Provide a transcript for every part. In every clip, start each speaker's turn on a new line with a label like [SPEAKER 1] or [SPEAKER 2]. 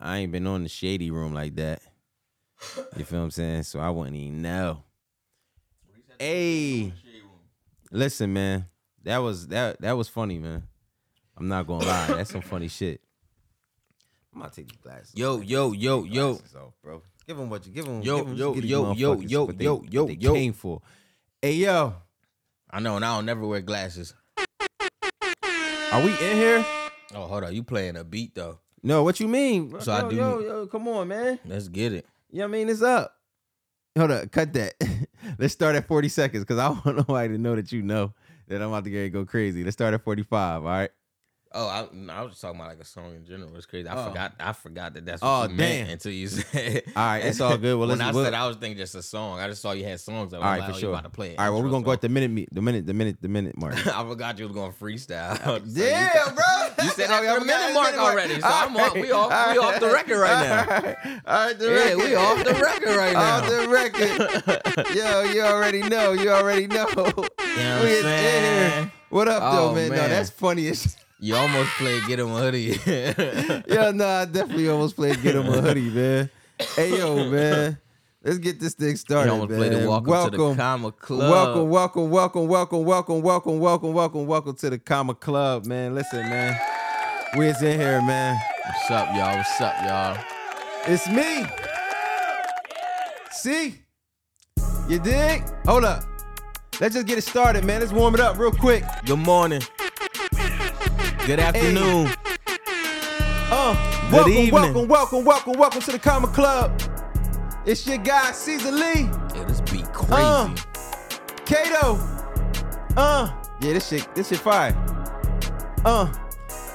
[SPEAKER 1] I ain't been on the shady room like that. You feel what I'm saying? So I wouldn't even know. Hey, listen, man. That was that that was funny, man. I'm not gonna lie. That's some funny shit. I'm gonna take these glasses.
[SPEAKER 2] Yo,
[SPEAKER 1] man.
[SPEAKER 2] yo, yo,
[SPEAKER 1] Take
[SPEAKER 2] yo.
[SPEAKER 1] glasses off, bro. Give them what you give them.
[SPEAKER 2] Yo,
[SPEAKER 1] give 'em-
[SPEAKER 2] yo,
[SPEAKER 1] give these
[SPEAKER 2] yo, yo,
[SPEAKER 1] motherfuckers
[SPEAKER 2] yo,
[SPEAKER 1] what they-
[SPEAKER 2] yo,
[SPEAKER 1] what
[SPEAKER 2] yo,
[SPEAKER 1] they
[SPEAKER 2] yo.
[SPEAKER 1] Came for. Hey, yo,
[SPEAKER 2] I know, and I don't never wear glasses.
[SPEAKER 1] are we in here?
[SPEAKER 2] Oh, hold on. You playing a beat though.
[SPEAKER 1] No, what you mean? Bro,
[SPEAKER 2] So I
[SPEAKER 1] yo,
[SPEAKER 2] do-
[SPEAKER 1] Yo, yo, come on, man.
[SPEAKER 2] Let's get it.
[SPEAKER 1] You know what I mean? It's up. Hold up, cut that. Let's start at 40 seconds because I want nobody to know that you know that I'm about to get go crazy. Let's start at 45, all right?
[SPEAKER 2] Oh, I, no, I was just talking about like a song in general. It's crazy. I
[SPEAKER 1] Oh.
[SPEAKER 2] forgot. I forgot that that's
[SPEAKER 1] Oh,
[SPEAKER 2] what you meant
[SPEAKER 1] damn.
[SPEAKER 2] until you said.
[SPEAKER 1] All right, it's all good. Well,
[SPEAKER 2] when
[SPEAKER 1] listen,
[SPEAKER 2] I
[SPEAKER 1] we'll-
[SPEAKER 2] said I was thinking just a song, I just saw you had songs. All
[SPEAKER 1] All right, for
[SPEAKER 2] oh, You
[SPEAKER 1] sure.
[SPEAKER 2] about to play it.
[SPEAKER 1] All right, well, we're gonna go at the minute me the minute, the minute, the minute mark.
[SPEAKER 2] I forgot you was going to freestyle. So you-
[SPEAKER 1] Damn, bro.
[SPEAKER 2] You said
[SPEAKER 1] Oh,
[SPEAKER 2] after
[SPEAKER 1] yeah, I
[SPEAKER 2] the
[SPEAKER 1] forgot
[SPEAKER 2] minute
[SPEAKER 1] it's
[SPEAKER 2] mark
[SPEAKER 1] minute
[SPEAKER 2] already, so I'm off- we off-
[SPEAKER 1] All
[SPEAKER 2] we off the record right now.
[SPEAKER 1] All right, all right the
[SPEAKER 2] Yeah,
[SPEAKER 1] record.
[SPEAKER 2] we off the record right now.
[SPEAKER 1] Off the record. Yo, you already know. You already know.
[SPEAKER 2] what
[SPEAKER 1] we
[SPEAKER 2] I'm
[SPEAKER 1] is in
[SPEAKER 2] saying?
[SPEAKER 1] here. What up,
[SPEAKER 2] Oh,
[SPEAKER 1] though, man? No,
[SPEAKER 2] man.
[SPEAKER 1] that's funny as shit.
[SPEAKER 2] You almost played Get Him a Hoodie.
[SPEAKER 1] yo, no, I definitely almost played get him a hoodie, man. Hey, yo, man, let's get this thing
[SPEAKER 2] you
[SPEAKER 1] started,
[SPEAKER 2] almost
[SPEAKER 1] man.
[SPEAKER 2] played it Welcome, to the
[SPEAKER 1] welcome,
[SPEAKER 2] Comma Club.
[SPEAKER 1] welcome, welcome, welcome, welcome, welcome, welcome, welcome, welcome, welcome to the Comma Club, man. Listen, man, we is in here, man.
[SPEAKER 2] What's up, y'all? What's up, y'all?
[SPEAKER 1] It's me. See, you dig? Hold up. Let's just get it started, man. Let's warm it up real quick.
[SPEAKER 2] Good morning. Good afternoon.
[SPEAKER 1] Uh,
[SPEAKER 2] Good
[SPEAKER 1] welcome,
[SPEAKER 2] evening.
[SPEAKER 1] welcome, welcome, welcome, welcome to the Comma Club. It's your guy, Caesar Lee.
[SPEAKER 2] Yeah, this beat crazy.
[SPEAKER 1] Uh. Kato. Uh. Yeah, this shit, this shit fire. Uh.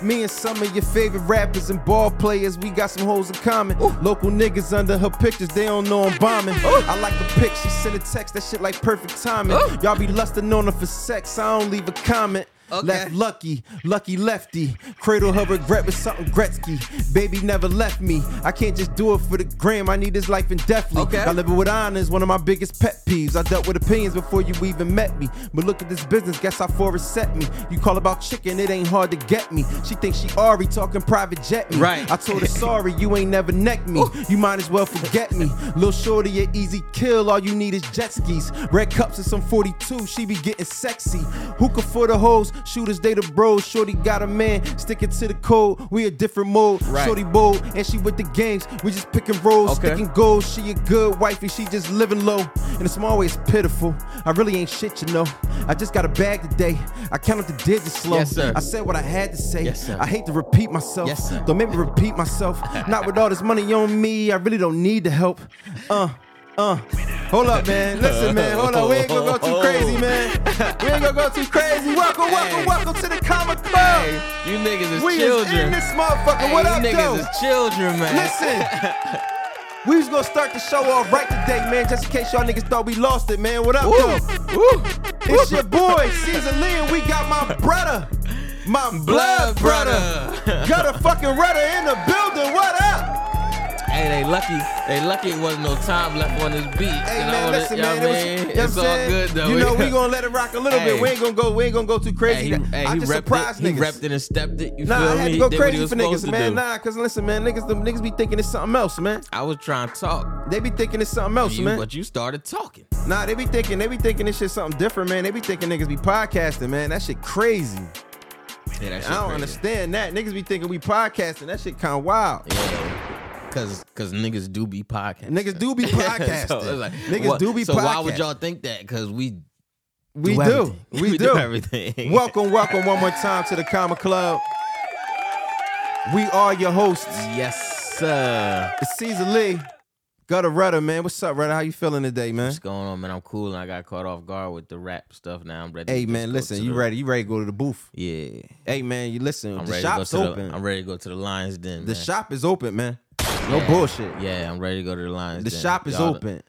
[SPEAKER 1] Me and some of your favorite rappers and ball players, we got some hoes in common. Local niggas under her pictures, they don't know I'm bombing. I like a pic, she sent a text, that shit like perfect timing. Y'all be lusting on her for sex, I don't leave a comment.
[SPEAKER 2] Okay.
[SPEAKER 1] Left lucky, lucky lefty. Cradle her regret with something Gretzky. Baby never left me. I can't just do it for the gram. I need this life and deathly.
[SPEAKER 2] Okay.
[SPEAKER 1] I live it with honor is one of my biggest pet peeves. I dealt with opinions before you even met me. But look at this business, guess how far it set me. You call about chicken, it ain't hard to get me. She thinks she Ari talking private jet me.
[SPEAKER 2] Right.
[SPEAKER 1] I told her sorry, you ain't never neck me. You might as well forget me. Lil shorty, an easy kill. All you need is jet skis, red cups, and some 42. She be getting sexy. Hookah for the hoes, shooters they the bros. Shorty got a man, stick it to the code. We a different mode.
[SPEAKER 2] Right.
[SPEAKER 1] Shorty bold, and she with the games. We just picking rolls,
[SPEAKER 2] Okay.
[SPEAKER 1] sticking gold. She a good wifey, she just living low. And it's always pitiful. I really ain't shit, you know. I just got a bag today. I counted the digits slow.
[SPEAKER 2] Yes, sir.
[SPEAKER 1] I said what I had to say.
[SPEAKER 2] Yes, sir.
[SPEAKER 1] I hate to repeat myself.
[SPEAKER 2] Yes, sir.
[SPEAKER 1] Don't make me repeat myself. Not with all this money on me. I really don't need the help. Uh, uh. Hold up, man. Listen, man. Hold up. We ain't gonna go too crazy, man. We ain't gonna go too crazy. Welcome, welcome,
[SPEAKER 2] Hey.
[SPEAKER 1] welcome to the Comic Club.
[SPEAKER 2] Hey, you niggas is
[SPEAKER 1] we
[SPEAKER 2] children.
[SPEAKER 1] is in this motherfucker.
[SPEAKER 2] Hey,
[SPEAKER 1] what
[SPEAKER 2] you
[SPEAKER 1] up,
[SPEAKER 2] niggas
[SPEAKER 1] though?
[SPEAKER 2] is children, man.
[SPEAKER 1] Listen. We was gonna start the show off right today, man, just in case y'all niggas thought we lost it, man. What up, though?
[SPEAKER 2] Woo. Woo.
[SPEAKER 1] It's your boy, Caesar Lee, and we got my brother, my blood
[SPEAKER 2] Blood
[SPEAKER 1] brother.
[SPEAKER 2] brother.
[SPEAKER 1] Got a fucking rudder in the building. What up?
[SPEAKER 2] Hey, they lucky. They lucky it wasn't no time left on this beat.
[SPEAKER 1] Hey
[SPEAKER 2] you know,
[SPEAKER 1] man,
[SPEAKER 2] that-
[SPEAKER 1] listen,
[SPEAKER 2] you know
[SPEAKER 1] man.
[SPEAKER 2] what I
[SPEAKER 1] It was,
[SPEAKER 2] mean?
[SPEAKER 1] you know
[SPEAKER 2] it's
[SPEAKER 1] what I'm
[SPEAKER 2] all
[SPEAKER 1] saying?
[SPEAKER 2] good though.
[SPEAKER 1] You know, we gonna let it rock a little bit.
[SPEAKER 2] Hey.
[SPEAKER 1] We ain't gonna go, we ain't gonna go too
[SPEAKER 2] Hey,
[SPEAKER 1] crazy.
[SPEAKER 2] he, hey,
[SPEAKER 1] I
[SPEAKER 2] he
[SPEAKER 1] just
[SPEAKER 2] repped
[SPEAKER 1] surprised
[SPEAKER 2] it. He
[SPEAKER 1] niggas.
[SPEAKER 2] repped it and stepped it. You
[SPEAKER 1] Nah,
[SPEAKER 2] feel
[SPEAKER 1] I had
[SPEAKER 2] me?
[SPEAKER 1] to go
[SPEAKER 2] Did what he
[SPEAKER 1] crazy
[SPEAKER 2] was
[SPEAKER 1] for
[SPEAKER 2] supposed
[SPEAKER 1] niggas,
[SPEAKER 2] to
[SPEAKER 1] man.
[SPEAKER 2] do.
[SPEAKER 1] Nah, cause listen, man, niggas, them niggas be thinking it's something else, man.
[SPEAKER 2] I was trying to talk,
[SPEAKER 1] They be thinking it's something else,
[SPEAKER 2] you,
[SPEAKER 1] man.
[SPEAKER 2] but you started talking.
[SPEAKER 1] Nah, they be thinking, they be thinking this shit something different, man. They be thinking niggas be podcasting, man. That shit crazy.
[SPEAKER 2] Yeah, that shit
[SPEAKER 1] I don't
[SPEAKER 2] crazy.
[SPEAKER 1] understand that. Niggas be thinking we podcasting. That shit kind of wild.
[SPEAKER 2] Yeah, cause cause niggas do be podcasting.
[SPEAKER 1] Niggas do be podcasting.
[SPEAKER 2] So it's like,
[SPEAKER 1] Niggas
[SPEAKER 2] what-
[SPEAKER 1] do be
[SPEAKER 2] So why would
[SPEAKER 1] podcasting.
[SPEAKER 2] y'all think that? Cause we
[SPEAKER 1] We
[SPEAKER 2] do
[SPEAKER 1] do.
[SPEAKER 2] everything.
[SPEAKER 1] We, do.
[SPEAKER 2] do. everything.
[SPEAKER 1] welcome, welcome one more time to the Comma Club. We are your hosts.
[SPEAKER 2] Yes, sir.
[SPEAKER 1] It's Caesar Lee. Gutter Rudder, man. What's up, Rudder? How you feeling today, man?
[SPEAKER 2] What's going on, man? I'm cool, and I got caught off guard with the rap stuff. Now I'm ready.
[SPEAKER 1] Hey,
[SPEAKER 2] to just
[SPEAKER 1] man,
[SPEAKER 2] go
[SPEAKER 1] listen.
[SPEAKER 2] to
[SPEAKER 1] You
[SPEAKER 2] the-
[SPEAKER 1] ready? You ready to go to the booth?
[SPEAKER 2] Yeah,
[SPEAKER 1] Hey, man, you listen.
[SPEAKER 2] I'm
[SPEAKER 1] the
[SPEAKER 2] ready to go
[SPEAKER 1] shop's
[SPEAKER 2] to
[SPEAKER 1] open.
[SPEAKER 2] the. I'm ready to go to the Lions Den.
[SPEAKER 1] the
[SPEAKER 2] man.
[SPEAKER 1] shop is open, man. No
[SPEAKER 2] Yeah.
[SPEAKER 1] bullshit.
[SPEAKER 2] Yeah, I'm ready to go to the Lions.
[SPEAKER 1] The
[SPEAKER 2] Den.
[SPEAKER 1] shop is
[SPEAKER 2] Y'all-
[SPEAKER 1] open.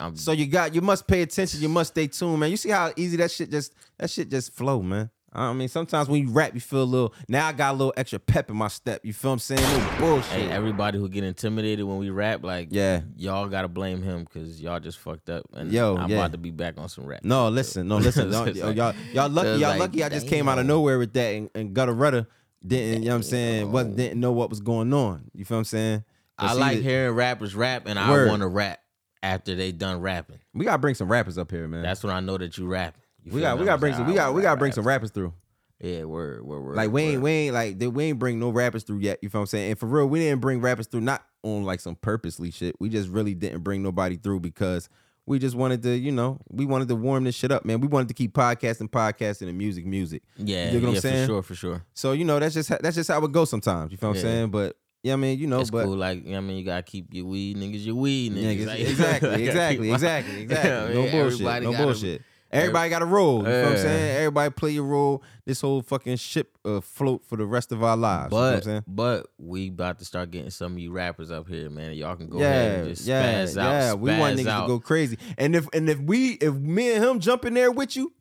[SPEAKER 2] I'm,
[SPEAKER 1] So you got you must pay attention. You must stay tuned, man. You see how easy that shit just that shit just flow, man. I mean, sometimes when you rap, you feel a little. Now I got a little extra pep in my step. You feel what I'm saying? No bullshit.
[SPEAKER 2] hey, everybody who get intimidated when we rap, like
[SPEAKER 1] Yeah.
[SPEAKER 2] y'all gotta blame him because y'all just fucked up. And
[SPEAKER 1] Yo,
[SPEAKER 2] I'm
[SPEAKER 1] yeah.
[SPEAKER 2] about to be back on some rap.
[SPEAKER 1] no, listen, no, listen.
[SPEAKER 2] It's
[SPEAKER 1] Don't, oh,
[SPEAKER 2] like-
[SPEAKER 1] y'all, y'all lucky,
[SPEAKER 2] it's
[SPEAKER 1] y'all
[SPEAKER 2] like,
[SPEAKER 1] lucky. I just came out of
[SPEAKER 2] damn.
[SPEAKER 1] nowhere with that and, and got a rudder didn't, you know what I'm saying, wasn't didn't know what was going on. You feel what I'm saying?
[SPEAKER 2] I
[SPEAKER 1] But see
[SPEAKER 2] like
[SPEAKER 1] that-
[SPEAKER 2] hearing rappers rap, and
[SPEAKER 1] Word.
[SPEAKER 2] I want to rap after they done rapping.
[SPEAKER 1] We gotta bring some rappers up here, man.
[SPEAKER 2] That's when I know that you rapping. You
[SPEAKER 1] we
[SPEAKER 2] feel
[SPEAKER 1] got we
[SPEAKER 2] me? I'm
[SPEAKER 1] gotta bring
[SPEAKER 2] saying,
[SPEAKER 1] some we
[SPEAKER 2] I
[SPEAKER 1] got
[SPEAKER 2] wanna
[SPEAKER 1] we gotta bring
[SPEAKER 2] rap.
[SPEAKER 1] some rappers through.
[SPEAKER 2] Yeah, word, word, word.
[SPEAKER 1] Like we ain't we
[SPEAKER 2] word.
[SPEAKER 1] ain't like they- we ain't bring no rappers through yet. You feel what I'm saying? And for real, we didn't bring rappers through not on like some purposely shit. We just really didn't bring nobody through because we just wanted to, you know, we wanted to warm this shit up, man. We wanted to keep podcasting, podcasting, and music, music.
[SPEAKER 2] Yeah,
[SPEAKER 1] You get what I'm
[SPEAKER 2] yeah,
[SPEAKER 1] saying?
[SPEAKER 2] for sure, for sure.
[SPEAKER 1] So you know that's just how, that's just how it goes sometimes. You feel what I'm
[SPEAKER 2] Yeah.
[SPEAKER 1] saying? But yeah, I mean, you know,
[SPEAKER 2] it's
[SPEAKER 1] but
[SPEAKER 2] cool. Like, you know what I mean, you gotta keep your weed, niggas. Your weed, niggas.
[SPEAKER 1] niggas,
[SPEAKER 2] Like,
[SPEAKER 1] exactly,
[SPEAKER 2] I gotta keep
[SPEAKER 1] exactly,
[SPEAKER 2] my-
[SPEAKER 1] exactly,
[SPEAKER 2] Yeah,
[SPEAKER 1] exactly.
[SPEAKER 2] I
[SPEAKER 1] no
[SPEAKER 2] mean,
[SPEAKER 1] bullshit,
[SPEAKER 2] everybody
[SPEAKER 1] no
[SPEAKER 2] gotta-
[SPEAKER 1] bullshit. Everybody got a role. You know what I'm
[SPEAKER 2] Yeah.
[SPEAKER 1] saying? Everybody play your role. This whole fucking ship uh, float for the rest of our lives. you know what I'm
[SPEAKER 2] But
[SPEAKER 1] saying?
[SPEAKER 2] but we about to start getting some of you rappers up here, man. Y'all can go ahead
[SPEAKER 1] yeah,
[SPEAKER 2] and just
[SPEAKER 1] yeah,
[SPEAKER 2] spaz out.
[SPEAKER 1] yeah. We want
[SPEAKER 2] spaz
[SPEAKER 1] niggas
[SPEAKER 2] out.
[SPEAKER 1] to go crazy. And if and if we if me and him jump in there with you,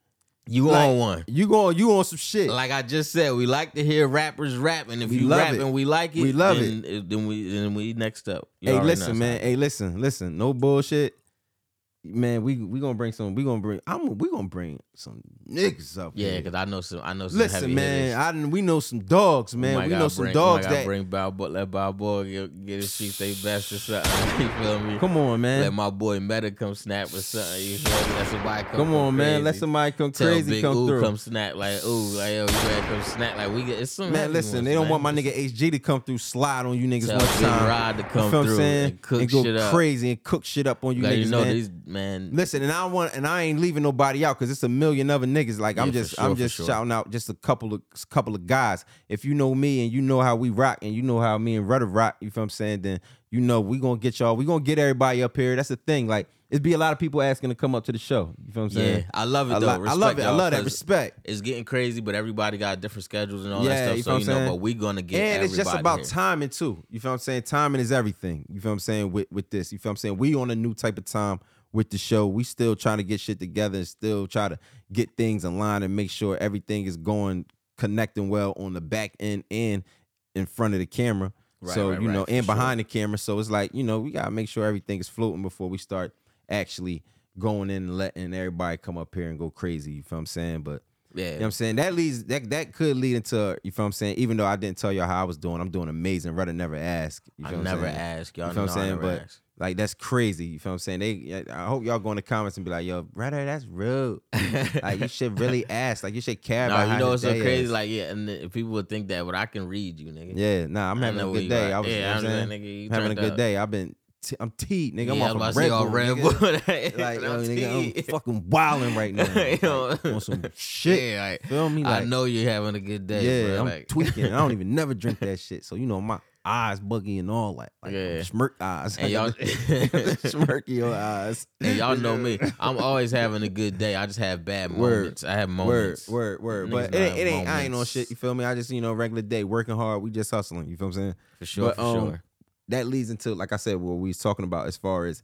[SPEAKER 2] You
[SPEAKER 1] like-
[SPEAKER 2] on one.
[SPEAKER 1] you going you on some shit.
[SPEAKER 2] Like I just said, we like to hear rappers rap, and if
[SPEAKER 1] We
[SPEAKER 2] you
[SPEAKER 1] love
[SPEAKER 2] rap
[SPEAKER 1] it.
[SPEAKER 2] and we like it,
[SPEAKER 1] We love
[SPEAKER 2] then, it. Then we then we next up.
[SPEAKER 1] hey,
[SPEAKER 2] You already know
[SPEAKER 1] listen,
[SPEAKER 2] it's
[SPEAKER 1] man. Hey, listen, listen. No bullshit. Man, we we gonna bring some. We gonna bring. I'm. We gonna bring some niggas up.
[SPEAKER 2] hot. yeah,
[SPEAKER 1] here.
[SPEAKER 2] because I know some. I know some.
[SPEAKER 1] Listen,
[SPEAKER 2] heavy
[SPEAKER 1] man.
[SPEAKER 2] hitters. Oh
[SPEAKER 1] I done- we know some dogs, man.
[SPEAKER 2] Might
[SPEAKER 1] we
[SPEAKER 2] gotta
[SPEAKER 1] know some
[SPEAKER 2] bring,
[SPEAKER 1] dogs
[SPEAKER 2] might gotta
[SPEAKER 1] that.
[SPEAKER 2] bring Bob, let Bob Boy get, get his sheep they best or something. You feel me?
[SPEAKER 1] Come on,
[SPEAKER 2] Let
[SPEAKER 1] man.
[SPEAKER 2] my boy Meta come snap or something. You feel me? Let somebody come.
[SPEAKER 1] Come on, man. Let
[SPEAKER 2] crazy.
[SPEAKER 1] somebody come
[SPEAKER 2] Tell
[SPEAKER 1] crazy
[SPEAKER 2] Big
[SPEAKER 1] come
[SPEAKER 2] Ooh
[SPEAKER 1] through.
[SPEAKER 2] come snap like ooh like yo, you better come snap like we get it's some
[SPEAKER 1] Man,
[SPEAKER 2] heavy
[SPEAKER 1] listen,
[SPEAKER 2] ones,
[SPEAKER 1] they don't
[SPEAKER 2] man.
[SPEAKER 1] want my nigga HG to come through, slide on you niggas
[SPEAKER 2] Tell
[SPEAKER 1] one
[SPEAKER 2] Big
[SPEAKER 1] time.
[SPEAKER 2] Rod to come
[SPEAKER 1] you feel what I'm
[SPEAKER 2] through
[SPEAKER 1] saying?
[SPEAKER 2] and cook
[SPEAKER 1] and go
[SPEAKER 2] shit up.
[SPEAKER 1] crazy and cook shit up on you
[SPEAKER 2] Like,
[SPEAKER 1] niggas,
[SPEAKER 2] you know
[SPEAKER 1] man.
[SPEAKER 2] these man
[SPEAKER 1] Listen, and I want, and I ain't leaving nobody out because it's a million other niggas. Like I'm
[SPEAKER 2] Yeah, for
[SPEAKER 1] just,
[SPEAKER 2] sure,
[SPEAKER 1] I'm
[SPEAKER 2] for
[SPEAKER 1] just
[SPEAKER 2] sure.
[SPEAKER 1] shouting out just a couple of couple of guys. If you know me and you know how we rock and you know how me and Rudder rock, you feel what I'm saying? Then you know we gonna get y'all. We gonna get everybody up here. That's the thing. Like it'd be a lot of people asking to come up to the show. You feel what I'm
[SPEAKER 2] yeah
[SPEAKER 1] saying?
[SPEAKER 2] I love it
[SPEAKER 1] I,
[SPEAKER 2] though
[SPEAKER 1] lo- I
[SPEAKER 2] Respect
[SPEAKER 1] love it. I
[SPEAKER 2] y'all,
[SPEAKER 1] love that
[SPEAKER 2] 'cause
[SPEAKER 1] respect.
[SPEAKER 2] it's getting crazy but everybody got different schedules and all
[SPEAKER 1] Yeah,
[SPEAKER 2] that
[SPEAKER 1] you
[SPEAKER 2] stuff
[SPEAKER 1] feel
[SPEAKER 2] so
[SPEAKER 1] what I'm
[SPEAKER 2] you know
[SPEAKER 1] saying?
[SPEAKER 2] but we gonna get
[SPEAKER 1] And it's just
[SPEAKER 2] everybody
[SPEAKER 1] about
[SPEAKER 2] here.
[SPEAKER 1] timing too. You feel what I'm saying? Timing is everything. You feel what I'm saying with with this. You feel what I'm saying? We on a new type of time with the show. We still trying to get shit together and still try to get things in line and make sure everything is going connecting well on the back end and in front of the camera.
[SPEAKER 2] Right,
[SPEAKER 1] so
[SPEAKER 2] right,
[SPEAKER 1] you know,
[SPEAKER 2] right, for
[SPEAKER 1] and
[SPEAKER 2] sure.
[SPEAKER 1] behind the camera. So it's like you know, we gotta make sure everything is floating before we start actually going in and letting everybody come up here and go crazy. You feel what I'm saying? But
[SPEAKER 2] yeah
[SPEAKER 1] you know what I'm saying? That leads that that could lead into, you feel what I'm saying? Even though I didn't tell y'all how I was doing, I'm doing amazing. Rather never ask. You feel what
[SPEAKER 2] I
[SPEAKER 1] I'm
[SPEAKER 2] never
[SPEAKER 1] saying?
[SPEAKER 2] ask y'all
[SPEAKER 1] You feel
[SPEAKER 2] know
[SPEAKER 1] what I'm
[SPEAKER 2] I
[SPEAKER 1] saying?
[SPEAKER 2] never
[SPEAKER 1] But
[SPEAKER 2] ask.
[SPEAKER 1] like that's crazy. You feel what I'm saying? They I hope y'all go in the comments and be like, yo, rather that's rude. like you should really ask. Like you should care
[SPEAKER 2] Nah,
[SPEAKER 1] about
[SPEAKER 2] you
[SPEAKER 1] how
[SPEAKER 2] know
[SPEAKER 1] his
[SPEAKER 2] it's so
[SPEAKER 1] day
[SPEAKER 2] crazy
[SPEAKER 1] is.
[SPEAKER 2] like yeah and the, people would think that but I can read you nigga
[SPEAKER 1] Yeah, nah, I'm
[SPEAKER 2] I
[SPEAKER 1] having a
[SPEAKER 2] know
[SPEAKER 1] good
[SPEAKER 2] you
[SPEAKER 1] day.
[SPEAKER 2] are.
[SPEAKER 1] I was you know
[SPEAKER 2] yeah
[SPEAKER 1] what I'm
[SPEAKER 2] I'm
[SPEAKER 1] saying?
[SPEAKER 2] just like, nigga, you
[SPEAKER 1] having a
[SPEAKER 2] turned
[SPEAKER 1] good
[SPEAKER 2] up.
[SPEAKER 1] day. I've been t- I'm teed, nigga.
[SPEAKER 2] yeah,
[SPEAKER 1] I'm
[SPEAKER 2] I
[SPEAKER 1] off of
[SPEAKER 2] was about to
[SPEAKER 1] Red
[SPEAKER 2] say, y'all
[SPEAKER 1] Bull,
[SPEAKER 2] Red
[SPEAKER 1] nigga.
[SPEAKER 2] Bull.
[SPEAKER 1] Like, yo,
[SPEAKER 2] I'm
[SPEAKER 1] nigga, I'm
[SPEAKER 2] teed.
[SPEAKER 1] fucking wilding right now. Like,
[SPEAKER 2] Yo.
[SPEAKER 1] on some shit.
[SPEAKER 2] Yeah, like,
[SPEAKER 1] Feel me? Like,
[SPEAKER 2] I know you're having a good day.
[SPEAKER 1] yeah,
[SPEAKER 2] bro.
[SPEAKER 1] I'm
[SPEAKER 2] like,
[SPEAKER 1] tweaking. I don't even never drink that shit. So you know my eyes buggy and all that. Like
[SPEAKER 2] Yeah.
[SPEAKER 1] smirk eyes.
[SPEAKER 2] And y'all-
[SPEAKER 1] smirk your eyes.
[SPEAKER 2] And y'all know me. I'm always having a good day. I just have bad
[SPEAKER 1] Word.
[SPEAKER 2] moments. I
[SPEAKER 1] Word,
[SPEAKER 2] have moments.
[SPEAKER 1] word, word.
[SPEAKER 2] Niggas
[SPEAKER 1] But it,
[SPEAKER 2] know I
[SPEAKER 1] ain't-
[SPEAKER 2] have
[SPEAKER 1] it ain't. I ain't on
[SPEAKER 2] moments.
[SPEAKER 1] shit. You feel me? I just you know regular day working hard. We just hustling. You feel what I'm saying?
[SPEAKER 2] For sure,
[SPEAKER 1] But,
[SPEAKER 2] for
[SPEAKER 1] um,
[SPEAKER 2] sure.
[SPEAKER 1] That leads into like I said what we was talking about as far as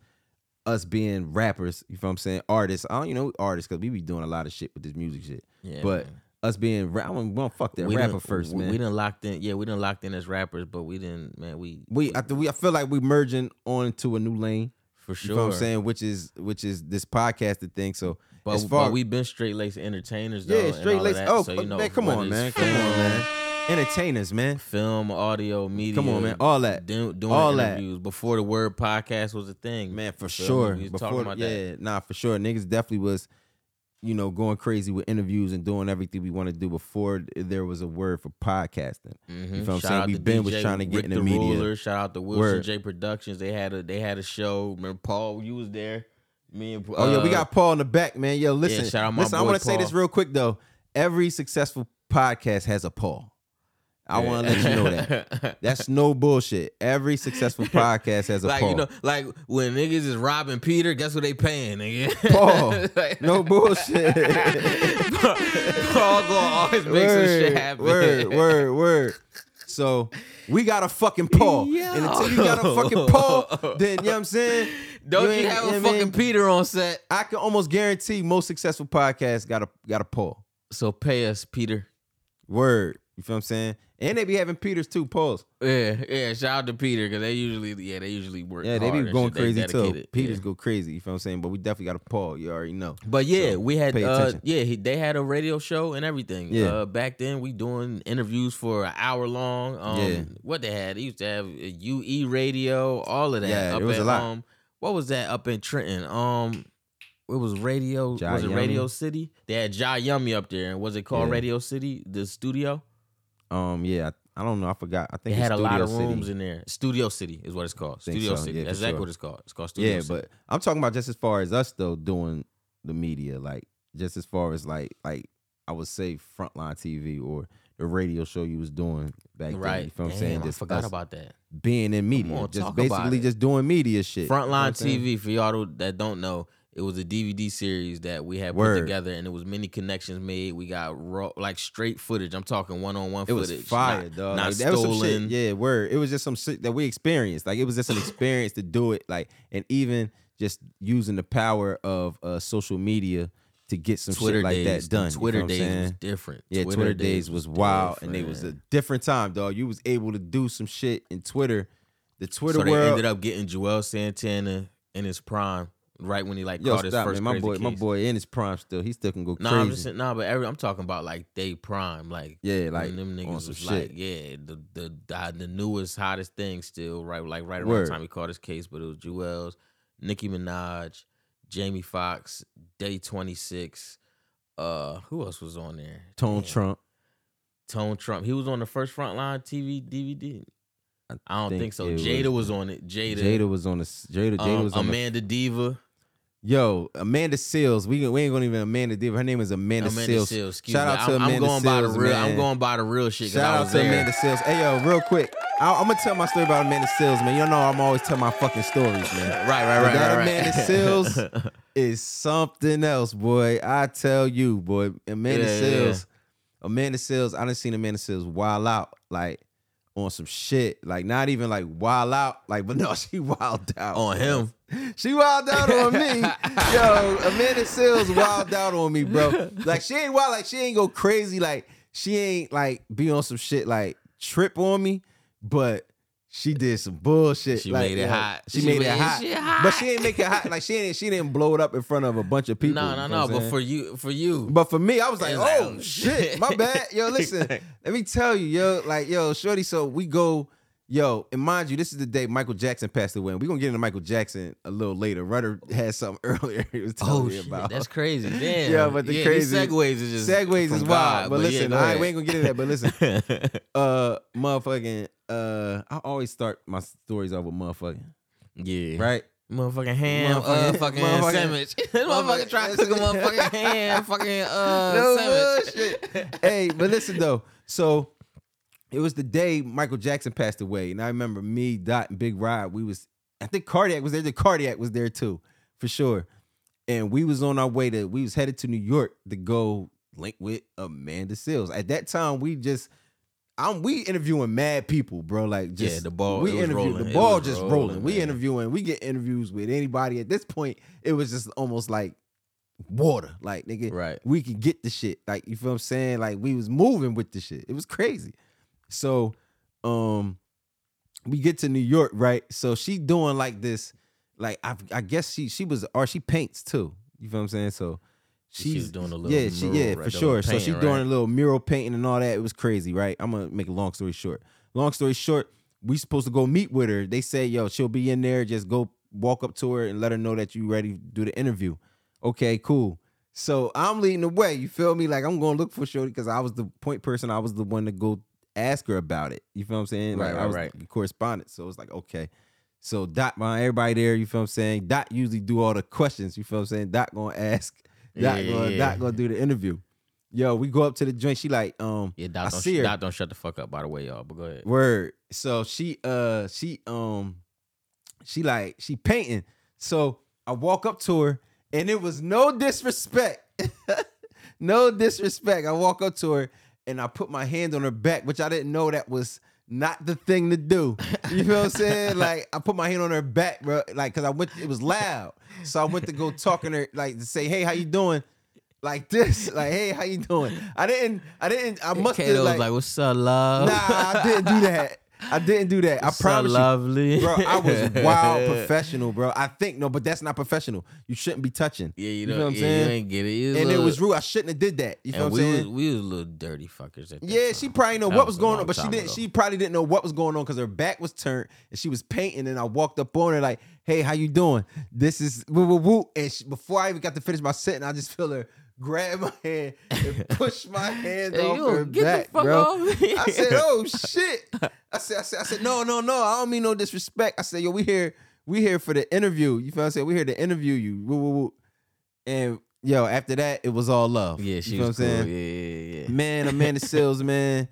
[SPEAKER 1] us being rappers. You feel what I'm saying? Artists. I don't you know artists because we be doing a lot of shit with this music shit.
[SPEAKER 2] Yeah,
[SPEAKER 1] but
[SPEAKER 2] man.
[SPEAKER 1] us being rap, I'm gonna fuck that
[SPEAKER 2] We
[SPEAKER 1] rapper
[SPEAKER 2] done-
[SPEAKER 1] first,
[SPEAKER 2] we,
[SPEAKER 1] man.
[SPEAKER 2] We done locked in. Yeah, we done locked in as rappers, but we didn't. Man, we
[SPEAKER 1] we I, th- we I feel like we merging onto a new lane.
[SPEAKER 2] for
[SPEAKER 1] You
[SPEAKER 2] sure.
[SPEAKER 1] know what I'm saying? Which is which is this podcasted thing. So
[SPEAKER 2] But,
[SPEAKER 1] as far
[SPEAKER 2] but we've been straight laced entertainers. Though,
[SPEAKER 1] yeah,
[SPEAKER 2] and
[SPEAKER 1] straight
[SPEAKER 2] all of
[SPEAKER 1] lace.
[SPEAKER 2] that,
[SPEAKER 1] Oh,
[SPEAKER 2] so, you know,
[SPEAKER 1] man, come
[SPEAKER 2] whether
[SPEAKER 1] on,
[SPEAKER 2] it's
[SPEAKER 1] man, come on,
[SPEAKER 2] film,
[SPEAKER 1] man. Entertainers, man.
[SPEAKER 2] Film, audio, media.
[SPEAKER 1] Come on, man. All that,
[SPEAKER 2] do- doing
[SPEAKER 1] All
[SPEAKER 2] the
[SPEAKER 1] that.
[SPEAKER 2] interviews before the word podcast was a thing.
[SPEAKER 1] man, for
[SPEAKER 2] Feel me?
[SPEAKER 1] sure.
[SPEAKER 2] We was
[SPEAKER 1] Before,
[SPEAKER 2] talking about that.
[SPEAKER 1] yeah, nah, for sure. Niggas definitely was, you know, going crazy with interviews and doing everything we want to do before there was a word for podcasting.
[SPEAKER 2] Mm-hmm.
[SPEAKER 1] You feel what I'm saying? We been was trying to get in the media.
[SPEAKER 2] Ruler. Shout out to Wilson
[SPEAKER 1] Word.
[SPEAKER 2] J Productions. They had a they had a show. Remember Paul, you was there. Me and
[SPEAKER 1] Oh yeah, we
[SPEAKER 2] uh,
[SPEAKER 1] got Paul in the back, man. Yo, listen,
[SPEAKER 2] shout out my
[SPEAKER 1] listen. I
[SPEAKER 2] boy
[SPEAKER 1] want to say this
[SPEAKER 2] Paul.
[SPEAKER 1] real quick though. Every successful podcast has a Paul. I
[SPEAKER 2] yeah.
[SPEAKER 1] want to let you know that. That's no bullshit. Every successful podcast has a
[SPEAKER 2] like
[SPEAKER 1] Paul.
[SPEAKER 2] you know, like when niggas is robbing Peter, guess what they paying, nigga?
[SPEAKER 1] Paul.
[SPEAKER 2] Like-
[SPEAKER 1] no bullshit.
[SPEAKER 2] Paul, Paul gonna always make some shit happen.
[SPEAKER 1] Word, word, word. So we got a fucking Paul. And until you got a fucking Paul, then you know what I'm saying?
[SPEAKER 2] Don't you,
[SPEAKER 1] ain't-
[SPEAKER 2] have
[SPEAKER 1] you know
[SPEAKER 2] a
[SPEAKER 1] what I
[SPEAKER 2] fucking
[SPEAKER 1] mean?
[SPEAKER 2] Peter on set?
[SPEAKER 1] I can almost guarantee most successful podcasts got a got a Paul.
[SPEAKER 2] So pay us, Peter.
[SPEAKER 1] Word. You feel what I'm saying? And they be having Peters too. Pause.
[SPEAKER 2] Yeah, yeah. Shout out to Peter because they usually, yeah, they usually work.
[SPEAKER 1] Yeah, they
[SPEAKER 2] hard
[SPEAKER 1] be
[SPEAKER 2] and
[SPEAKER 1] going
[SPEAKER 2] shit. They
[SPEAKER 1] crazy too.
[SPEAKER 2] dedicated.
[SPEAKER 1] Peters
[SPEAKER 2] Yeah.
[SPEAKER 1] go crazy. You feel what I'm saying? But we definitely got a Paul. You already know.
[SPEAKER 2] But yeah,
[SPEAKER 1] So,
[SPEAKER 2] we had
[SPEAKER 1] pay
[SPEAKER 2] uh,
[SPEAKER 1] attention.
[SPEAKER 2] yeah, he, they had a radio show and everything.
[SPEAKER 1] Yeah.
[SPEAKER 2] Uh, back then we doing interviews for an hour long. Um,
[SPEAKER 1] Yeah.
[SPEAKER 2] What they had, they used to have a UE radio, all of that.
[SPEAKER 1] Yeah,
[SPEAKER 2] up
[SPEAKER 1] it was
[SPEAKER 2] at,
[SPEAKER 1] a lot.
[SPEAKER 2] Um, what was that up in Trenton? Um, it was radio.
[SPEAKER 1] Ja
[SPEAKER 2] was it
[SPEAKER 1] Yummy?
[SPEAKER 2] Radio City? They had Ja Yummy up there, and was it called
[SPEAKER 1] Yeah.
[SPEAKER 2] Radio City? The studio.
[SPEAKER 1] Um, yeah, I, I don't know. I forgot. I
[SPEAKER 2] They
[SPEAKER 1] think it's
[SPEAKER 2] had a lot of
[SPEAKER 1] Studio City.
[SPEAKER 2] rooms in there. Studio City is what it's called.
[SPEAKER 1] Think
[SPEAKER 2] Studio
[SPEAKER 1] so,
[SPEAKER 2] City.
[SPEAKER 1] yeah, for
[SPEAKER 2] That's exactly
[SPEAKER 1] sure.
[SPEAKER 2] what it's called. It's called Studio
[SPEAKER 1] Yeah,
[SPEAKER 2] City.
[SPEAKER 1] but I'm talking about just as far as us though doing the media, like just as far as like like I would say frontline TV or the radio show you was doing back then.
[SPEAKER 2] right.
[SPEAKER 1] You feel what I'm
[SPEAKER 2] Damn,
[SPEAKER 1] saying?
[SPEAKER 2] I
[SPEAKER 1] Just
[SPEAKER 2] forgot
[SPEAKER 1] us
[SPEAKER 2] about that.
[SPEAKER 1] being in media,
[SPEAKER 2] on,
[SPEAKER 1] just
[SPEAKER 2] talk about
[SPEAKER 1] basically
[SPEAKER 2] it.
[SPEAKER 1] just doing media shit. You know what I'm
[SPEAKER 2] Frontline
[SPEAKER 1] saying?
[SPEAKER 2] TV for y'all that don't know, it was a DVD series that we had
[SPEAKER 1] Word.
[SPEAKER 2] put together, and it was many connections made. We got raw, like straight footage. I'm talking one on one
[SPEAKER 1] It was
[SPEAKER 2] footage.
[SPEAKER 1] fire,
[SPEAKER 2] not,
[SPEAKER 1] dog.
[SPEAKER 2] Not
[SPEAKER 1] like, that
[SPEAKER 2] stolen.
[SPEAKER 1] was some shit. Yeah, word. It was just some shit that we experienced. Like it was just an experience to do it. Like and even just using the power of uh, social media to get some
[SPEAKER 2] Twitter
[SPEAKER 1] shit like
[SPEAKER 2] days,
[SPEAKER 1] that done. You feel
[SPEAKER 2] Twitter
[SPEAKER 1] what I'm
[SPEAKER 2] days
[SPEAKER 1] saying?
[SPEAKER 2] was different.
[SPEAKER 1] Yeah, Twitter, days was wild, and it was a
[SPEAKER 2] different.
[SPEAKER 1] different time, dog. You was able to do some shit in Twitter, the Twitter
[SPEAKER 2] so they
[SPEAKER 1] world.
[SPEAKER 2] ended up getting Joel Santana in his prime, right when he like
[SPEAKER 1] Yo,
[SPEAKER 2] caught his
[SPEAKER 1] stop
[SPEAKER 2] first
[SPEAKER 1] man, my
[SPEAKER 2] crazy
[SPEAKER 1] boy, my
[SPEAKER 2] case.
[SPEAKER 1] boy in his prime still. He still can go
[SPEAKER 2] Nah,
[SPEAKER 1] crazy.
[SPEAKER 2] I'm just saying, nah, but every, I'm talking about like they prime, like
[SPEAKER 1] yeah, like
[SPEAKER 2] when them niggas
[SPEAKER 1] on
[SPEAKER 2] was
[SPEAKER 1] some shit.
[SPEAKER 2] like, yeah, the the the, the newest hottest thing still right, like right around
[SPEAKER 1] Word.
[SPEAKER 2] the time he caught his case, but it was Jewels, Nicki Minaj, Jamie Foxx, Day Twenty Six, uh, who else was on there?
[SPEAKER 1] Tone
[SPEAKER 2] Damn.
[SPEAKER 1] Trump.
[SPEAKER 2] Tone Trump. He was on the first frontline TV DVD.
[SPEAKER 1] I
[SPEAKER 2] I don't
[SPEAKER 1] think
[SPEAKER 2] think, so.
[SPEAKER 1] it
[SPEAKER 2] Jada
[SPEAKER 1] was-
[SPEAKER 2] was on it. Jada,
[SPEAKER 1] Jada, was on the Jada. Jada
[SPEAKER 2] um,
[SPEAKER 1] was on the-
[SPEAKER 2] Amanda Diva,
[SPEAKER 1] yo Amanda Seals. We we ain't gonna even Amanda. Diva. Her name is Amanda,
[SPEAKER 2] Amanda
[SPEAKER 1] Seals.
[SPEAKER 2] Seals. excuse
[SPEAKER 1] Shout
[SPEAKER 2] me.
[SPEAKER 1] out to
[SPEAKER 2] I'm, I'm
[SPEAKER 1] Amanda
[SPEAKER 2] going by the
[SPEAKER 1] Seals,
[SPEAKER 2] real.
[SPEAKER 1] man.
[SPEAKER 2] I'm going by the real shit. 'cause
[SPEAKER 1] Shout
[SPEAKER 2] I
[SPEAKER 1] out
[SPEAKER 2] was
[SPEAKER 1] to
[SPEAKER 2] there.
[SPEAKER 1] Amanda Seals. Hey yo, real quick, I, I'm gonna tell my story about Amanda Seals, man. You know I'm always telling my fucking stories, man.
[SPEAKER 2] Right, right,
[SPEAKER 1] But
[SPEAKER 2] right,
[SPEAKER 1] that
[SPEAKER 2] right, right.
[SPEAKER 1] Amanda Seals- is something else, boy. I tell you, boy. Amanda
[SPEAKER 2] Yeah, yeah,
[SPEAKER 1] Seals, Amanda Seals. I done seen Amanda Seals wild out, like on some shit, like not even like wild out, like but no, she wild out
[SPEAKER 2] on him.
[SPEAKER 1] She wild out on me, yo. Amanda Seals wild out on me, bro. Like she ain't wild, like she ain't go crazy, like she ain't like be on some shit like trip on me, but. She did some bullshit.
[SPEAKER 2] She
[SPEAKER 1] like,
[SPEAKER 2] made it
[SPEAKER 1] you know,
[SPEAKER 2] hot.
[SPEAKER 1] She,
[SPEAKER 2] She
[SPEAKER 1] made,
[SPEAKER 2] made
[SPEAKER 1] it hot.
[SPEAKER 2] shit hot.
[SPEAKER 1] But she ain't make it hot. Like she ain't she didn't blow it up in front of a bunch of people.
[SPEAKER 2] No,
[SPEAKER 1] you
[SPEAKER 2] no,
[SPEAKER 1] know
[SPEAKER 2] no.
[SPEAKER 1] what I'm
[SPEAKER 2] But
[SPEAKER 1] saying?
[SPEAKER 2] for you, for you,
[SPEAKER 1] But for me, I was like,
[SPEAKER 2] It's like,
[SPEAKER 1] oh
[SPEAKER 2] oh,
[SPEAKER 1] shit,
[SPEAKER 2] shit.
[SPEAKER 1] my bad. Yo, listen, let me tell you, yo, like, yo, shorty. So we go, yo, and mind you, this is the day Michael Jackson passed away. We're gonna get into Michael Jackson a little later. Runner had something earlier he was telling
[SPEAKER 2] oh,
[SPEAKER 1] me
[SPEAKER 2] shit,
[SPEAKER 1] about.
[SPEAKER 2] that's crazy. Damn.
[SPEAKER 1] Yeah, but the
[SPEAKER 2] these
[SPEAKER 1] crazy-
[SPEAKER 2] segues is just
[SPEAKER 1] Segways
[SPEAKER 2] from
[SPEAKER 1] is wild,
[SPEAKER 2] God,
[SPEAKER 1] but,
[SPEAKER 2] yeah,
[SPEAKER 1] listen,
[SPEAKER 2] go
[SPEAKER 1] I
[SPEAKER 2] ahead.
[SPEAKER 1] we ain't gonna get into that. But listen, uh, motherfucking, uh, I always start my stories off with motherfucking,
[SPEAKER 2] yeah, right.
[SPEAKER 1] right?
[SPEAKER 2] Motherfucking ham,
[SPEAKER 1] Motherfucking-
[SPEAKER 2] uh, fucking
[SPEAKER 1] motherfucking-
[SPEAKER 2] sandwich. This motherfucker trying to cook a motherfucking ham, fucking uh,
[SPEAKER 1] No
[SPEAKER 2] sandwich.
[SPEAKER 1] hey, but listen though. So it was the day Michael Jackson passed away, and I remember me, Dot, and Big Rod. We was I think Cardiac was there. The Cardiac was there too, for sure. And we was on our way to we was headed to New York to go link with Amanda Seals. At that time, we just I'm we interviewing mad people, bro. Like just
[SPEAKER 2] Yeah, the ball-
[SPEAKER 1] We
[SPEAKER 2] it was
[SPEAKER 1] interview-
[SPEAKER 2] rolling.
[SPEAKER 1] the
[SPEAKER 2] It
[SPEAKER 1] ball
[SPEAKER 2] was
[SPEAKER 1] just rolling.
[SPEAKER 2] rolling,
[SPEAKER 1] We
[SPEAKER 2] man.
[SPEAKER 1] interviewing. We get interviews with anybody. At this point, it was just almost like water. Like nigga,
[SPEAKER 2] Right.
[SPEAKER 1] we could get the shit. Like, you feel what I'm saying? Like we was moving with the shit. It was crazy. So um we get to New York, right? So she doing like this, like I I guess she she was or she paints too. You feel what I'm saying? So
[SPEAKER 2] She was
[SPEAKER 1] she's
[SPEAKER 2] doing a little
[SPEAKER 1] yeah, she,
[SPEAKER 2] mural,
[SPEAKER 1] yeah,
[SPEAKER 2] right,
[SPEAKER 1] for
[SPEAKER 2] the
[SPEAKER 1] sure.
[SPEAKER 2] little
[SPEAKER 1] so she
[SPEAKER 2] painting,
[SPEAKER 1] doing
[SPEAKER 2] right?
[SPEAKER 1] a little mural painting and all that. It was crazy, right? I'm gonna make a long story short. Long story short, we supposed to go meet with her. They say, yo, she'll be in there. Just go walk up to her and let her know that you ready to do the interview. Okay, cool. So I'm leading the way. You feel me? Like I'm going to look for Shorty because I was the point person. I was the one to go ask her about it. You feel what I'm saying?
[SPEAKER 2] Right,
[SPEAKER 1] like I
[SPEAKER 2] right,
[SPEAKER 1] was
[SPEAKER 2] right.
[SPEAKER 1] the correspondent. So it's like okay. So Dot, my everybody there. You feel what I'm saying? Dot usually do all the questions. You feel what I'm saying? Dot gonna ask. Dot
[SPEAKER 2] Yeah,
[SPEAKER 1] gonna
[SPEAKER 2] yeah,
[SPEAKER 1] Dot
[SPEAKER 2] yeah.
[SPEAKER 1] gonna do the interview. Yo, we go up to the joint. She like um
[SPEAKER 2] Yeah, Doc,
[SPEAKER 1] I
[SPEAKER 2] don't,
[SPEAKER 1] see her.
[SPEAKER 2] Doc don't shut the fuck up, by the way, y'all. But go ahead.
[SPEAKER 1] Word. So she uh she um she like she painting. So I walk up to her and it was no disrespect. no disrespect. I walk up to her and I put my hand on her back, which I didn't know that was not the thing to do. You feel what I'm saying? Like I put my hand on her back, bro. Like cause I went it was loud. So I went to go talking to her, like to say, hey, how you doing? like this, like hey, how you doing? I didn't, I didn't, I must have
[SPEAKER 2] Kato
[SPEAKER 1] like,
[SPEAKER 2] was like, "What's up, love?"
[SPEAKER 1] nah,
[SPEAKER 2] Oh.
[SPEAKER 1] I didn't do that. I didn't do that.
[SPEAKER 2] What's
[SPEAKER 1] I
[SPEAKER 2] up,
[SPEAKER 1] promise you,
[SPEAKER 2] lovely,
[SPEAKER 1] bro. I was wild professional, bro. I think no, but that's not professional. You shouldn't be touching.
[SPEAKER 2] Yeah,
[SPEAKER 1] You
[SPEAKER 2] you
[SPEAKER 1] feel
[SPEAKER 2] know,
[SPEAKER 1] what I'm
[SPEAKER 2] yeah,
[SPEAKER 1] saying?
[SPEAKER 2] You ain't get it. You
[SPEAKER 1] and
[SPEAKER 2] little-
[SPEAKER 1] it was rude. I shouldn't have did that. You feel
[SPEAKER 2] and
[SPEAKER 1] what I'm
[SPEAKER 2] we
[SPEAKER 1] saying?
[SPEAKER 2] was, we was little dirty fuckers. At that
[SPEAKER 1] Yeah,
[SPEAKER 2] time.
[SPEAKER 1] she probably know
[SPEAKER 2] That
[SPEAKER 1] what
[SPEAKER 2] was
[SPEAKER 1] was
[SPEAKER 2] a
[SPEAKER 1] going
[SPEAKER 2] long
[SPEAKER 1] on, but she
[SPEAKER 2] time
[SPEAKER 1] didn't.
[SPEAKER 2] ago.
[SPEAKER 1] She probably didn't know what was going on because her back was turned and she was painting. And I walked up on her like, "Hey, how you doing? This is woo woo woo." And she, before I even got to finish my sentence, I just feel her grab my hand and push my hands
[SPEAKER 2] Hey,
[SPEAKER 1] off
[SPEAKER 2] you
[SPEAKER 1] her
[SPEAKER 2] get
[SPEAKER 1] back,
[SPEAKER 2] the fuck
[SPEAKER 1] bro.
[SPEAKER 2] off me.
[SPEAKER 1] I said, "Oh shit!" I said, "I said, I said, no, no, no. I don't mean no disrespect." I said, "Yo, we here, we here for the interview. You feel what I'm saying? We here to interview you." Woo, woo, woo. And yo, after that, it was all love.
[SPEAKER 2] yeah, she
[SPEAKER 1] you feel
[SPEAKER 2] was
[SPEAKER 1] what I'm
[SPEAKER 2] cool.
[SPEAKER 1] saying?
[SPEAKER 2] Yeah, yeah, yeah.
[SPEAKER 1] man, Amanda Seals, man,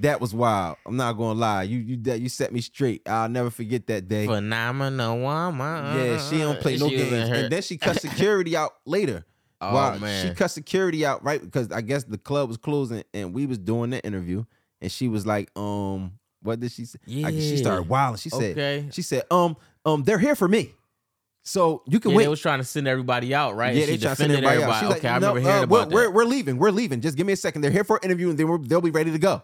[SPEAKER 1] that was wild. I'm not gonna lie, you you that you set me straight. I'll never forget that day.
[SPEAKER 2] Phenomenal woman.
[SPEAKER 1] yeah, she don't play no
[SPEAKER 2] Uh-huh. She was in
[SPEAKER 1] games,
[SPEAKER 2] her-
[SPEAKER 1] and then she cut security out later.
[SPEAKER 2] oh
[SPEAKER 1] wow,
[SPEAKER 2] man,
[SPEAKER 1] she cut security out right because I guess the club was closing, and we was doing the interview, and she was like, um, what did she say?
[SPEAKER 2] yeah.
[SPEAKER 1] I, she started wilding. She said,
[SPEAKER 2] okay.
[SPEAKER 1] she said, um, um, they're here for me, so you can
[SPEAKER 2] yeah,
[SPEAKER 1] wait.
[SPEAKER 2] they was trying to send everybody out, right?
[SPEAKER 1] Yeah,
[SPEAKER 2] And
[SPEAKER 1] they
[SPEAKER 2] she
[SPEAKER 1] trying to send
[SPEAKER 2] defended
[SPEAKER 1] everybody, out. She's
[SPEAKER 2] okay,
[SPEAKER 1] like,
[SPEAKER 2] I
[SPEAKER 1] no,
[SPEAKER 2] remember hearing
[SPEAKER 1] uh,
[SPEAKER 2] about
[SPEAKER 1] we're, we're,
[SPEAKER 2] that.
[SPEAKER 1] we're leaving. We're leaving. Just give me a second. They're here for an interview, and then we're, they'll be ready to go.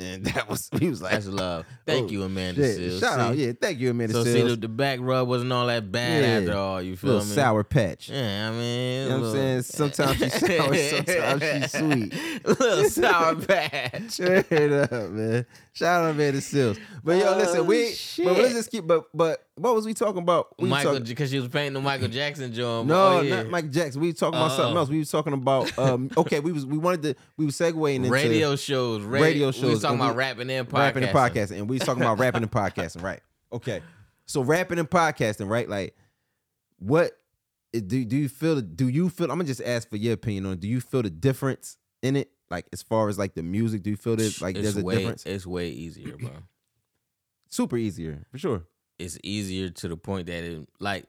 [SPEAKER 1] And that was he was like,
[SPEAKER 2] That's love. Thank
[SPEAKER 1] Oh,
[SPEAKER 2] you, Amanda.
[SPEAKER 1] shit,
[SPEAKER 2] Seals.
[SPEAKER 1] shout
[SPEAKER 2] See?
[SPEAKER 1] out, yeah, thank you, Amanda
[SPEAKER 2] So see, the,
[SPEAKER 1] Seals.
[SPEAKER 2] the back rub wasn't all that bad
[SPEAKER 1] Yeah.
[SPEAKER 2] after all. You feel
[SPEAKER 1] little
[SPEAKER 2] me?
[SPEAKER 1] sour patch.
[SPEAKER 2] Yeah, I mean,
[SPEAKER 1] You know what I'm
[SPEAKER 2] little-
[SPEAKER 1] saying? Sometimes she sour, sometimes she sweet.
[SPEAKER 2] little sour patch.
[SPEAKER 1] Straight up, man. Shout out Amanda Seals. But yo, listen,
[SPEAKER 2] Oh,
[SPEAKER 1] we but
[SPEAKER 2] shit.
[SPEAKER 1] let's just keep. But but what was we talking about? We was
[SPEAKER 2] Michael,
[SPEAKER 1] talking-
[SPEAKER 2] because she was painting the Michael Jackson joint.
[SPEAKER 1] No,
[SPEAKER 2] oh, yeah.
[SPEAKER 1] not Mike Jackson. We were talking about something
[SPEAKER 2] Oh.
[SPEAKER 1] else. We were talking about um. Okay, we was we wanted to we were segueing into
[SPEAKER 2] radio shows, radio,
[SPEAKER 1] radio
[SPEAKER 2] We
[SPEAKER 1] shows,
[SPEAKER 2] was talking
[SPEAKER 1] and
[SPEAKER 2] about
[SPEAKER 1] we-
[SPEAKER 2] rapping and podcasting.
[SPEAKER 1] rapping and podcasting, and we was talking about rapping and podcasting, right? Okay, so rapping and podcasting, right? Like, what do do you feel? Do you feel? I'm gonna just ask for your opinion on. it. Do you feel the difference in it? Like, as far as like the music, do you feel this? Like,
[SPEAKER 2] it's
[SPEAKER 1] there's a
[SPEAKER 2] way,
[SPEAKER 1] difference.
[SPEAKER 2] It's way easier, bro.
[SPEAKER 1] Super easier for sure.
[SPEAKER 2] it's easier to the point that it like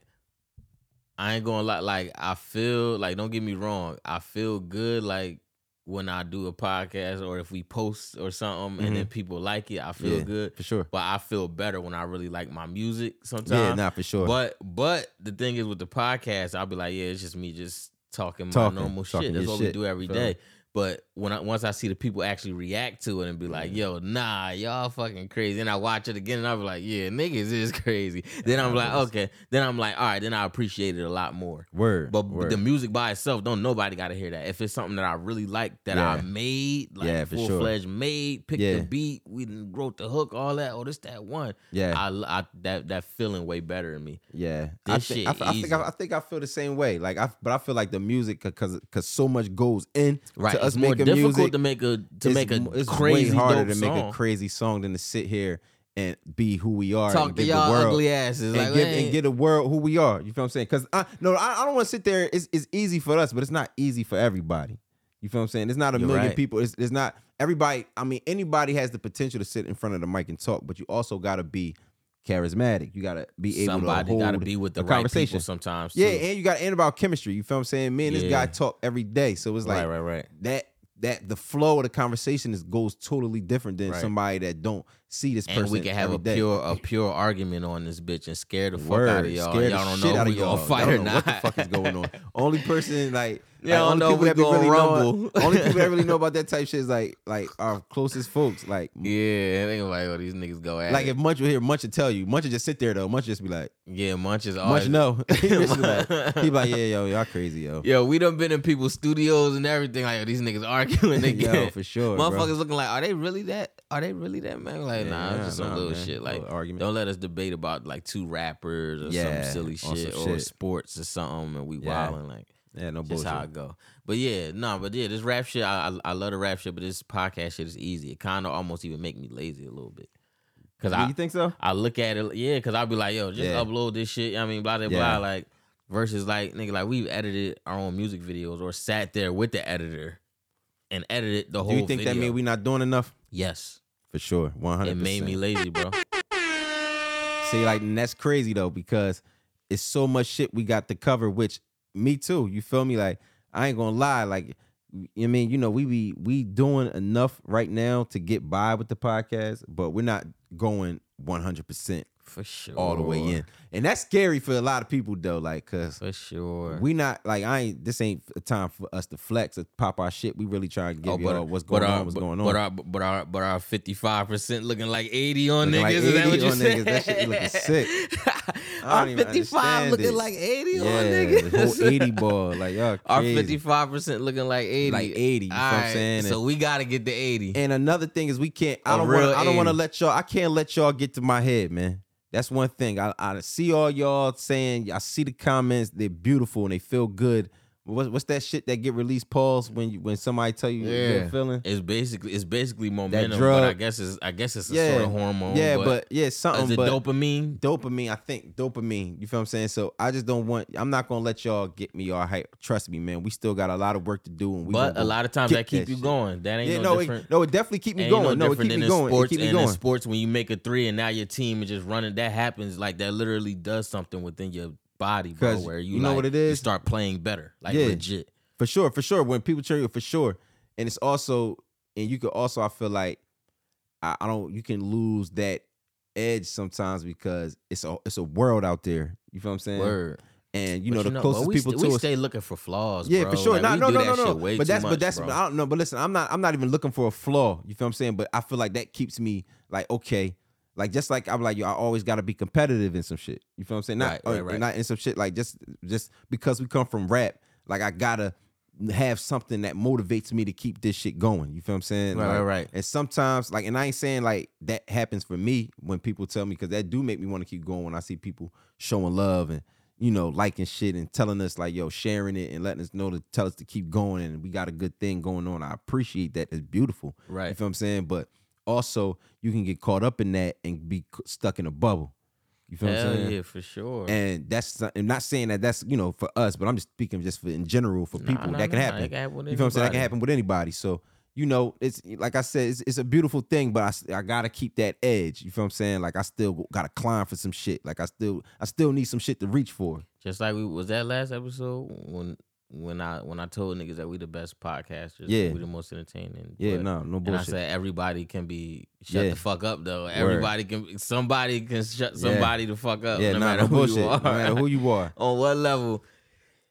[SPEAKER 2] I ain't gonna lie, like I feel like don't get me wrong, I feel good like when I do a podcast or if we post or something and then people like it, I feel
[SPEAKER 1] Mm-hmm. Yeah.
[SPEAKER 2] good.
[SPEAKER 1] For sure.
[SPEAKER 2] But I feel better when I really like my music sometimes.
[SPEAKER 1] Yeah, nah, for sure.
[SPEAKER 2] But but the thing is with the podcast, I'll be like, yeah, it's just me just talking,
[SPEAKER 1] Talking,
[SPEAKER 2] my normal
[SPEAKER 1] talking
[SPEAKER 2] shit. That's
[SPEAKER 1] your
[SPEAKER 2] what
[SPEAKER 1] shit,
[SPEAKER 2] we do every
[SPEAKER 1] feel
[SPEAKER 2] day.
[SPEAKER 1] me?
[SPEAKER 2] But when I, once I see the people actually react to it and be like, "Yo, nah, y'all fucking crazy," and I watch it again and I'll be like, "Yeah, niggas is crazy." Then I'm like,
[SPEAKER 1] happens.
[SPEAKER 2] "Okay." Then I'm like, "All right." Then I appreciate it a lot more.
[SPEAKER 1] word.
[SPEAKER 2] But
[SPEAKER 1] word.
[SPEAKER 2] the music by itself, don't nobody got to hear that. If it's something that I really like that
[SPEAKER 1] Yeah.
[SPEAKER 2] I made, like
[SPEAKER 1] Yeah, for sure.
[SPEAKER 2] full fledged made, picked
[SPEAKER 1] Yeah.
[SPEAKER 2] the beat, we done wrote the hook, all that. Oh, this that one.
[SPEAKER 1] yeah,
[SPEAKER 2] I, I that that feeling way better in me.
[SPEAKER 1] yeah. I
[SPEAKER 2] this
[SPEAKER 1] think
[SPEAKER 2] shit
[SPEAKER 1] I, fe- I think I,
[SPEAKER 2] easy.
[SPEAKER 1] I think I feel the same way. Like, I but I feel like the music because because so much goes in
[SPEAKER 2] right.
[SPEAKER 1] to us
[SPEAKER 2] it's more
[SPEAKER 1] making
[SPEAKER 2] difficult
[SPEAKER 1] music.
[SPEAKER 2] to make a to
[SPEAKER 1] it's
[SPEAKER 2] make a
[SPEAKER 1] mo- it's
[SPEAKER 2] crazy
[SPEAKER 1] way harder
[SPEAKER 2] dope
[SPEAKER 1] to
[SPEAKER 2] song.
[SPEAKER 1] make a crazy song than to sit here and be who we are
[SPEAKER 2] Talk
[SPEAKER 1] and
[SPEAKER 2] to
[SPEAKER 1] give
[SPEAKER 2] y'all
[SPEAKER 1] the world
[SPEAKER 2] ugly
[SPEAKER 1] and,
[SPEAKER 2] asses like
[SPEAKER 1] give,
[SPEAKER 2] man,
[SPEAKER 1] and give the world who we are. You feel what I'm saying? Because I no, I, I don't want to sit there. It's it's easy for us, but it's not easy for everybody. You feel what I'm saying? It's not a
[SPEAKER 2] You're
[SPEAKER 1] million
[SPEAKER 2] right.
[SPEAKER 1] people. It's, it's not everybody. I mean, anybody has the potential to sit in front of the mic and talk, but you also gotta be charismatic. You gotta be able to
[SPEAKER 2] somebody
[SPEAKER 1] hold
[SPEAKER 2] gotta be with the
[SPEAKER 1] a
[SPEAKER 2] right
[SPEAKER 1] conversation.
[SPEAKER 2] people sometimes.
[SPEAKER 1] yeah,
[SPEAKER 2] too.
[SPEAKER 1] and you gotta end about chemistry. You feel what I'm saying? Me and this
[SPEAKER 2] Yeah.
[SPEAKER 1] guy talk every day, so it's like
[SPEAKER 2] right, right, right.
[SPEAKER 1] that that the flow of the conversation is goes totally different than
[SPEAKER 2] Right.
[SPEAKER 1] somebody that don't see this person.
[SPEAKER 2] And we can have
[SPEAKER 1] every
[SPEAKER 2] a
[SPEAKER 1] day.
[SPEAKER 2] pure a pure argument on this bitch and scare the fuck
[SPEAKER 1] Word,
[SPEAKER 2] out of y'all.
[SPEAKER 1] Scared
[SPEAKER 2] y'all
[SPEAKER 1] the
[SPEAKER 2] don't
[SPEAKER 1] shit
[SPEAKER 2] know
[SPEAKER 1] out
[SPEAKER 2] if
[SPEAKER 1] of
[SPEAKER 2] we
[SPEAKER 1] y'all.
[SPEAKER 2] gonna fight
[SPEAKER 1] Y'all
[SPEAKER 2] or
[SPEAKER 1] don't know
[SPEAKER 2] not.
[SPEAKER 1] What the fuck is going on? Only person like,
[SPEAKER 2] Y'all
[SPEAKER 1] like,
[SPEAKER 2] don't
[SPEAKER 1] only
[SPEAKER 2] know
[SPEAKER 1] people that
[SPEAKER 2] if we
[SPEAKER 1] be really
[SPEAKER 2] gonna
[SPEAKER 1] know,
[SPEAKER 2] rumble.
[SPEAKER 1] only people that really know about that type shit is like like our closest folks. Like
[SPEAKER 2] yeah, they gonna like, oh, these niggas go at
[SPEAKER 1] like
[SPEAKER 2] it.
[SPEAKER 1] if Munch will hear Munch will tell you, Munch will just sit there though. Munch will just be like,
[SPEAKER 2] Oh, yeah, Munch is
[SPEAKER 1] Munch
[SPEAKER 2] always
[SPEAKER 1] no. he just be like, he be like, yeah, yo, y'all crazy, yo.
[SPEAKER 2] Yo, we done been in people's studios and everything. Like, yo, these niggas arguing again.
[SPEAKER 1] yo, for sure. bro.
[SPEAKER 2] Motherfuckers looking like, are they really that? Are they really that man? Like,
[SPEAKER 1] Yeah,
[SPEAKER 2] nah, it's just some
[SPEAKER 1] nah,
[SPEAKER 2] little
[SPEAKER 1] man.
[SPEAKER 2] shit. Like,
[SPEAKER 1] Little argument.
[SPEAKER 2] don't let us debate about like two rappers or
[SPEAKER 1] Yeah,
[SPEAKER 2] some silly
[SPEAKER 1] on some
[SPEAKER 2] shit or
[SPEAKER 1] shit.
[SPEAKER 2] sports or something, and we
[SPEAKER 1] Yeah.
[SPEAKER 2] wilding like
[SPEAKER 1] Yeah, no
[SPEAKER 2] just
[SPEAKER 1] bullshit.
[SPEAKER 2] how it go. But yeah, no, but yeah, this rap shit, I, I I love the rap shit, but this podcast shit is easy. It kind of almost even make me lazy a little bit because
[SPEAKER 1] Do
[SPEAKER 2] I
[SPEAKER 1] you think so?
[SPEAKER 2] I look at it, yeah, because I'll be like, yo, just
[SPEAKER 1] Yeah.
[SPEAKER 2] upload this shit. I mean, blah blah
[SPEAKER 1] Yeah.
[SPEAKER 2] blah. Like versus like nigga, like we've edited our own music videos or sat there with the editor and edited the whole.
[SPEAKER 1] Do you think
[SPEAKER 2] video.
[SPEAKER 1] that mean we not doing enough?
[SPEAKER 2] Yes,
[SPEAKER 1] For sure, one hundred.
[SPEAKER 2] it made me lazy, bro.
[SPEAKER 1] See, like, and that's crazy though, because it's so much shit we got to cover, which me too. You feel me? Like, I ain't gonna lie, like I mean, you know, we be we doing enough right now to get by with the podcast, but we're not going one hundred percent
[SPEAKER 2] for sure.
[SPEAKER 1] all the way in. And that's scary for a lot of people though, like cause
[SPEAKER 2] For sure.
[SPEAKER 1] we not like I ain't this ain't a time for us to flex or pop our shit. We really try to give
[SPEAKER 2] Oh,
[SPEAKER 1] you all what's going
[SPEAKER 2] but
[SPEAKER 1] on,
[SPEAKER 2] our-
[SPEAKER 1] what's
[SPEAKER 2] but-
[SPEAKER 1] going on.
[SPEAKER 2] But uh, our but our but our fifty five percent looking like eighty on
[SPEAKER 1] Looking
[SPEAKER 2] niggas.
[SPEAKER 1] like
[SPEAKER 2] is that
[SPEAKER 1] 80
[SPEAKER 2] what you
[SPEAKER 1] on niggas.
[SPEAKER 2] said?
[SPEAKER 1] That shit looking sick.
[SPEAKER 2] our
[SPEAKER 1] even
[SPEAKER 2] fifty
[SPEAKER 1] understand
[SPEAKER 2] five looking
[SPEAKER 1] it.
[SPEAKER 2] like eighty
[SPEAKER 1] yeah,
[SPEAKER 2] on niggas.
[SPEAKER 1] the whole 80 ball. Like y'all
[SPEAKER 2] Our
[SPEAKER 1] crazy.
[SPEAKER 2] fifty five percent looking like eighty.
[SPEAKER 1] Like 80, you know what I'm
[SPEAKER 2] Alright,
[SPEAKER 1] saying?
[SPEAKER 2] So we gotta get the eighty.
[SPEAKER 1] And another thing is we can't. I
[SPEAKER 2] A
[SPEAKER 1] don't want.
[SPEAKER 2] real
[SPEAKER 1] I don't want to
[SPEAKER 2] 80.
[SPEAKER 1] let y'all. I can't let y'all get to my head, man. That's one thing. I, I see all y'all saying. I see the comments. They're beautiful and they feel good. What's, what's that shit that get released? Pause when you when somebody tell you you're
[SPEAKER 2] Yeah.
[SPEAKER 1] feeling.
[SPEAKER 2] it's basically it's basically momentum,
[SPEAKER 1] drug-
[SPEAKER 2] but I guess it's I guess it's a
[SPEAKER 1] Yeah.
[SPEAKER 2] sort of hormone.
[SPEAKER 1] yeah, but,
[SPEAKER 2] but,
[SPEAKER 1] yeah,
[SPEAKER 2] is
[SPEAKER 1] something.
[SPEAKER 2] it
[SPEAKER 1] But
[SPEAKER 2] dopamine?
[SPEAKER 1] dopamine, I think dopamine. You feel what I'm saying? So I just don't want. I'm not gonna let y'all get me all hype. Trust me, man. We still got a lot of work to do, and we.
[SPEAKER 2] But
[SPEAKER 1] gonna
[SPEAKER 2] a
[SPEAKER 1] go
[SPEAKER 2] lot of times
[SPEAKER 1] get
[SPEAKER 2] that keep
[SPEAKER 1] that
[SPEAKER 2] you
[SPEAKER 1] shit.
[SPEAKER 2] going. That ain't
[SPEAKER 1] Yeah,
[SPEAKER 2] no,
[SPEAKER 1] no,
[SPEAKER 2] different.
[SPEAKER 1] it, no, it definitely keep me
[SPEAKER 2] Ain't
[SPEAKER 1] going. No,
[SPEAKER 2] No,
[SPEAKER 1] it
[SPEAKER 2] different
[SPEAKER 1] keep
[SPEAKER 2] than
[SPEAKER 1] me
[SPEAKER 2] in
[SPEAKER 1] going. It
[SPEAKER 2] Sports,
[SPEAKER 1] keep me
[SPEAKER 2] and in
[SPEAKER 1] going.
[SPEAKER 2] sports, when you make a three and now your team is just running, that happens. Like that literally does something within your body, bro.
[SPEAKER 1] 'Cause
[SPEAKER 2] Where you,
[SPEAKER 1] you know
[SPEAKER 2] like,
[SPEAKER 1] what it
[SPEAKER 2] You
[SPEAKER 1] is?
[SPEAKER 2] start playing better, like
[SPEAKER 1] Yeah.
[SPEAKER 2] legit.
[SPEAKER 1] For sure, for sure. When people cheer you, for sure. And it's also, and you could also, I feel like, I, I don't, you can lose that edge sometimes because it's a it's a world out there. You feel what I'm saying?
[SPEAKER 2] Word.
[SPEAKER 1] And you
[SPEAKER 2] But
[SPEAKER 1] know the
[SPEAKER 2] but
[SPEAKER 1] closest
[SPEAKER 2] we
[SPEAKER 1] people
[SPEAKER 2] st-
[SPEAKER 1] to
[SPEAKER 2] we
[SPEAKER 1] us.
[SPEAKER 2] stay looking for flaws.
[SPEAKER 1] Yeah,
[SPEAKER 2] bro.
[SPEAKER 1] for sure.
[SPEAKER 2] Like,
[SPEAKER 1] no,
[SPEAKER 2] we
[SPEAKER 1] no,
[SPEAKER 2] do
[SPEAKER 1] no,
[SPEAKER 2] that
[SPEAKER 1] no,
[SPEAKER 2] shit
[SPEAKER 1] no.
[SPEAKER 2] way
[SPEAKER 1] But
[SPEAKER 2] too
[SPEAKER 1] that's
[SPEAKER 2] much,
[SPEAKER 1] but that's
[SPEAKER 2] bro.
[SPEAKER 1] I don't know. But listen, I'm not I'm not even looking for a flaw. You feel what I'm saying? But I feel like that keeps me like okay, like just like I'm like yo, I always got to be competitive in some shit. You feel what I'm saying? Not
[SPEAKER 2] Right, right,
[SPEAKER 1] uh,
[SPEAKER 2] right.
[SPEAKER 1] not in some shit like just just because we come from rap, like I gotta have something that motivates me to keep this shit going. You feel what I'm saying?
[SPEAKER 2] Right,
[SPEAKER 1] Like,
[SPEAKER 2] right, right.
[SPEAKER 1] And sometimes like and I ain't saying like that happens for me when people tell me because that do make me want to keep going when I see people showing love and you know, liking shit and telling us like, yo, sharing it and letting us know to tell us to keep going and we got a good thing going on. I appreciate that. It's beautiful. You
[SPEAKER 2] Right.
[SPEAKER 1] feel what I'm saying? But also you can get caught up in that and be c- stuck in a bubble. You feel what I'm
[SPEAKER 2] Hell
[SPEAKER 1] saying?
[SPEAKER 2] yeah, for sure.
[SPEAKER 1] And that's I'm not saying that that's you know for us, but I'm just speaking just for in general for
[SPEAKER 2] Nah,
[SPEAKER 1] people
[SPEAKER 2] nah,
[SPEAKER 1] that can
[SPEAKER 2] nah,
[SPEAKER 1] happen.
[SPEAKER 2] it can happen with
[SPEAKER 1] you feel what I'm saying? That
[SPEAKER 2] anybody.
[SPEAKER 1] can happen with anybody. So you know, it's like I said, it's, it's a beautiful thing, but I s- I, gotta keep that edge. You feel what I'm saying? Like I still gotta climb for some shit. Like I still I still need some shit to reach for.
[SPEAKER 2] Just like we was that last episode when when I when I told niggas that we the best podcasters,
[SPEAKER 1] Yeah.
[SPEAKER 2] we the most entertaining.
[SPEAKER 1] Yeah,
[SPEAKER 2] but-
[SPEAKER 1] no, no
[SPEAKER 2] And I
[SPEAKER 1] bullshit.
[SPEAKER 2] said everybody can be shut
[SPEAKER 1] Yeah.
[SPEAKER 2] the fuck up though. Everybody can somebody can shut
[SPEAKER 1] Yeah.
[SPEAKER 2] somebody the fuck up.
[SPEAKER 1] yeah,
[SPEAKER 2] oh, no
[SPEAKER 1] nah,
[SPEAKER 2] matter
[SPEAKER 1] no
[SPEAKER 2] who
[SPEAKER 1] bullshit.
[SPEAKER 2] you are.
[SPEAKER 1] No matter who you are,
[SPEAKER 2] On what level?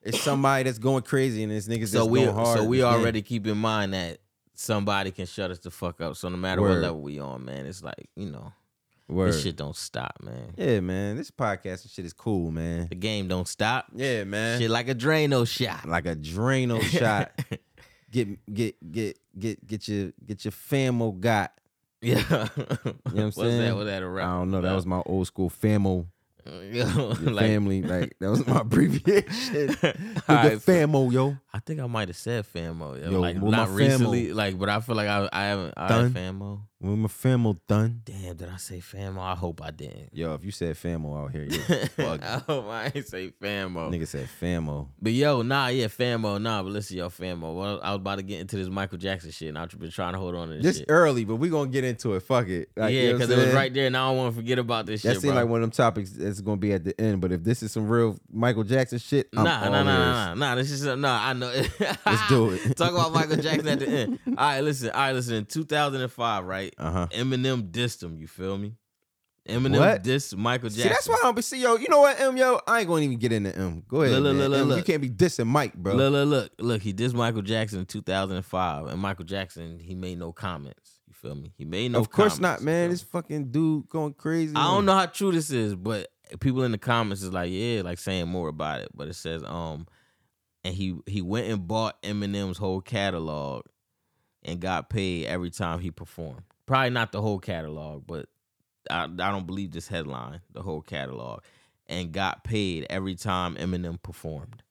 [SPEAKER 1] it's somebody that's going crazy and this niggas
[SPEAKER 2] So
[SPEAKER 1] that's
[SPEAKER 2] we
[SPEAKER 1] going hard.
[SPEAKER 2] so we
[SPEAKER 1] Yeah.
[SPEAKER 2] already keep in mind that somebody can shut us the fuck up. So no matter what
[SPEAKER 1] Word.
[SPEAKER 2] level we on, man, it's like you know
[SPEAKER 1] Word.
[SPEAKER 2] this shit don't stop, man.
[SPEAKER 1] Yeah, man, this podcast and shit is cool, man.
[SPEAKER 2] The game don't stop.
[SPEAKER 1] Yeah, man.
[SPEAKER 2] Shit like a Drano shot.
[SPEAKER 1] Like a Drano shot. Get get get get get your get your famo got.
[SPEAKER 2] yeah. You know
[SPEAKER 1] I'm
[SPEAKER 2] What's
[SPEAKER 1] saying?
[SPEAKER 2] that? Was that a rap?
[SPEAKER 1] I don't know. That was my old school famo
[SPEAKER 2] Yo, like,
[SPEAKER 1] family. Like that was my abbreviation. Nigga,
[SPEAKER 2] Alright, fam-
[SPEAKER 1] famo, yo.
[SPEAKER 2] I think I might have said Famo. Yo,
[SPEAKER 1] Yo,
[SPEAKER 2] like
[SPEAKER 1] with
[SPEAKER 2] not
[SPEAKER 1] my
[SPEAKER 2] recently, like, but I feel like I, I haven't. I
[SPEAKER 1] Done.
[SPEAKER 2] had Famo.
[SPEAKER 1] When my famo done.
[SPEAKER 2] Damn, did I say Famo? I hope I didn't.
[SPEAKER 1] Yo, if you said famo out here, you fuck.
[SPEAKER 2] I hope I ain't say Famo.
[SPEAKER 1] Nigga said famo.
[SPEAKER 2] But yo, nah, yeah, Famo, nah. But listen, yo, Famo. Well, I was about to get into this Michael Jackson shit, and I've been trying to hold on to this,
[SPEAKER 1] This
[SPEAKER 2] shit.
[SPEAKER 1] early, but we gonna get into it. Fuck it. Like, you
[SPEAKER 2] yeah,
[SPEAKER 1] know what
[SPEAKER 2] because
[SPEAKER 1] I'm
[SPEAKER 2] it was
[SPEAKER 1] saying?
[SPEAKER 2] right there, and I don't want to forget about this
[SPEAKER 1] That
[SPEAKER 2] shit,
[SPEAKER 1] seemed
[SPEAKER 2] bro.
[SPEAKER 1] like one of them topics that's gonna be at the end. But if this is some real Michael Jackson shit, I'm
[SPEAKER 2] Nah,
[SPEAKER 1] all
[SPEAKER 2] nah, nah,
[SPEAKER 1] ears.
[SPEAKER 2] nah, nah. This is nah. I know. Let's
[SPEAKER 1] do it.
[SPEAKER 2] Talk about Michael Jackson at the end. All right, listen. All right, listen. In 2005, right?
[SPEAKER 1] Uh-huh.
[SPEAKER 2] Eminem dissed him. You feel me? Eminem
[SPEAKER 1] What?
[SPEAKER 2] dissed Michael
[SPEAKER 1] See,
[SPEAKER 2] Jackson.
[SPEAKER 1] that's why I don't be see yo. You know what, M yo, I ain't gonna even get into M. Go ahead,
[SPEAKER 2] Look,
[SPEAKER 1] man.
[SPEAKER 2] look, look, look,
[SPEAKER 1] M, you
[SPEAKER 2] look.
[SPEAKER 1] can't be dissing Mike, bro.
[SPEAKER 2] Look, look, look, look. He dissed Michael Jackson in 2005, and Michael Jackson he made no comments. You feel me? He made no.
[SPEAKER 1] of course
[SPEAKER 2] comments,
[SPEAKER 1] not,
[SPEAKER 2] you
[SPEAKER 1] man.
[SPEAKER 2] feel
[SPEAKER 1] This fucking dude going crazy.
[SPEAKER 2] me? I don't know how true this is, but people in the comments is like, yeah, like saying more about it. But it says, um, and he he went and bought Eminem's whole catalog, and got paid every time he performed. Probably not the whole catalog, but I, I don't believe this headline, the whole catalog, and got paid every time Eminem performed.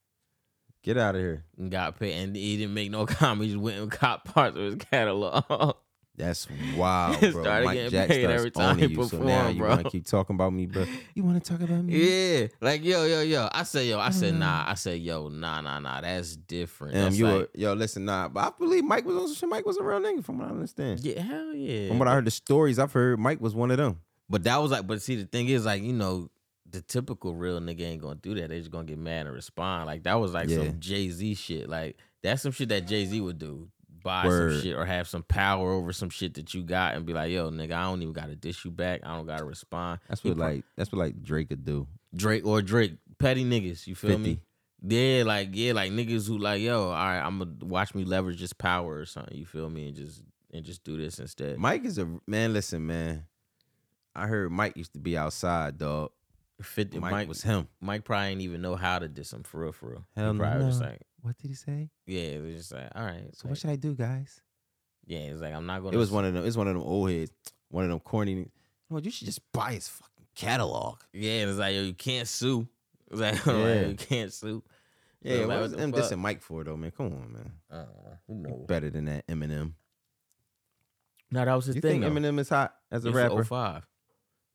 [SPEAKER 1] Get out of here.
[SPEAKER 2] And got paid, and he didn't make no comment. He just went and caught parts of his catalog.
[SPEAKER 1] That's wild,
[SPEAKER 2] It
[SPEAKER 1] bro.
[SPEAKER 2] started
[SPEAKER 1] Mike
[SPEAKER 2] getting
[SPEAKER 1] Jackson
[SPEAKER 2] paid every time
[SPEAKER 1] owning
[SPEAKER 2] he
[SPEAKER 1] you, so now
[SPEAKER 2] performed,
[SPEAKER 1] you
[SPEAKER 2] bro.
[SPEAKER 1] wanna keep talking about me, bro? You wanna talk about me?
[SPEAKER 2] yeah, like yo, yo, yo. I say yo. I said nah. I said yo, nah, nah, nah. That's different.
[SPEAKER 1] M,
[SPEAKER 2] That's
[SPEAKER 1] Mm-hmm. you
[SPEAKER 2] like,
[SPEAKER 1] a, yo, listen, nah, but I believe Mike was on some shit. Mike was a real nigga, from what I understand.
[SPEAKER 2] yeah, hell yeah.
[SPEAKER 1] From what I heard, the stories I've heard, Mike was one of them.
[SPEAKER 2] But that was like, but see, the thing is, like, you know, the typical real nigga ain't gonna do that. They just gonna get mad and respond. Like that was like
[SPEAKER 1] Yeah.
[SPEAKER 2] some Jay Z shit. Like that's some shit that Jay Z would do. buy some
[SPEAKER 3] Word.
[SPEAKER 2] shit or have some power over some shit that you got and be like, yo, nigga, I don't even gotta dish you back. I don't gotta respond.
[SPEAKER 3] That's
[SPEAKER 2] He
[SPEAKER 3] what
[SPEAKER 2] pro-
[SPEAKER 3] like that's what like Drake could do.
[SPEAKER 2] Drake or Drake, petty niggas, you feel
[SPEAKER 3] 50.
[SPEAKER 2] me? Yeah, like yeah, like niggas who like, yo, all right, I'm gonna watch me leverage this power or something, you feel me, and just and just do this instead.
[SPEAKER 1] Mike is a man. Listen, man. I heard Mike used to be outside, dog.
[SPEAKER 2] 50,
[SPEAKER 1] Mike,
[SPEAKER 2] Mike,
[SPEAKER 1] was him.
[SPEAKER 2] Mike probably didn't even know how to diss him for real, for real. He
[SPEAKER 1] Hell
[SPEAKER 2] probably was just
[SPEAKER 1] no.
[SPEAKER 2] like,
[SPEAKER 1] What did he say?
[SPEAKER 2] yeah, it was just like, all right. it's like-
[SPEAKER 1] I do, guys?
[SPEAKER 2] yeah, it's like I'm not gonna.
[SPEAKER 1] It was one of them. It was one of them old heads. One of them corny. No, you should just buy his fucking catalog.
[SPEAKER 2] Yeah, it's like yo, you can't sue. It's like,
[SPEAKER 1] Yeah.
[SPEAKER 2] you can't sue.
[SPEAKER 1] Yeah, what
[SPEAKER 2] like, what
[SPEAKER 1] was
[SPEAKER 2] the
[SPEAKER 1] him
[SPEAKER 2] fuck?
[SPEAKER 1] dissing Mike for though, man? Come on, man.
[SPEAKER 2] Uh, who
[SPEAKER 1] You
[SPEAKER 2] knows?
[SPEAKER 1] Better than that Eminem.
[SPEAKER 2] No, that was his
[SPEAKER 1] you
[SPEAKER 2] thing.
[SPEAKER 1] think
[SPEAKER 2] though.
[SPEAKER 1] Eminem is hot as a
[SPEAKER 2] It's
[SPEAKER 1] rapper?
[SPEAKER 2] 05,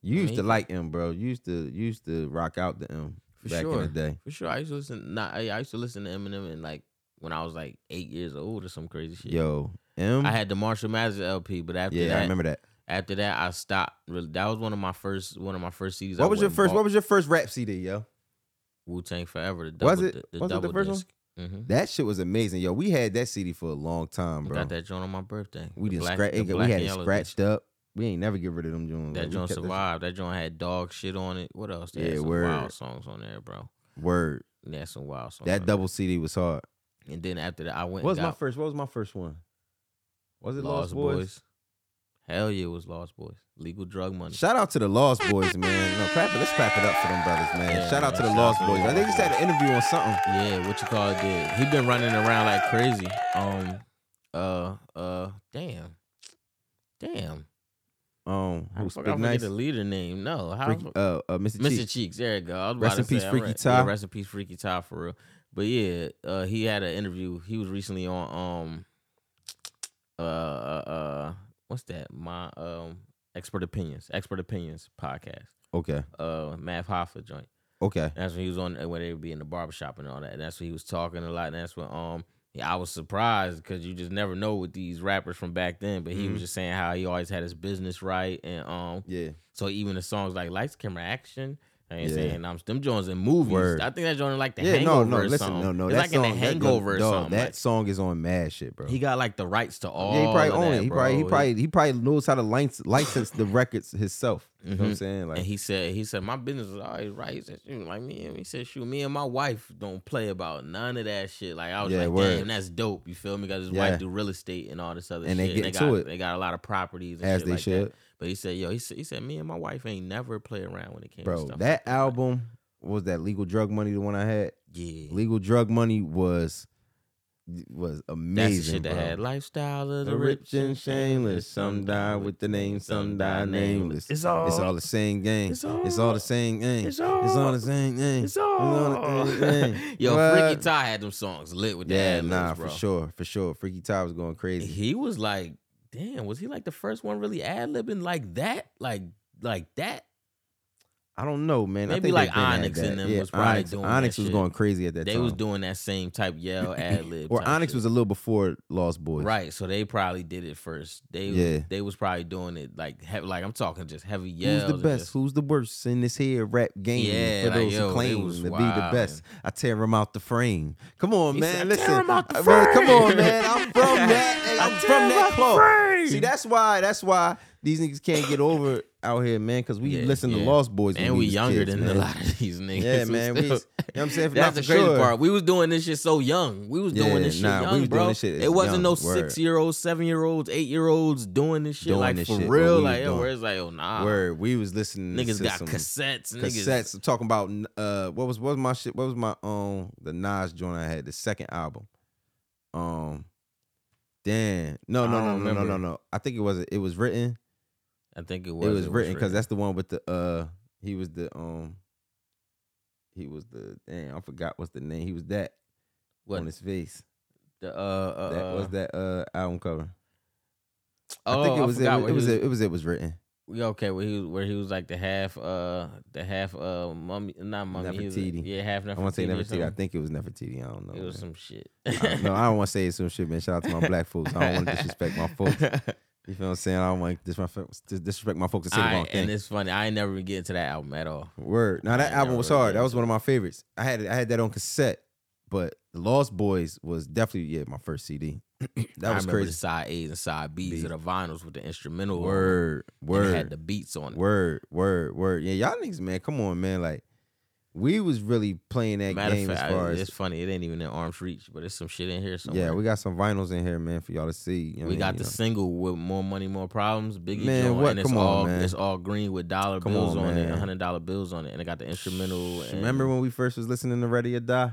[SPEAKER 1] You used to
[SPEAKER 2] Maybe.
[SPEAKER 1] like him, bro. You used to you used to rock out to him
[SPEAKER 2] For
[SPEAKER 1] back in
[SPEAKER 2] sure.
[SPEAKER 1] the day.
[SPEAKER 2] for sure. I used to listen. Not I I used to listen to Eminem and like when I was like eight years old or some crazy shit.
[SPEAKER 1] Yo, M.
[SPEAKER 2] I had the Marshall Mathers LP, but after
[SPEAKER 1] yeah,
[SPEAKER 2] that,
[SPEAKER 1] I remember that.
[SPEAKER 2] after that, I stopped. Really, that was one of my first one of my first CDs.
[SPEAKER 1] What was your first? What was your first rap CD, yo?
[SPEAKER 2] Wu Tang Forever? The double,
[SPEAKER 1] Was it-
[SPEAKER 2] The,
[SPEAKER 1] was it the
[SPEAKER 2] double
[SPEAKER 1] first one?
[SPEAKER 2] disc. Mm-hmm.
[SPEAKER 1] That shit was amazing, yo. We had that CD for a long time, bro.
[SPEAKER 2] Got that joint on my birthday.
[SPEAKER 1] We
[SPEAKER 2] The
[SPEAKER 1] didn't
[SPEAKER 2] black-
[SPEAKER 1] scratch.
[SPEAKER 2] the
[SPEAKER 1] It, got-
[SPEAKER 2] black
[SPEAKER 1] we had
[SPEAKER 2] and
[SPEAKER 1] it
[SPEAKER 2] yellow disc.
[SPEAKER 1] scratched up. We ain't never get rid of them joints. Like,
[SPEAKER 2] That
[SPEAKER 1] we
[SPEAKER 2] joint
[SPEAKER 1] kept shit-
[SPEAKER 2] survived. That joint had dog shit on it. What else? They
[SPEAKER 1] Yeah,
[SPEAKER 2] had some
[SPEAKER 1] word.
[SPEAKER 2] wild songs on there, bro.
[SPEAKER 1] Word.
[SPEAKER 2] They had some wild songs.
[SPEAKER 1] That
[SPEAKER 2] on
[SPEAKER 1] double CD was hard.
[SPEAKER 2] there. And then after that, I went.
[SPEAKER 1] What was
[SPEAKER 2] and
[SPEAKER 1] my
[SPEAKER 2] got
[SPEAKER 1] first? What was my first one? Was it Lost,
[SPEAKER 2] Lost
[SPEAKER 1] Boys?
[SPEAKER 2] Boys. Hell yeah, it was Lost Boys. Legal drug money.
[SPEAKER 1] Shout out to the Lost Boys, man. No, clap it. Let's clap it up for them brothers, man.
[SPEAKER 2] Yeah,
[SPEAKER 1] Shout out to
[SPEAKER 2] man.
[SPEAKER 1] the
[SPEAKER 2] Shout
[SPEAKER 1] Lost
[SPEAKER 2] out to
[SPEAKER 1] Boys.
[SPEAKER 2] the
[SPEAKER 1] I think
[SPEAKER 2] Lost
[SPEAKER 1] just had an interview on something.
[SPEAKER 2] Yeah, what you call it? Did he been running around like crazy? Um, uh, uh, damn, damn.
[SPEAKER 1] Um, who,
[SPEAKER 2] How the fuck I
[SPEAKER 1] Speak
[SPEAKER 2] forget
[SPEAKER 1] Nice,
[SPEAKER 2] the leader name? No, how the
[SPEAKER 1] Freaky,
[SPEAKER 2] fuck-
[SPEAKER 1] uh, uh, Mr.
[SPEAKER 2] Mr.
[SPEAKER 1] Cheek.
[SPEAKER 2] Cheeks. There you go. I was
[SPEAKER 1] Rest
[SPEAKER 2] about
[SPEAKER 1] in
[SPEAKER 2] to say,
[SPEAKER 1] peace,
[SPEAKER 2] I
[SPEAKER 1] Freaky
[SPEAKER 2] re-
[SPEAKER 1] Ty.
[SPEAKER 2] Yeah, rest in peace, Freaky Ty, for real. But yeah, uh, he had an interview. He was recently on um, uh, uh, uh, what's that? My um, expert opinions, expert opinions podcast.
[SPEAKER 1] Okay,
[SPEAKER 2] Uh, Matt Hoffa joint.
[SPEAKER 1] okay.
[SPEAKER 2] That's when he was on when they would be in the barbershop and all that. And that's when he was talking a lot. And that's when um yeah, I was surprised because you just never know with these rappers from back then. But he
[SPEAKER 1] Mhm.
[SPEAKER 2] was just saying how he always had his business right and um
[SPEAKER 1] Yeah,
[SPEAKER 2] so even the songs like Lights Camera Action. I ain't
[SPEAKER 1] Yeah.
[SPEAKER 2] saying I'm them Jones in movies.
[SPEAKER 1] Word.
[SPEAKER 2] I think that Jones like the
[SPEAKER 1] yeah. No,
[SPEAKER 2] hangover.
[SPEAKER 1] no.
[SPEAKER 2] or
[SPEAKER 1] Listen,
[SPEAKER 2] something.
[SPEAKER 1] no, no.
[SPEAKER 2] It's
[SPEAKER 1] that
[SPEAKER 2] like
[SPEAKER 1] song,
[SPEAKER 2] in
[SPEAKER 1] that-
[SPEAKER 2] the hangover
[SPEAKER 1] dog,
[SPEAKER 2] or something.
[SPEAKER 1] That
[SPEAKER 2] Like,
[SPEAKER 1] song is on mad shit, bro.
[SPEAKER 2] he got like the rights to all.
[SPEAKER 1] yeah, he probably
[SPEAKER 2] of
[SPEAKER 1] own
[SPEAKER 2] that,
[SPEAKER 1] it. He probably, he
[SPEAKER 2] bro.
[SPEAKER 1] probably, he probably knows how to license, license the records himself. You know what I'm
[SPEAKER 2] Mhm.
[SPEAKER 1] saying? Like,
[SPEAKER 2] and he said, he said, my business was always right. He said, shoot, like me, and he said, shoot, me and my wife don't play about none of that shit. Like I was
[SPEAKER 1] Yeah,
[SPEAKER 2] like,
[SPEAKER 1] word.
[SPEAKER 2] damn, that's dope. You feel me? Because his
[SPEAKER 1] Yeah.
[SPEAKER 2] wife do real estate and all this other
[SPEAKER 1] And they
[SPEAKER 2] shit.
[SPEAKER 1] get
[SPEAKER 2] they
[SPEAKER 1] to
[SPEAKER 2] got,
[SPEAKER 1] it.
[SPEAKER 2] They got a lot of properties and
[SPEAKER 1] as
[SPEAKER 2] shit
[SPEAKER 1] they
[SPEAKER 2] like
[SPEAKER 1] should,
[SPEAKER 2] That. But he said, yo, he said, he said, me and my wife ain't never play around when it came to
[SPEAKER 1] bro.
[SPEAKER 2] stuff.
[SPEAKER 1] That
[SPEAKER 2] like Like,
[SPEAKER 1] album what was that legal drug money. The one I had,
[SPEAKER 2] yeah,
[SPEAKER 1] legal drug money was was
[SPEAKER 2] that's
[SPEAKER 1] amazing.
[SPEAKER 2] the shit that
[SPEAKER 1] bro.
[SPEAKER 2] had lifestyle of the
[SPEAKER 1] The
[SPEAKER 2] rich and shameless.
[SPEAKER 1] Some die with the name, some die nameless.
[SPEAKER 2] It's all.
[SPEAKER 1] It's all the same game. It's
[SPEAKER 2] It's
[SPEAKER 1] all,
[SPEAKER 2] all-
[SPEAKER 1] the same game. It's
[SPEAKER 2] it's
[SPEAKER 1] all,
[SPEAKER 2] all-
[SPEAKER 1] the same game.
[SPEAKER 2] It's all.
[SPEAKER 1] all the same.
[SPEAKER 2] Yo,
[SPEAKER 1] What?
[SPEAKER 2] Freaky Ty had them songs lit with the
[SPEAKER 1] yeah,
[SPEAKER 2] ad-libs,
[SPEAKER 1] nah,
[SPEAKER 2] bro.
[SPEAKER 1] for sure, for sure. Freaky Ty was going crazy.
[SPEAKER 2] he was like, damn, was he like the first one really ad libbing like that? Like like that?
[SPEAKER 1] I don't know, man. I
[SPEAKER 2] Maybe
[SPEAKER 1] think
[SPEAKER 2] like
[SPEAKER 1] they been at
[SPEAKER 2] Onyx
[SPEAKER 1] that.
[SPEAKER 2] and them
[SPEAKER 1] yeah,
[SPEAKER 2] was probably
[SPEAKER 1] Onyx,
[SPEAKER 2] doing
[SPEAKER 1] Onyx
[SPEAKER 2] that
[SPEAKER 1] was
[SPEAKER 2] shit.
[SPEAKER 1] going crazy at that
[SPEAKER 2] they
[SPEAKER 1] time.
[SPEAKER 2] was doing that same type yell ad lib.
[SPEAKER 1] or
[SPEAKER 2] type
[SPEAKER 1] Onyx
[SPEAKER 2] shit.
[SPEAKER 1] was a little before Lost Boys.
[SPEAKER 2] right, so they probably did it first. They
[SPEAKER 1] Yeah.
[SPEAKER 2] they was probably doing it like he- like I'm talking just heavy
[SPEAKER 1] Who's
[SPEAKER 2] yells.
[SPEAKER 1] the
[SPEAKER 2] and
[SPEAKER 1] best?
[SPEAKER 2] just-
[SPEAKER 1] Who's the worst in this here rap game?
[SPEAKER 2] Yeah,
[SPEAKER 1] for
[SPEAKER 2] like,
[SPEAKER 1] those
[SPEAKER 2] yo,
[SPEAKER 1] who
[SPEAKER 2] they
[SPEAKER 1] claim
[SPEAKER 2] was
[SPEAKER 1] to be the
[SPEAKER 2] wild,
[SPEAKER 1] best, I tear them out the frame. Come on,
[SPEAKER 2] He
[SPEAKER 1] man.
[SPEAKER 2] said, "I
[SPEAKER 1] listen,
[SPEAKER 2] tear 'em out the
[SPEAKER 1] I- bro, come on,
[SPEAKER 2] frame."
[SPEAKER 1] man. I'm from that.
[SPEAKER 2] I
[SPEAKER 1] I'm
[SPEAKER 2] tear
[SPEAKER 1] from
[SPEAKER 2] 'em
[SPEAKER 1] that
[SPEAKER 2] out the
[SPEAKER 1] club.
[SPEAKER 2] frame.
[SPEAKER 1] See, that's why. That's why these niggas can't get over out here, man. Because we
[SPEAKER 2] Yeah,
[SPEAKER 1] listen to
[SPEAKER 2] yeah.
[SPEAKER 1] Lost Boys, when
[SPEAKER 2] and we
[SPEAKER 1] was
[SPEAKER 2] younger
[SPEAKER 1] kids,
[SPEAKER 2] than
[SPEAKER 1] man.
[SPEAKER 2] a lot of these niggas.
[SPEAKER 1] Yeah,
[SPEAKER 2] We
[SPEAKER 1] man. We,
[SPEAKER 2] still-
[SPEAKER 1] was- you know what I'm saying? Nah,
[SPEAKER 2] That's the
[SPEAKER 1] for
[SPEAKER 2] crazy
[SPEAKER 1] sure.
[SPEAKER 2] part. We was doing this shit so young. We was
[SPEAKER 1] Yeah,
[SPEAKER 2] doing this shit
[SPEAKER 1] nah, we
[SPEAKER 2] young,
[SPEAKER 1] was doing
[SPEAKER 2] bro.
[SPEAKER 1] this shit as
[SPEAKER 2] it wasn't
[SPEAKER 1] young,
[SPEAKER 2] no
[SPEAKER 1] word.
[SPEAKER 2] six year olds, seven year olds, eight year olds doing this shit
[SPEAKER 1] Doing
[SPEAKER 2] like
[SPEAKER 1] this
[SPEAKER 2] for
[SPEAKER 1] shit, bro.
[SPEAKER 2] real.
[SPEAKER 1] We
[SPEAKER 2] Like
[SPEAKER 1] was
[SPEAKER 2] yo,
[SPEAKER 1] doing-
[SPEAKER 2] where it's like, oh nah,
[SPEAKER 1] Word. We was listening.
[SPEAKER 2] niggas
[SPEAKER 1] to
[SPEAKER 2] got
[SPEAKER 1] some
[SPEAKER 2] cassettes, niggas.
[SPEAKER 1] cassettes. I'm talking about uh, what was what was my shit? What was my um the Nas joint I had the second album? Um, damn, no, no,
[SPEAKER 2] I
[SPEAKER 1] no,
[SPEAKER 2] don't
[SPEAKER 1] no, no, no,
[SPEAKER 2] remember.
[SPEAKER 1] no. I think it was it was written.
[SPEAKER 2] I think it
[SPEAKER 1] It
[SPEAKER 2] was.
[SPEAKER 1] was, written because that's the one with the uh, he was the um, he was the damn. I forgot what's the name. He was that on
[SPEAKER 2] what
[SPEAKER 1] his face.
[SPEAKER 2] the uh, uh
[SPEAKER 1] That was
[SPEAKER 2] uh,
[SPEAKER 1] that uh album cover.
[SPEAKER 2] Oh,
[SPEAKER 1] I think it was it,
[SPEAKER 2] forgot
[SPEAKER 1] was-
[SPEAKER 2] where
[SPEAKER 1] it was
[SPEAKER 2] he
[SPEAKER 1] it, it was it was written.
[SPEAKER 2] Yeah, okay, where he was, where he was like the half uh the half uh mummy, not mummy. he was a-
[SPEAKER 1] Nefertiti.
[SPEAKER 2] Yeah, half Nefertiti.
[SPEAKER 1] I want to say
[SPEAKER 2] or
[SPEAKER 1] Nefertiti. I
[SPEAKER 2] something.
[SPEAKER 1] think it was Nefertiti. I don't know.
[SPEAKER 2] It
[SPEAKER 1] man.
[SPEAKER 2] was some shit.
[SPEAKER 1] I don't know. I don't want to say it's some shit, man. Shout out to my black folks. I don't want to disrespect my folks. You feel what I'm saying? I don't want to disrespect my folks to say the
[SPEAKER 2] I-
[SPEAKER 1] wrong
[SPEAKER 2] and
[SPEAKER 1] thing.
[SPEAKER 2] it's funny. I ain't never get into that album at all.
[SPEAKER 1] Word. Now
[SPEAKER 2] I
[SPEAKER 1] that
[SPEAKER 2] ain't
[SPEAKER 1] album
[SPEAKER 2] never
[SPEAKER 1] was
[SPEAKER 2] really
[SPEAKER 1] hard. That
[SPEAKER 2] been
[SPEAKER 1] was
[SPEAKER 2] to
[SPEAKER 1] one of my favorites. I had it, I had that on cassette, but The Lost Boys was definitely yeah my first CD.
[SPEAKER 2] I
[SPEAKER 1] That was
[SPEAKER 2] remember
[SPEAKER 1] crazy.
[SPEAKER 2] the side A's and side B's of the vinyls with the instrumental. on it,
[SPEAKER 1] Word,
[SPEAKER 2] and it
[SPEAKER 1] word,
[SPEAKER 2] had the beats on it.
[SPEAKER 1] word, word, word. Yeah, y'all niggas, man, come on, man. Like, we was really playing that
[SPEAKER 2] Matter of
[SPEAKER 1] game
[SPEAKER 2] fact,
[SPEAKER 1] as far
[SPEAKER 2] I-
[SPEAKER 1] as
[SPEAKER 2] it's funny. It ain't even in arm's reach, but there's some shit in here somewhere.
[SPEAKER 1] yeah. We got some vinyls in here, man, for y'all to see. You know
[SPEAKER 2] We
[SPEAKER 1] what I
[SPEAKER 2] got
[SPEAKER 1] mean?
[SPEAKER 2] the
[SPEAKER 1] You know?
[SPEAKER 2] single with more money, more problems. Biggie
[SPEAKER 1] Man,
[SPEAKER 2] joint,
[SPEAKER 1] what?
[SPEAKER 2] and it's
[SPEAKER 1] Come on,
[SPEAKER 2] all
[SPEAKER 1] man.
[SPEAKER 2] it's all green with dollar
[SPEAKER 1] Come
[SPEAKER 2] bills
[SPEAKER 1] on,
[SPEAKER 2] on, it,
[SPEAKER 1] man.
[SPEAKER 2] hundred dollar bills on it, and it got the instrumental. And
[SPEAKER 1] Remember when we first was listening to Ready or Die?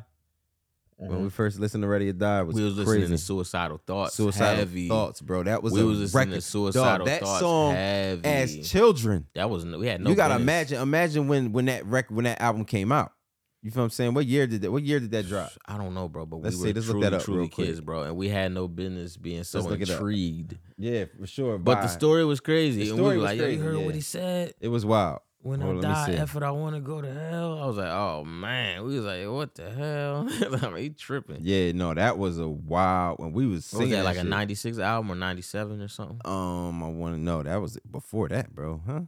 [SPEAKER 1] When we first listened to Ready or Die, it was,
[SPEAKER 2] Mm-hmm. we was
[SPEAKER 1] crazy.
[SPEAKER 2] listening to suicidal thoughts,
[SPEAKER 1] Suicidal
[SPEAKER 2] heavy.
[SPEAKER 1] thoughts, bro. That was
[SPEAKER 2] we
[SPEAKER 1] a
[SPEAKER 2] was listening
[SPEAKER 1] record.
[SPEAKER 2] to
[SPEAKER 1] Dog,
[SPEAKER 2] suicidal
[SPEAKER 1] that
[SPEAKER 2] thoughts,
[SPEAKER 1] song
[SPEAKER 2] heavy.
[SPEAKER 1] as children.
[SPEAKER 2] that was we had no.
[SPEAKER 1] you gotta
[SPEAKER 2] winners.
[SPEAKER 1] imagine, imagine when when that record when that album came out. You feel what I'm saying? What year did that? What year did that drop?
[SPEAKER 2] I don't know, bro, but
[SPEAKER 1] Let's
[SPEAKER 2] we
[SPEAKER 1] see,
[SPEAKER 2] were
[SPEAKER 1] let's look
[SPEAKER 2] truly,
[SPEAKER 1] that up
[SPEAKER 2] truly
[SPEAKER 1] real quick.
[SPEAKER 2] kids, bro, and we had no business being so
[SPEAKER 1] Let's look it up.
[SPEAKER 2] intrigued.
[SPEAKER 1] Yeah, for sure.
[SPEAKER 2] But
[SPEAKER 1] Bye.
[SPEAKER 2] the story was crazy,
[SPEAKER 1] The
[SPEAKER 2] and we
[SPEAKER 1] story
[SPEAKER 2] were
[SPEAKER 1] was
[SPEAKER 2] like, "Yo,
[SPEAKER 1] crazy,
[SPEAKER 2] you heard
[SPEAKER 1] yeah.
[SPEAKER 2] what he said."
[SPEAKER 1] it was wild.
[SPEAKER 2] when
[SPEAKER 1] Hold
[SPEAKER 2] I
[SPEAKER 1] on, let me
[SPEAKER 2] die,
[SPEAKER 1] see.
[SPEAKER 2] effort, I want to go to hell. I was like, oh man, we was like, what the hell? I mean, he tripping.
[SPEAKER 1] Yeah, no, that was a wild when we was
[SPEAKER 2] What was
[SPEAKER 1] singing
[SPEAKER 2] that like a
[SPEAKER 1] shit.
[SPEAKER 2] '96 album or '97 or something?
[SPEAKER 1] Um, I want to know that was before that, bro, huh?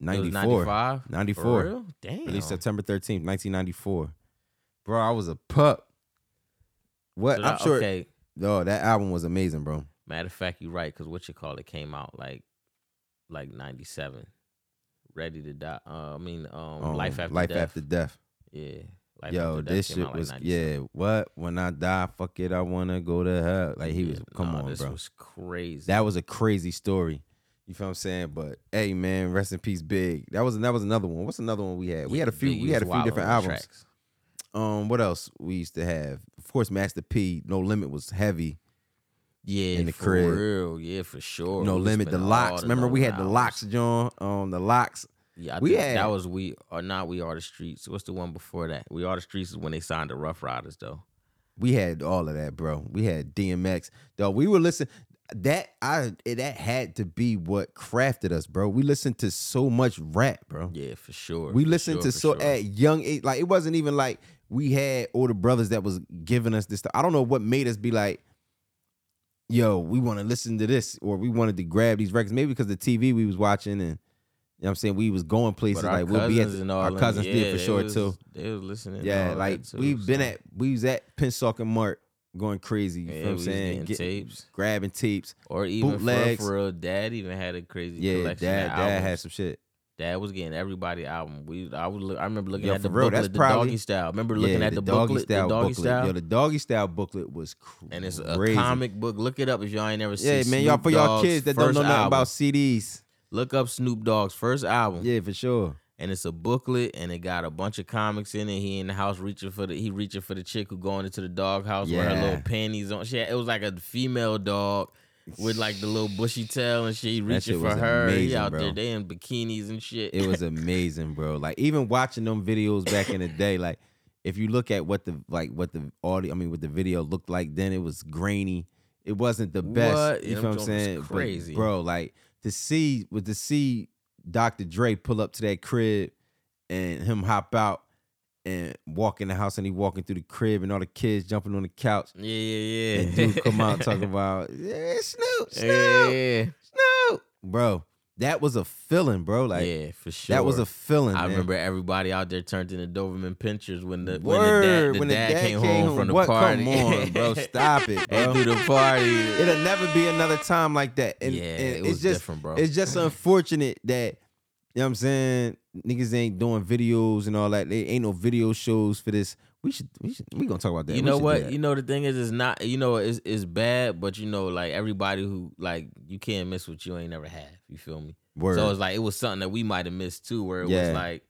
[SPEAKER 2] It was
[SPEAKER 1] 94.
[SPEAKER 2] 95? For
[SPEAKER 1] 94.
[SPEAKER 2] real? Damn.
[SPEAKER 1] Released September 13th, 1994. Bro, I was a pup. What? I'm
[SPEAKER 2] So that-
[SPEAKER 1] sure.
[SPEAKER 2] Okay.
[SPEAKER 1] No, that album was amazing, bro.
[SPEAKER 2] Matter of fact, you're right because what you call it came out like, like '97. Ready to die. Uh, I mean, um,
[SPEAKER 1] Um,
[SPEAKER 2] life after
[SPEAKER 1] Life
[SPEAKER 2] death.
[SPEAKER 1] After Death.
[SPEAKER 2] yeah. Life
[SPEAKER 1] Yo,
[SPEAKER 2] After Death
[SPEAKER 1] this
[SPEAKER 2] came
[SPEAKER 1] shit
[SPEAKER 2] out, like,
[SPEAKER 1] was
[SPEAKER 2] 97.
[SPEAKER 1] yeah. What? When I die, fuck it, I wanna go to hell. Like he was.
[SPEAKER 2] Yeah,
[SPEAKER 1] Come
[SPEAKER 2] nah,
[SPEAKER 1] on,
[SPEAKER 2] this
[SPEAKER 1] bro.
[SPEAKER 2] was crazy.
[SPEAKER 1] That was a crazy story. You feel what I'm saying? But hey, man, rest in peace, Big. That was that was another one. What's another one we had? We had a few.
[SPEAKER 2] Biggie
[SPEAKER 1] we had
[SPEAKER 2] was
[SPEAKER 1] a few
[SPEAKER 2] wild
[SPEAKER 1] different
[SPEAKER 2] on the
[SPEAKER 1] albums.
[SPEAKER 2] tracks.
[SPEAKER 1] Um, what else we used to have? Of course, Master P. No Limit was heavy.
[SPEAKER 2] Yeah,
[SPEAKER 1] in the
[SPEAKER 2] for
[SPEAKER 1] crib.
[SPEAKER 2] real. Yeah, for sure.
[SPEAKER 1] no
[SPEAKER 2] We
[SPEAKER 1] Limit. The
[SPEAKER 2] spent all
[SPEAKER 1] Locks. Remember we
[SPEAKER 2] Lil
[SPEAKER 1] had the
[SPEAKER 2] hours.
[SPEAKER 1] Locks, John. Um, the Locks.
[SPEAKER 2] Yeah, I
[SPEAKER 1] We
[SPEAKER 2] think
[SPEAKER 1] had-
[SPEAKER 2] that was we or not. We are the streets. What's the one before that? We are the streets is when they signed the Rough Riders though.
[SPEAKER 1] We had all of that, bro. We had DMX. Though we were listening. That I that had to be what crafted us, bro. We listened to so much rap, bro.
[SPEAKER 2] Yeah, for sure.
[SPEAKER 1] We
[SPEAKER 2] for
[SPEAKER 1] listened
[SPEAKER 2] sure,
[SPEAKER 1] to
[SPEAKER 2] for
[SPEAKER 1] so
[SPEAKER 2] sure.
[SPEAKER 1] at young age, like it wasn't even like we had older brothers that was giving us this stuff. I don't know what made us be like, yo, we want to listen to this, or we wanted to grab these records. Maybe because the TV we was watching and you know what I'm saying we was going
[SPEAKER 2] But
[SPEAKER 1] places
[SPEAKER 2] our
[SPEAKER 1] like we'll be at
[SPEAKER 2] cousins
[SPEAKER 1] the-
[SPEAKER 2] and all
[SPEAKER 1] our
[SPEAKER 2] them,
[SPEAKER 1] cousins
[SPEAKER 2] yeah,
[SPEAKER 1] did for
[SPEAKER 2] they
[SPEAKER 1] sure
[SPEAKER 2] was-
[SPEAKER 1] too.
[SPEAKER 2] They was listening. and all
[SPEAKER 1] Yeah,
[SPEAKER 2] that,
[SPEAKER 1] like
[SPEAKER 2] too,
[SPEAKER 1] we've been
[SPEAKER 2] so-
[SPEAKER 1] at we was at Pensauk and Mark going crazy. You
[SPEAKER 2] Yeah,
[SPEAKER 1] feel what I'm
[SPEAKER 2] we was
[SPEAKER 1] saying?
[SPEAKER 2] getting
[SPEAKER 1] Getting-
[SPEAKER 2] tapes.
[SPEAKER 1] grabbing tapes.
[SPEAKER 2] or even
[SPEAKER 1] bootlegs.
[SPEAKER 2] for, for real. Dad even had a crazy
[SPEAKER 1] Yeah, dad,
[SPEAKER 2] collection.
[SPEAKER 1] dad
[SPEAKER 2] of albums.
[SPEAKER 1] had some shit.
[SPEAKER 2] Dad was getting everybody album. We I was look, I remember looking
[SPEAKER 1] Yo,
[SPEAKER 2] at the
[SPEAKER 1] for real, that's
[SPEAKER 2] booklet, the
[SPEAKER 1] probably-
[SPEAKER 2] doggy style. Remember looking
[SPEAKER 1] Yeah,
[SPEAKER 2] at the, booklet, the doggy
[SPEAKER 1] booklet.
[SPEAKER 2] style,
[SPEAKER 1] Yo, the doggy style booklet was crazy.
[SPEAKER 2] and it's a comic book. Look it up if y'all ain't never seen.
[SPEAKER 1] Yeah, man, y'all
[SPEAKER 2] Snoop
[SPEAKER 1] for y'all
[SPEAKER 2] Dogg's
[SPEAKER 1] kids that don't
[SPEAKER 2] first
[SPEAKER 1] know nothing
[SPEAKER 2] album.
[SPEAKER 1] about CDs.
[SPEAKER 2] Look up Snoop Dogg's first album.
[SPEAKER 1] Yeah, for sure.
[SPEAKER 2] and it's a booklet and it got a bunch of comics in it. He in the house reaching for the he reaching for the chick who going into the dog house with her
[SPEAKER 1] Yeah.
[SPEAKER 2] little panties on. She had, it was like a female dog with like the little bushy tail and she reaching
[SPEAKER 1] shit
[SPEAKER 2] for
[SPEAKER 1] was
[SPEAKER 2] her. he
[SPEAKER 1] amazing,
[SPEAKER 2] out there
[SPEAKER 1] bro.
[SPEAKER 2] they in bikinis and shit.
[SPEAKER 1] It was amazing, bro. Like even watching them videos back in the day, like if you look at what the like what the audio, I mean what the video looked like then, it was grainy. It wasn't the best.
[SPEAKER 2] What?
[SPEAKER 1] You
[SPEAKER 2] Them
[SPEAKER 1] know what I'm
[SPEAKER 2] joints was
[SPEAKER 1] saying? But,
[SPEAKER 2] crazy.
[SPEAKER 1] bro. Like to see with to see Dr. Dre pull up to that crib and him hop out and walk in the house and he walking through the crib and all the kids jumping on the couch.
[SPEAKER 2] yeah, yeah, yeah.
[SPEAKER 1] And dude come out talking about yeah, Snoop, Snoop.
[SPEAKER 2] yeah, yeah,
[SPEAKER 1] Snoop. Bro, that was a feeling, bro. Like
[SPEAKER 2] yeah, for sure.
[SPEAKER 1] that was a feeling.
[SPEAKER 2] I
[SPEAKER 1] man.
[SPEAKER 2] remember everybody out there turned into Doberman pinchers when the
[SPEAKER 1] Word,
[SPEAKER 2] when the dad, the dad came, home, from the
[SPEAKER 1] what?
[SPEAKER 2] party.
[SPEAKER 1] Come on, bro. Stop it,
[SPEAKER 2] and
[SPEAKER 1] bro.
[SPEAKER 2] through the party.
[SPEAKER 1] It'll never be another time like that. And,
[SPEAKER 2] yeah,
[SPEAKER 1] and
[SPEAKER 2] it
[SPEAKER 1] it's
[SPEAKER 2] was
[SPEAKER 1] just
[SPEAKER 2] different, bro.
[SPEAKER 1] it's just unfortunate that you know what I'm saying, niggas ain't doing videos and all that. They ain't no video shows for this. We should we should we gonna talk about that.
[SPEAKER 2] You
[SPEAKER 1] We
[SPEAKER 2] know
[SPEAKER 1] should do
[SPEAKER 2] what?
[SPEAKER 1] that.
[SPEAKER 2] You know the thing is, it's not. You know, it's it's bad, but you know, like everybody who like you can't miss what you ain't never had. You feel me?
[SPEAKER 1] Word.
[SPEAKER 2] So it's like it was something that we might have missed too, where it
[SPEAKER 1] Yeah.
[SPEAKER 2] was like,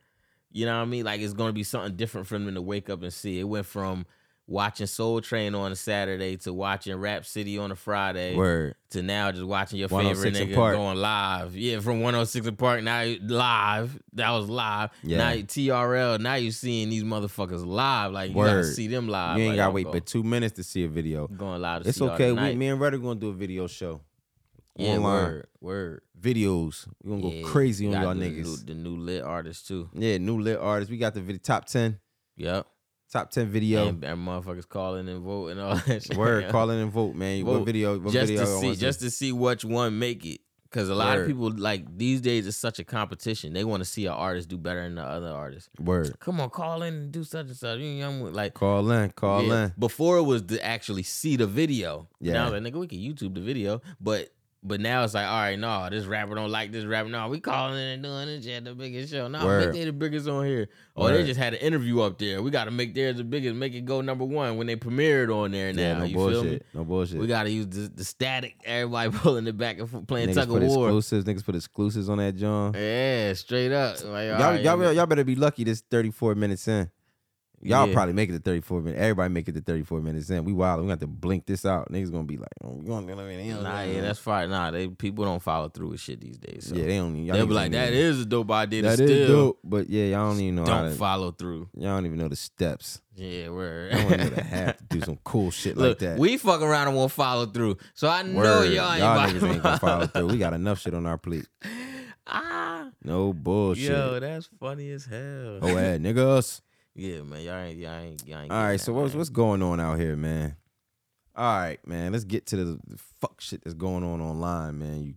[SPEAKER 2] you know what I mean? Like it's gonna be something different for them to wake up and see. It went from watching Soul Train on a Saturday to watching Rap City on a Friday
[SPEAKER 1] Word.
[SPEAKER 2] to now just watching your
[SPEAKER 1] 106
[SPEAKER 2] favorite
[SPEAKER 1] and
[SPEAKER 2] nigga
[SPEAKER 1] Park.
[SPEAKER 2] going live. Yeah, from 106 and Park now you- live. That was live.
[SPEAKER 1] Yeah.
[SPEAKER 2] Now you- TRL. Now you seeing these motherfuckers live. Like you gotta
[SPEAKER 1] Word.
[SPEAKER 2] see them live.
[SPEAKER 1] You ain't
[SPEAKER 2] Like,
[SPEAKER 1] gotta
[SPEAKER 2] I'm
[SPEAKER 1] wait
[SPEAKER 2] going-
[SPEAKER 1] but two minutes to see a video.
[SPEAKER 2] going live. To
[SPEAKER 1] It's
[SPEAKER 2] see y'all
[SPEAKER 1] okay. We,
[SPEAKER 2] tonight.
[SPEAKER 1] me and Red are gonna do a video show.
[SPEAKER 2] yeah,
[SPEAKER 1] online.
[SPEAKER 2] word, word.
[SPEAKER 1] videos. we gonna
[SPEAKER 2] Yeah,
[SPEAKER 1] go crazy on
[SPEAKER 2] gotta
[SPEAKER 1] y'all
[SPEAKER 2] do
[SPEAKER 1] niggas.
[SPEAKER 2] The new, the new lit artists too.
[SPEAKER 1] yeah, new lit artists. We got the video, top 10,
[SPEAKER 2] Yep.
[SPEAKER 1] top 10 video.
[SPEAKER 2] And, and motherfuckers calling and voting all that shit.
[SPEAKER 1] Word,
[SPEAKER 2] Yeah.
[SPEAKER 1] call in and vote, man. What
[SPEAKER 2] Vote.
[SPEAKER 1] video? What
[SPEAKER 2] just
[SPEAKER 1] video?
[SPEAKER 2] to
[SPEAKER 1] y'all
[SPEAKER 2] see,
[SPEAKER 1] wanna
[SPEAKER 2] just to see which one make it. Because a lot
[SPEAKER 1] Word.
[SPEAKER 2] of people like these days it's such a competition. They want to see an artist do better than the other artist.
[SPEAKER 1] Word.
[SPEAKER 2] Come on, call in and do such and such. You young one, like
[SPEAKER 1] Call in, call
[SPEAKER 2] yeah.
[SPEAKER 1] in.
[SPEAKER 2] before it was to actually see the video.
[SPEAKER 1] Yeah.
[SPEAKER 2] Yeah. Now it's like nigga, we can YouTube the video, but but now it's like all right, no, this rapper don't like this rapper. No, we calling in and doing this shit the biggest show. No,
[SPEAKER 1] Word.
[SPEAKER 2] make they the biggest on here. Oh, they
[SPEAKER 1] Word.
[SPEAKER 2] just had an interview up there. We got to make theirs the biggest, make it go number one when they premiered on there. Now
[SPEAKER 1] Yeah, no
[SPEAKER 2] you feel me?
[SPEAKER 1] bullshit. No bullshit.
[SPEAKER 2] We gotta use the, the static. Everybody pulling it back and f- playing
[SPEAKER 1] niggas
[SPEAKER 2] tug
[SPEAKER 1] put
[SPEAKER 2] of war.
[SPEAKER 1] exclusives. Niggas put exclusives on that John.
[SPEAKER 2] Yeah, straight up. Like, all
[SPEAKER 1] y'all,
[SPEAKER 2] right,
[SPEAKER 1] y'all, y'all better be lucky. This thirty four minutes in. Y'all
[SPEAKER 2] Yeah.
[SPEAKER 1] probably make it to thirty four minutes. Everybody make it to thirty four minutes in. We wild. We got to blink this out. Niggas gonna be like, oh, we gonna
[SPEAKER 2] Nah, yeah, that's fine. Nah, they people don't follow through with shit these days. So.
[SPEAKER 1] yeah. They don't. Y'all
[SPEAKER 2] They'll
[SPEAKER 1] niggas
[SPEAKER 2] be like,
[SPEAKER 1] don't
[SPEAKER 2] that
[SPEAKER 1] even-
[SPEAKER 2] is a dope idea. to
[SPEAKER 1] that
[SPEAKER 2] still
[SPEAKER 1] is dope. But yeah, y'all don't even know. how
[SPEAKER 2] Don't
[SPEAKER 1] to,
[SPEAKER 2] follow through.
[SPEAKER 1] y'all don't even know the steps.
[SPEAKER 2] Yeah, we're
[SPEAKER 1] I don't even have to do some cool shit
[SPEAKER 2] Look,
[SPEAKER 1] like that.
[SPEAKER 2] we fuck around and won't follow through. So I know
[SPEAKER 1] Word.
[SPEAKER 2] y'all ain't, about to
[SPEAKER 1] niggas ain't gonna follow through. We got enough shit on our plate.
[SPEAKER 2] Ah,
[SPEAKER 1] No bullshit.
[SPEAKER 2] yo, that's funny as hell.
[SPEAKER 1] Oh, hey, niggas.
[SPEAKER 2] Yeah, man, y'all ain't, y'all ain't, y'all ain't.
[SPEAKER 1] All
[SPEAKER 2] getting
[SPEAKER 1] right,
[SPEAKER 2] that,
[SPEAKER 1] so what's
[SPEAKER 2] man.
[SPEAKER 1] what's going on out here, man? All right, man, let's get to the, the fuck shit that's going on online, man. You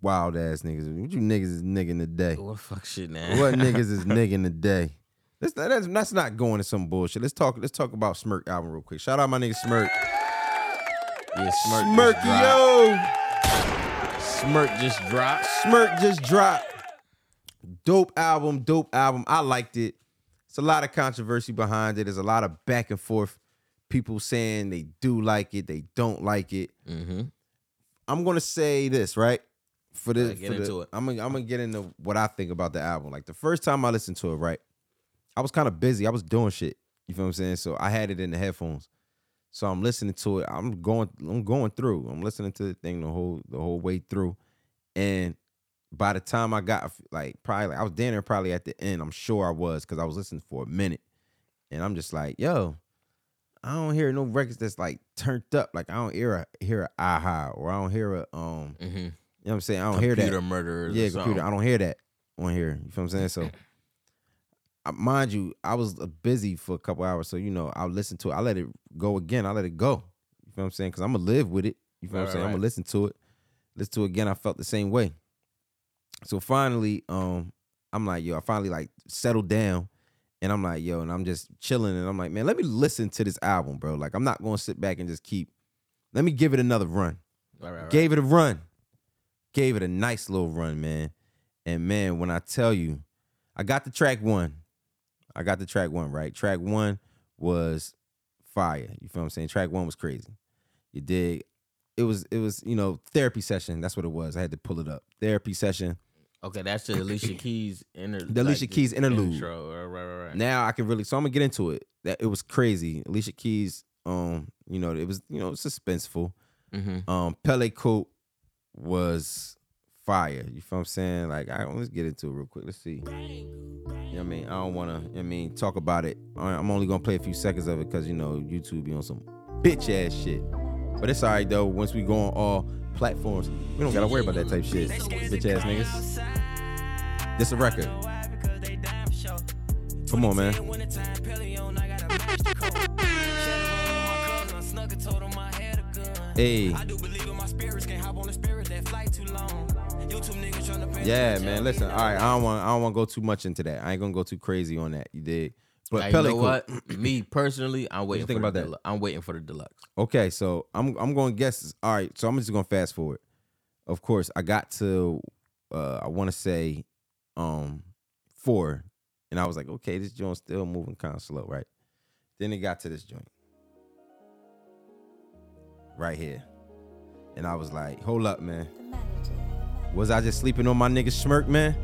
[SPEAKER 1] wild ass niggas. What you niggas is nigging today?
[SPEAKER 2] what fuck shit now?
[SPEAKER 1] What niggas is nigging today? Let's not- that's, that's not going to some bullshit. Let's talk. Let's talk about Smirk album real quick. Shout out my nigga Smirk.
[SPEAKER 2] Yeah, smirk.
[SPEAKER 1] Smirk
[SPEAKER 2] just dropped.
[SPEAKER 1] yo,
[SPEAKER 2] smirk just dropped.
[SPEAKER 1] Smirk just dropped. Dope album, dope album. I liked it. It's a lot of controversy behind it. There's a lot of back and forth. People saying they do like it, they don't like it.
[SPEAKER 2] Mm-hmm.
[SPEAKER 1] I'm gonna say this right for this.
[SPEAKER 2] Alright, get
[SPEAKER 1] for the-
[SPEAKER 2] into it.
[SPEAKER 1] I'm gonna, I'm gonna get into what I think about the album. Like the first time I listened to it, right, I was kind of busy. I was doing shit. You feel what I'm saying? So I had it in the headphones. So I'm listening to it. I'm going. I'm going through. I'm listening to the thing the whole the whole way through, and by the time I got like probably I was down there probably at the end. I'm sure I was because I was listening for a minute, and I'm just like, yo, I don't hear no records that's like turned up. Like I don't hear a hear a aha or I don't hear a um.
[SPEAKER 2] Mm-hmm.
[SPEAKER 1] You know what I'm saying? I don't
[SPEAKER 2] Computer
[SPEAKER 1] hear that.
[SPEAKER 2] murderers.
[SPEAKER 1] Yeah,
[SPEAKER 2] or
[SPEAKER 1] computer. I
[SPEAKER 2] something.
[SPEAKER 1] don't hear that on here. You feel what I'm saying? So, I, mind you, I was uh, busy for a couple hours, so you know, I listened to it. I let it go again. I let it go. You feel what I'm saying? Because I'm gonna live with it. You feel what
[SPEAKER 2] Right,
[SPEAKER 1] I'm saying?
[SPEAKER 2] right,
[SPEAKER 1] I'm
[SPEAKER 2] right.
[SPEAKER 1] gonna listen to it. Listen to it again. I felt the same way. So finally, um, I'm like, yo, I finally like settled down, and I'm like, yo, and I'm just chilling, and I'm like, man, let me listen to this album, bro. Like, I'm not gonna sit back and just keep. Let me give it another run.
[SPEAKER 2] Right, right, right.
[SPEAKER 1] Gave it a run. Gave it a nice little run, man. And man, when I tell you, I got the track one. I got the track one, right? Track one was fire. You feel what I'm saying? Track one was crazy. You dig? It was, it was, you know, therapy session. That's what it was. I had to pull it up. Therapy session.
[SPEAKER 2] Okay, that's the Alicia Keys inter.
[SPEAKER 1] The Alicia Keys interlude.
[SPEAKER 2] Intro. Right, right, right.
[SPEAKER 1] Now I can really so I'm gonna get into it. That it was crazy. Alicia Keys, um, you know, it was, you know, suspenseful.
[SPEAKER 2] mm-hmm.
[SPEAKER 1] Um, Pele Coop was fire. You feel what I'm saying? Like, I let's get into it real quick. Let's see. You know what I mean? I don't wanna, you know what I mean, talk about it. I- I'm only gonna play a few seconds of it because you know YouTube be on some bitch ass shit. But it's alright though. Once we go on all platforms, we don't gotta worry about that type shit. Bitch ass niggas. This a record. Come on, man. Hey. Yeah, man. Listen, all right. I don't want. I don't want to go too much into that. I ain't gonna go too crazy on that. You dig? But
[SPEAKER 2] Like,
[SPEAKER 1] Pele
[SPEAKER 2] you know
[SPEAKER 1] Cool.
[SPEAKER 2] what? Me personally, I'm waiting
[SPEAKER 1] think
[SPEAKER 2] for
[SPEAKER 1] about
[SPEAKER 2] the
[SPEAKER 1] that?
[SPEAKER 2] delu- I'm waiting for the deluxe.
[SPEAKER 1] Okay, so I'm I'm going to guess. All right, so I'm just going to fast forward. Of course, I got to uh I want to say um 4 and I was like, "Okay, this joint's still moving kind of slow, right?" Then it got to this joint. Right here. And I was like, "Hold up, man. Was I just sleeping on my nigga Smirk, man?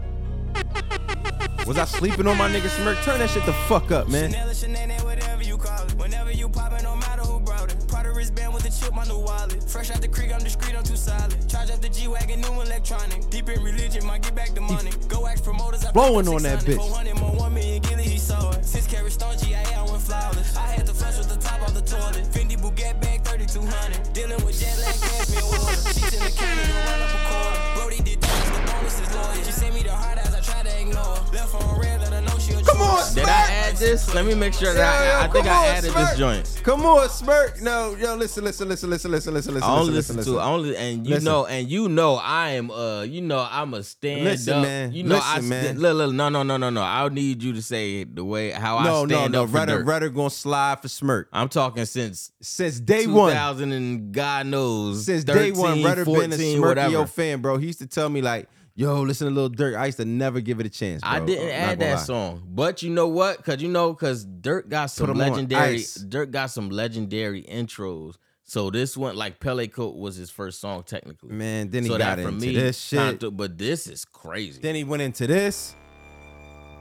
[SPEAKER 1] Was I sleeping on my nigga Smirk? Turn that shit the fuck up, man."
[SPEAKER 4] Chanel, Chanel, whatever you call it. Whenever you pop it, no matter who brought it. Prada wristband with the chip, my new wallet. Fresh out the creek, I'm discreet, I'm too solid. Charge up the G wagon, new electronic. Deep in religion, might get back the money. Go ask promoters, I
[SPEAKER 1] Blowing on that bitch.
[SPEAKER 4] 400 more, 1 million gilly, he saw it. Six carat stone, GIA, I went flawless. I had to flush with the top off the toilet. Fendi Bugatti bag, 3200. Dealing with jet lag, cash me a water. She's in the county, don't run up a quarter. Brody did damage, the bonus is lawyer. She sent me the hard eyes, I try to ignore. her. Left on red, let her know she a Come
[SPEAKER 1] on,
[SPEAKER 2] Did I add this? Let me make sure that
[SPEAKER 1] Yo, yo,
[SPEAKER 2] I, I think
[SPEAKER 1] come
[SPEAKER 2] I
[SPEAKER 1] on,
[SPEAKER 2] added
[SPEAKER 1] Smirk.
[SPEAKER 2] this joint.
[SPEAKER 1] Come on, Smirk. No, yo, listen, listen, listen, listen, listen, listen, listen.
[SPEAKER 2] I only
[SPEAKER 1] listen,
[SPEAKER 2] listen, to I only and you
[SPEAKER 1] Listen.
[SPEAKER 2] know and you know I am uh you know I'm a stand
[SPEAKER 1] Listen,
[SPEAKER 2] up
[SPEAKER 1] man.
[SPEAKER 2] you know I
[SPEAKER 1] Listen, man.
[SPEAKER 2] stand, look, look, no no no no no I'll need you to say it the way
[SPEAKER 1] No,
[SPEAKER 2] how I
[SPEAKER 1] no,
[SPEAKER 2] stand
[SPEAKER 1] no.
[SPEAKER 2] up for Uh,
[SPEAKER 1] Rudder,
[SPEAKER 2] Dirk.
[SPEAKER 1] Rudder gonna slide for Smirk
[SPEAKER 2] I'm talking since
[SPEAKER 1] since day one.
[SPEAKER 2] 2000 and God knows
[SPEAKER 1] Since
[SPEAKER 2] 13,
[SPEAKER 1] day one, Rudder
[SPEAKER 2] 14,
[SPEAKER 1] been a Smirkio
[SPEAKER 2] whatever.
[SPEAKER 1] fan, bro. He used to tell me like, "Yo, listen to Lil Dirk." I used to never give it a chance. Bro.
[SPEAKER 2] I didn't
[SPEAKER 1] Not
[SPEAKER 2] add
[SPEAKER 1] gonna
[SPEAKER 2] that
[SPEAKER 1] lie.
[SPEAKER 2] song, but you know what? Cause you know, cause Dirk got some
[SPEAKER 1] 'em on
[SPEAKER 2] legendary.
[SPEAKER 1] ice.
[SPEAKER 2] Dirk got some legendary intros. So this one, like Pele Coat, was his first song technically.
[SPEAKER 1] Man, then he
[SPEAKER 2] so
[SPEAKER 1] got into this
[SPEAKER 2] time
[SPEAKER 1] shit.
[SPEAKER 2] to- but this is crazy.
[SPEAKER 1] Then he went into this,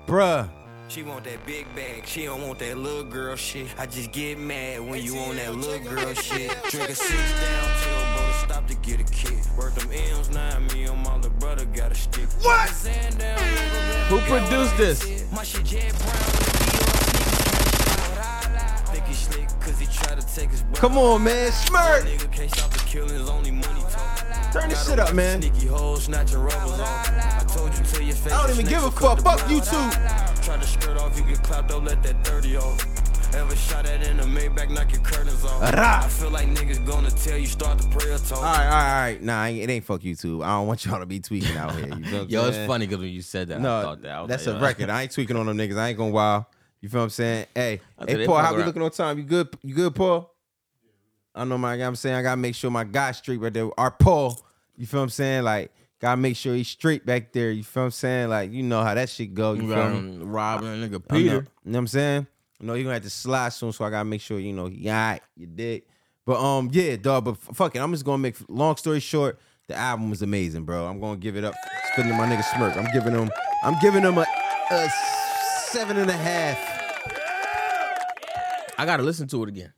[SPEAKER 1] bruh.
[SPEAKER 4] She want that big bag, she don't want that little girl shit. I just get mad when you on that little girl shit. Drink a six down, tell bro to stop to get a kick. Work them M's, nine me and my little brother got a stick. What? Who
[SPEAKER 2] Who produced this?
[SPEAKER 4] My shit Jed Brown. Think he slick 'cause he try to take his
[SPEAKER 1] Come on, man, Smirk.
[SPEAKER 4] Nigga can't stop the killings, only money talk.
[SPEAKER 1] Turn this shit up, man.
[SPEAKER 4] Sneaky hoes, snatching rubbers off. I told you to your face.
[SPEAKER 1] I don't even give a fuck. Fuck you too.
[SPEAKER 4] Try to skirt off, you get clapped up, let that 30 off. Ever shot at in a Maybach, knock your curtains off.
[SPEAKER 1] Rah. Uh,
[SPEAKER 4] I feel like niggas gonna tell you start the prayer talk.
[SPEAKER 1] All right, all right, all right. Nah, I ain't- it ain't fuck YouTube. I don't want y'all to be tweaking out here. You know what I'm
[SPEAKER 2] Yo, it's
[SPEAKER 1] saying?
[SPEAKER 2] funny because when you said that, I thought that. I was
[SPEAKER 1] that's
[SPEAKER 2] like,
[SPEAKER 1] a
[SPEAKER 2] yo,
[SPEAKER 1] record. I ain't tweaking on them niggas. I ain't gonna wow. You feel what I'm saying? Hey,
[SPEAKER 2] I said
[SPEAKER 1] hey,
[SPEAKER 2] they
[SPEAKER 1] Paul,
[SPEAKER 2] fuck
[SPEAKER 1] how we
[SPEAKER 2] around.
[SPEAKER 1] looking on time? You good? You good, Paul? I know my. I'm saying I gotta make sure my guy straight right there. Our Paul. You feel what I'm saying? Like gotta make sure he's straight back there. You feel what I'm saying? Like you know how that shit go. You
[SPEAKER 2] You
[SPEAKER 1] feel
[SPEAKER 2] got
[SPEAKER 1] me?
[SPEAKER 2] him robbing a nigga
[SPEAKER 1] I know.
[SPEAKER 2] Peter.
[SPEAKER 1] You know what I'm saying? No, you're gonna have to slide soon, so I gotta make sure you know he all right, you dick. But um, yeah, dog. But f- fuck it, I'm just gonna make long story short. The album was amazing, bro. I'm gonna give it up. Spitting to my nigga Smirk. I'm giving him. I'm giving him a, a seven and a half.
[SPEAKER 2] I gotta listen to it again.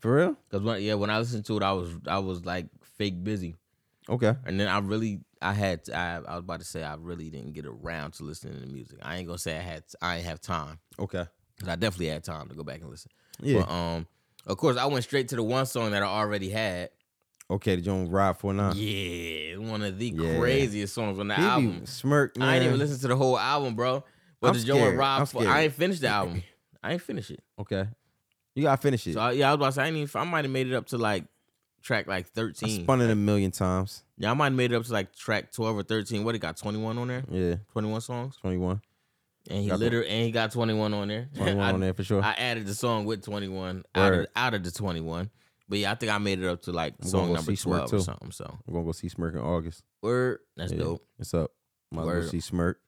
[SPEAKER 1] For real?
[SPEAKER 2] Cause when, yeah, when I listened to it, I was I was like fake busy.
[SPEAKER 1] Okay.
[SPEAKER 2] And then I really, I had, to, I, I was about to say, I really didn't get around to listening to music. I ain't gonna say I had, I ain't have time,
[SPEAKER 1] Okay.
[SPEAKER 2] because I definitely had time to go back and listen.
[SPEAKER 1] Yeah.
[SPEAKER 2] But, um, of course, I went straight to the one song that I already had.
[SPEAKER 1] Okay. The joint Ride Four Nine.
[SPEAKER 2] Yeah, one of the
[SPEAKER 1] Yeah.
[SPEAKER 2] craziest songs on the
[SPEAKER 1] He
[SPEAKER 2] album.
[SPEAKER 1] be Smirk. Man.
[SPEAKER 2] I ain't even listen to the whole album, bro.
[SPEAKER 1] I'm
[SPEAKER 2] But the joint
[SPEAKER 1] scared.
[SPEAKER 2] with
[SPEAKER 1] I'm
[SPEAKER 2] Rob, Fo-
[SPEAKER 1] scared.
[SPEAKER 2] I ain't finished the album. I ain't finished it.
[SPEAKER 1] Okay. You gotta finish it.
[SPEAKER 2] So I, yeah, I was about to say, I, ain't even, I might have made it up to like track like
[SPEAKER 1] I
[SPEAKER 2] thirteen.
[SPEAKER 1] spun it a million times.
[SPEAKER 2] yeah, I might have made it up to like track twelve or thirteen. What it got twenty one on there?
[SPEAKER 1] Yeah.
[SPEAKER 2] Twenty one songs.
[SPEAKER 1] Twenty one.
[SPEAKER 2] And he
[SPEAKER 1] Got the-
[SPEAKER 2] literally and he got 21 on there.
[SPEAKER 1] Twenty one
[SPEAKER 2] I,
[SPEAKER 1] on there for sure.
[SPEAKER 2] I added the song with 21 out of,
[SPEAKER 1] Word.
[SPEAKER 2] out of the 21. But yeah, I think I made it up to like
[SPEAKER 1] I'm gonna
[SPEAKER 2] song
[SPEAKER 1] go
[SPEAKER 2] number
[SPEAKER 1] see Smirk
[SPEAKER 2] 12 or
[SPEAKER 1] too.
[SPEAKER 2] something. So
[SPEAKER 1] I'm gonna go see Smirk in August.
[SPEAKER 2] word, that's
[SPEAKER 1] Yeah.
[SPEAKER 2] dope.
[SPEAKER 1] What's up? My
[SPEAKER 2] Word.
[SPEAKER 1] little see Smirk.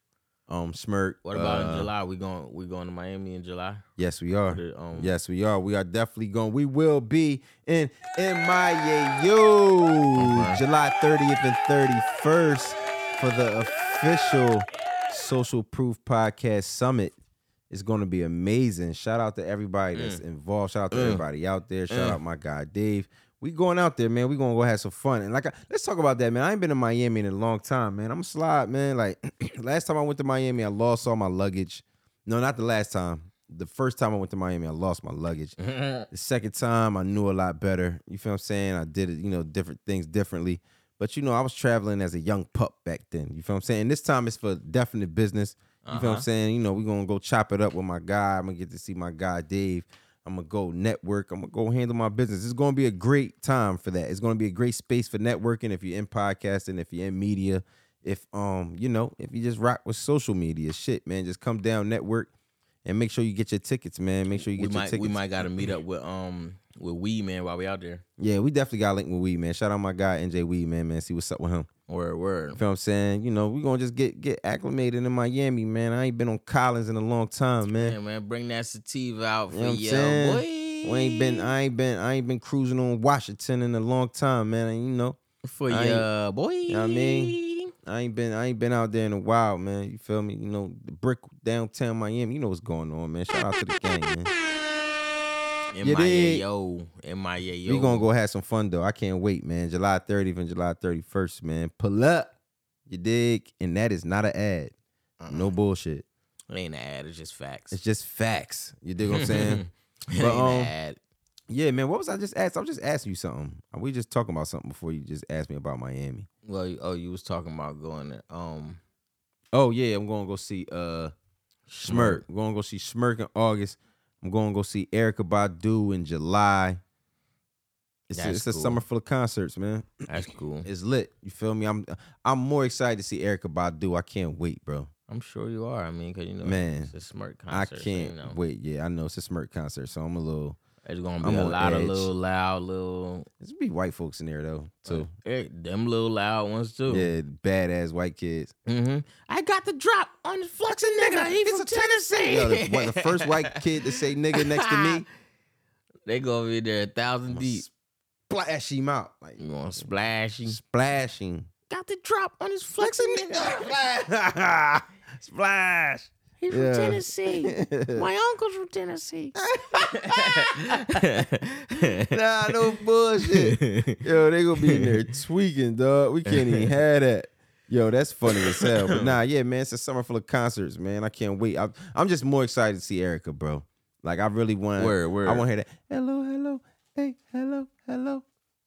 [SPEAKER 1] Um, Smirk.
[SPEAKER 2] What about
[SPEAKER 1] uh,
[SPEAKER 2] in July? We going we going to Miami in July?
[SPEAKER 1] Yes, we are.
[SPEAKER 2] The, um,
[SPEAKER 1] Yes, we are. We are definitely going. We will be in MIAU
[SPEAKER 2] Okay.
[SPEAKER 1] July 30th and 31st for the official Social Proof Podcast Summit. It's going to be amazing. Shout out to everybody that's involved. Shout out to
[SPEAKER 2] Mm.
[SPEAKER 1] everybody out there. Shout out my guy Dave. We going out there, man. We gonna go have some fun. And like, I, let's talk about that, man. I ain't been to Miami in a long time, man. I'm slide, man. Like, last time I went to Miami, I lost all my luggage. No, not the last time. The first time I went to Miami, I lost my luggage. the second time, I knew a lot better. You feel what I'm saying? I did it, you know, different things differently. But you know, I was traveling as a young pup back then. You feel what I'm saying? This time it's for definite business. You feel what I'm
[SPEAKER 2] Uh-huh.
[SPEAKER 1] saying? You know, we're gonna go chop it up with my guy. I'm gonna get to see my guy Dave. I'm gonna go network. I'm gonna go handle my business. It's gonna be a great time for that. It's gonna be a great space for networking if you're in podcasting, if you're in media, if um, you know, if you just rock with social media. Shit, man. Just come down, network, and make sure you get your tickets, man. Make sure you
[SPEAKER 2] we
[SPEAKER 1] get your
[SPEAKER 2] might
[SPEAKER 1] tickets.
[SPEAKER 2] we might gotta meet up with um with Wee Man while we out there.
[SPEAKER 1] Yeah, we definitely got linked with Weed, man. Shout out my guy NJ Weed, man, man. See what's up with him.
[SPEAKER 2] Word word.
[SPEAKER 1] You feel what I'm saying? You know, we gonna just get get acclimated in Miami, man. I ain't been on Collins in a long time, man.
[SPEAKER 2] Yeah, man, bring that sativa out for
[SPEAKER 1] You know what I'm
[SPEAKER 2] your
[SPEAKER 1] saying?
[SPEAKER 2] boy.
[SPEAKER 1] We ain't been, uh, I ain't been, I ain't been cruising on Washington in a long time, man. And you know,
[SPEAKER 2] for
[SPEAKER 1] I ain't-
[SPEAKER 2] your boy.
[SPEAKER 1] know what I mean? I ain't been, I ain't been out there in a while, man. You feel me? You know, the brick downtown Miami. You know what's going on, man. Shout out to the gang, man.
[SPEAKER 2] In
[SPEAKER 1] You
[SPEAKER 2] my
[SPEAKER 1] dig?
[SPEAKER 2] yo, in my yo.
[SPEAKER 1] We gonna go have some fun though. I can't wait, man. July 30th and July 31st, man. Pull up, you dig? And that is not an ad. No bullshit.
[SPEAKER 2] Uh-uh. It ain't an ad. It's just facts.
[SPEAKER 1] It's just facts. You dig what I'm saying?
[SPEAKER 2] It
[SPEAKER 1] But,
[SPEAKER 2] ain't an
[SPEAKER 1] um,
[SPEAKER 2] ad.
[SPEAKER 1] yeah, man. What was I just asked? I was just asking you something. Uh, We just talking about something before you just asked me about Miami.
[SPEAKER 2] Well, you- oh, you was talking about going there. Um,
[SPEAKER 1] Oh yeah, I'm gonna go see uh Smirk. We're gonna go see Smirk in August. I'm going to go see Erica Badu in July. It's, a,
[SPEAKER 2] That's
[SPEAKER 1] it's a
[SPEAKER 2] cool. Mm-hmm.
[SPEAKER 1] summer full of concerts, man.
[SPEAKER 2] That's cool.
[SPEAKER 1] It's lit. You feel me? I'm I'm more excited to see Erica Badu. I can't wait, bro.
[SPEAKER 2] I'm sure you are. I mean, cause you know,
[SPEAKER 1] Man,
[SPEAKER 2] it's a smart
[SPEAKER 1] I
[SPEAKER 2] concert. so, you
[SPEAKER 1] can't
[SPEAKER 2] know,
[SPEAKER 1] wait. Yeah, I know it's a Smirk concert, so I'm a little.
[SPEAKER 2] It's gonna be
[SPEAKER 1] I'm
[SPEAKER 2] a
[SPEAKER 1] on
[SPEAKER 2] lot
[SPEAKER 1] edge.
[SPEAKER 2] of little loud, little
[SPEAKER 1] It's be white folks in there though, too.
[SPEAKER 2] eh, them little loud ones too.
[SPEAKER 1] Yeah, badass white kids.
[SPEAKER 2] Mm-hmm. I got the drop on the flexing nigga. He's from Tennessee.
[SPEAKER 1] Yo, the, what, the first white kid to say nigga next to me,
[SPEAKER 2] they gonna be there a thousand
[SPEAKER 1] I'ma
[SPEAKER 2] deep.
[SPEAKER 1] splash him out like
[SPEAKER 2] You gonna splash? him.
[SPEAKER 1] splashing.
[SPEAKER 2] Got the drop on his flexing nigga.
[SPEAKER 1] Splash.
[SPEAKER 2] He's
[SPEAKER 1] from Yeah.
[SPEAKER 2] Tennessee. My uncle's from Tennessee.
[SPEAKER 1] nah, no bullshit. Yo, they gonna be in there tweaking, dog. We can't even have that. Yo, that's funny as hell. But nah, yeah, man, it's a summer full of concerts, man. I can't wait. I, I'm just more excited to see Erica, bro. Like I really want.
[SPEAKER 2] Word, word.
[SPEAKER 1] I want to hear that. Hello, hello, hey, hello, hello,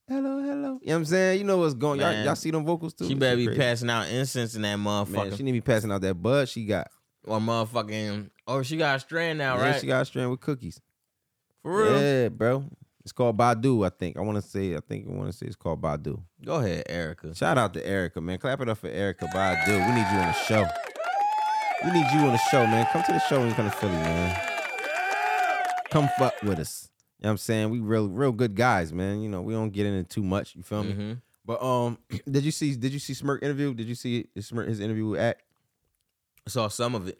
[SPEAKER 1] hello, hello. You know what I'm saying? You know what's going. Y'all,
[SPEAKER 2] Man.
[SPEAKER 1] y'all see them vocals too?
[SPEAKER 2] She
[SPEAKER 1] Shit
[SPEAKER 2] better be
[SPEAKER 1] crazy.
[SPEAKER 2] passing out incense in that
[SPEAKER 1] Man,
[SPEAKER 2] motherfucker.
[SPEAKER 1] she need to be passing out that bud she got.
[SPEAKER 2] or motherfucking. Oh, she got a strand now,
[SPEAKER 1] yeah,
[SPEAKER 2] right?
[SPEAKER 1] she got a strand with cookies.
[SPEAKER 2] For real.
[SPEAKER 1] Yeah, bro. It's called Badu, I think. I want to say. I think I want to say it's called Badu.
[SPEAKER 2] Go ahead, Erica.
[SPEAKER 1] Shout out to Erica, man. Clap it up for Erica Badu. We need you on the show. We need you on the show, man. Come to the show when you come to Philly, man. Come fuck with us. You know what I'm saying? We real real good guys, man. You know, we don't get into too much. You feel me?
[SPEAKER 2] hmm
[SPEAKER 1] But um, did you see did you see Smirk interview? Did you see Smirk his interview with Act?
[SPEAKER 2] I saw some of it.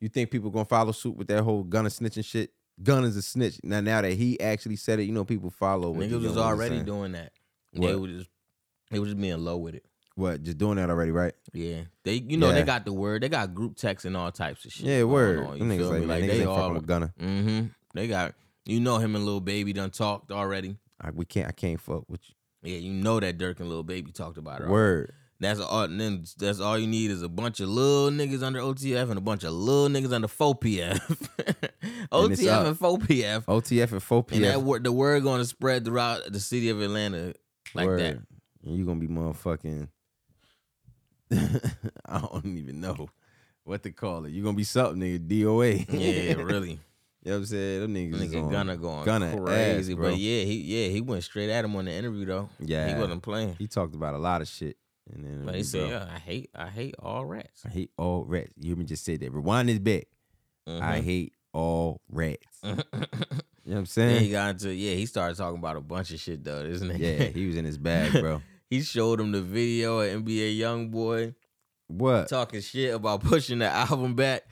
[SPEAKER 1] You think people gonna follow suit with that whole gunner snitching shit? Gun is a snitch. Now now that he actually said it, you know, people follow what the
[SPEAKER 2] Niggas
[SPEAKER 1] young
[SPEAKER 2] was
[SPEAKER 1] one
[SPEAKER 2] already
[SPEAKER 1] saying.
[SPEAKER 2] doing that.
[SPEAKER 1] What?
[SPEAKER 2] They was just, they was just being low with it.
[SPEAKER 1] what, just doing that already, right?
[SPEAKER 2] Yeah, they you know
[SPEAKER 1] Yeah.
[SPEAKER 2] they got the word. They got group text and all types of shit.
[SPEAKER 1] Yeah,
[SPEAKER 2] going
[SPEAKER 1] word.
[SPEAKER 2] on, you
[SPEAKER 1] Them niggas
[SPEAKER 2] feel
[SPEAKER 1] like,
[SPEAKER 2] me?
[SPEAKER 1] man, niggas
[SPEAKER 2] they
[SPEAKER 1] ain't
[SPEAKER 2] all.
[SPEAKER 1] fucking with gunner.
[SPEAKER 2] Mm-hmm. They got you know him and little baby done talked already.
[SPEAKER 1] I, we can't I can't fuck with you.
[SPEAKER 2] Yeah, you know that Dirk and little baby talked about it.
[SPEAKER 1] Word.
[SPEAKER 2] That's all. and Then that's all you need is a bunch of little niggas under OTF and a bunch of little niggas under 4PF.
[SPEAKER 1] it's
[SPEAKER 2] OTF
[SPEAKER 1] up.
[SPEAKER 2] and 4PF.
[SPEAKER 1] OTF and 4
[SPEAKER 2] And that
[SPEAKER 1] PF.
[SPEAKER 2] word, the word going to spread throughout the city of Atlanta like
[SPEAKER 1] word.
[SPEAKER 2] that.
[SPEAKER 1] And you gonna be motherfucking. I don't even know what to call it. You gonna be something, nigga. DOA.
[SPEAKER 2] Yeah, really.
[SPEAKER 1] you know what I'm saying? Them niggas is
[SPEAKER 2] Nigga
[SPEAKER 1] on.
[SPEAKER 2] Gunna going
[SPEAKER 1] Gunna ass,
[SPEAKER 2] crazy,
[SPEAKER 1] bro.
[SPEAKER 2] but yeah, he yeah he went straight at him on the interview though.
[SPEAKER 1] Yeah.
[SPEAKER 2] he wasn't playing.
[SPEAKER 1] He talked about a lot of shit. And then
[SPEAKER 2] But he said, yeah, I hate I hate all rats.
[SPEAKER 1] I hate all rats. You hear me just say that. Rewind this back.
[SPEAKER 2] Uh-huh.
[SPEAKER 1] I hate all rats. you
[SPEAKER 2] Mhm.
[SPEAKER 1] know what I'm
[SPEAKER 2] Mm-hmm. Then he
[SPEAKER 1] saying?
[SPEAKER 2] got into yeah. He started talking about a bunch of shit though, isn't it?
[SPEAKER 1] yeah, he was in his bag, bro.
[SPEAKER 2] he showed him the video of NBA YoungBoy
[SPEAKER 1] What?
[SPEAKER 2] talking shit about pushing the album back.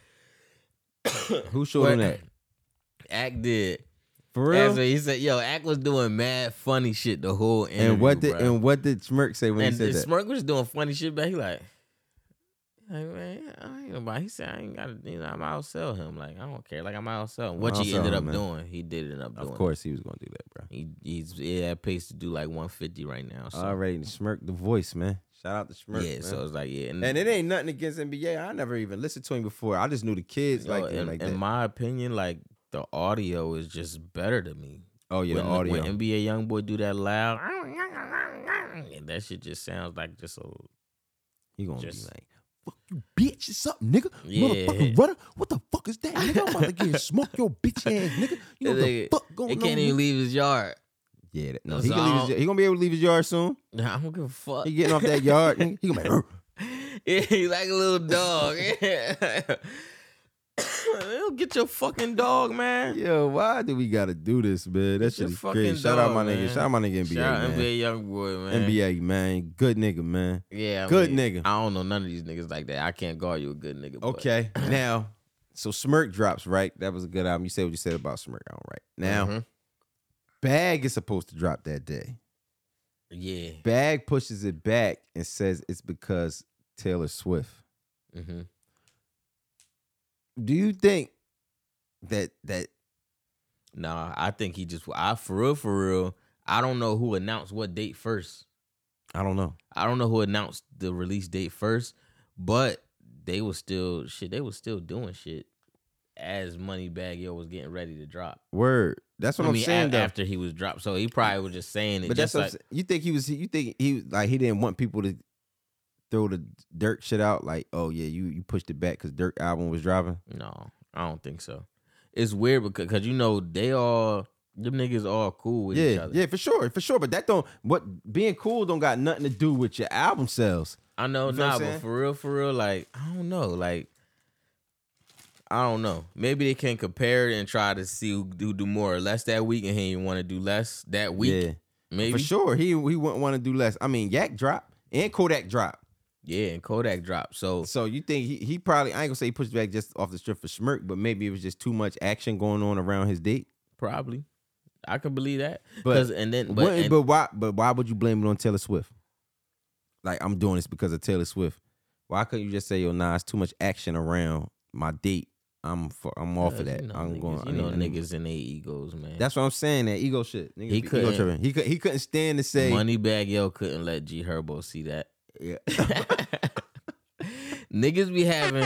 [SPEAKER 1] Who showed him
[SPEAKER 2] What?
[SPEAKER 1] that?
[SPEAKER 2] Act did.
[SPEAKER 1] For
[SPEAKER 2] And so he said, "Yo, Act was doing mad funny shit the whole interview."
[SPEAKER 1] And what did
[SPEAKER 2] bruh.
[SPEAKER 1] and what did Smirk say when
[SPEAKER 2] and
[SPEAKER 1] he said that?
[SPEAKER 2] Smirk was doing funny shit back. He like, like man, I ain't nobody. He said I ain't got to. You know, I'm outsell him. Like I don't care. Like I'm outsell him. What he
[SPEAKER 1] outsell
[SPEAKER 2] ended
[SPEAKER 1] him,
[SPEAKER 2] up
[SPEAKER 1] man.
[SPEAKER 2] doing, he did end up doing.
[SPEAKER 1] Of course, he was gonna do that, bro.
[SPEAKER 2] He, he's yeah, that pays to do like 150 right now. So
[SPEAKER 1] Already smirk the voice, man. Shout out to smirk.
[SPEAKER 2] yeah,
[SPEAKER 1] man.
[SPEAKER 2] so it's like yeah,
[SPEAKER 1] and it ain't nothing against NBA. I never even listened to him before. I just knew the kids
[SPEAKER 2] yo,
[SPEAKER 1] like him
[SPEAKER 2] in,
[SPEAKER 1] like
[SPEAKER 2] in
[SPEAKER 1] that.
[SPEAKER 2] my opinion, like the audio is just better to me.
[SPEAKER 1] oh yeah,
[SPEAKER 2] when,
[SPEAKER 1] the audio.
[SPEAKER 2] when NBA YoungBoy do that loud, and that shit just sounds like just a
[SPEAKER 1] he gonna
[SPEAKER 2] just-
[SPEAKER 1] be like, "Fuck you, bitch! It's up, nigga.
[SPEAKER 2] Yeah.
[SPEAKER 1] Motherfucking rudder. What the fuck is that, nigga? I'm about to get smoked, your bitch ass, nigga. You know what the
[SPEAKER 2] Nigga,
[SPEAKER 1] fuck
[SPEAKER 2] It
[SPEAKER 1] going
[SPEAKER 2] can't
[SPEAKER 1] on?
[SPEAKER 2] even
[SPEAKER 1] nigga?"
[SPEAKER 2] leave his yard.
[SPEAKER 1] yeah, that- no,
[SPEAKER 2] No,
[SPEAKER 1] he,
[SPEAKER 2] so
[SPEAKER 1] can
[SPEAKER 2] I
[SPEAKER 1] leave his,
[SPEAKER 2] don't-
[SPEAKER 1] yard- he gonna be able to leave his yard soon.
[SPEAKER 2] Nah, I don't give a fuck.
[SPEAKER 1] He getting off that yard. nigga. He gonna be like, "Urgh."
[SPEAKER 2] yeah, he's like a little dog. He'll get your fucking dog, man.
[SPEAKER 1] yo, why do we gotta do this, man? That
[SPEAKER 2] your
[SPEAKER 1] shit is
[SPEAKER 2] fucking
[SPEAKER 1] crazy. Shout out
[SPEAKER 2] dog,
[SPEAKER 1] my
[SPEAKER 2] man.
[SPEAKER 1] nigga. Shout out my nigga NBA,
[SPEAKER 2] Shout out
[SPEAKER 1] man.
[SPEAKER 2] NBA young boy, man.
[SPEAKER 1] NBA man, good nigga, man.
[SPEAKER 2] Yeah, I
[SPEAKER 1] Good
[SPEAKER 2] mean,
[SPEAKER 1] nigga.
[SPEAKER 2] I don't know none of these niggas like that. I can't call you a good nigga. but-
[SPEAKER 1] Okay, now, so Smirk drops right. That was a good album. You said what you said about Smirk. I don't right now.
[SPEAKER 2] Mhm.
[SPEAKER 1] Bag is supposed to drop that day.
[SPEAKER 2] yeah.
[SPEAKER 1] Bag pushes it back and says it's because Taylor Swift.
[SPEAKER 2] Mm-hmm.
[SPEAKER 1] Do you think that that
[SPEAKER 2] Nah, I think he just. I for real, for real. I don't know who announced what date first.
[SPEAKER 1] I don't know.
[SPEAKER 2] I don't know who announced the release date first, but they was still shit. They was still doing shit as Money Bag Yo was getting ready to drop.
[SPEAKER 1] Word. That's what I
[SPEAKER 2] I
[SPEAKER 1] am
[SPEAKER 2] mean, a-
[SPEAKER 1] saying. though.
[SPEAKER 2] after he was dropped, so he probably was just saying it.
[SPEAKER 1] but that's
[SPEAKER 2] just
[SPEAKER 1] what
[SPEAKER 2] like,
[SPEAKER 1] I'm saying. you think he was. You think he was like he didn't want people to throw the Dirk shit out? Like, oh yeah, you you pushed it back because Dirk album was dropping.
[SPEAKER 2] No, I don't think so. It's weird because cause you know they all them niggas all cool with each
[SPEAKER 1] Yeah,
[SPEAKER 2] other.
[SPEAKER 1] yeah, for sure, for sure. But that don't what being cool don't got nothing to do with your album sales.
[SPEAKER 2] I know,
[SPEAKER 1] You feel what
[SPEAKER 2] nah,
[SPEAKER 1] I'm
[SPEAKER 2] but
[SPEAKER 1] saying?
[SPEAKER 2] for real, for real, like I don't know, like I don't know. Maybe they can compare it and try to see who do do more or less that week, and he ain't want to do less that week.
[SPEAKER 1] yeah,
[SPEAKER 2] Maybe
[SPEAKER 1] for sure. He he wouldn't want to do less. I mean, Yak drop and Kodak drop.
[SPEAKER 2] Yeah, and Kodak dropped. So
[SPEAKER 1] So you think he, he probably I ain't gonna say he pushed back just off the strip for smirk, but maybe it was just too much action going on around his date.
[SPEAKER 2] probably I could believe that.
[SPEAKER 1] But
[SPEAKER 2] 'Cause- and then
[SPEAKER 1] But
[SPEAKER 2] but, and-
[SPEAKER 1] but why but why would you blame it on Taylor Swift? Like I'm doing this because of Taylor Swift. Why couldn't you just say, yo, nah, it's too much action around my date. I'm for, I'm off of
[SPEAKER 2] Cause
[SPEAKER 1] that.
[SPEAKER 2] You know,
[SPEAKER 1] I'm
[SPEAKER 2] niggas,
[SPEAKER 1] going. I
[SPEAKER 2] You know,
[SPEAKER 1] need- I need-
[SPEAKER 2] niggas and their egos, man.
[SPEAKER 1] That's what I'm saying. That ego shit. Niggas
[SPEAKER 2] He
[SPEAKER 1] be ego
[SPEAKER 2] couldn't-
[SPEAKER 1] tripping. He could. He couldn't stand to say.
[SPEAKER 2] Moneybag Yo couldn't let G Herbo see that.
[SPEAKER 1] Yeah.
[SPEAKER 2] niggas be having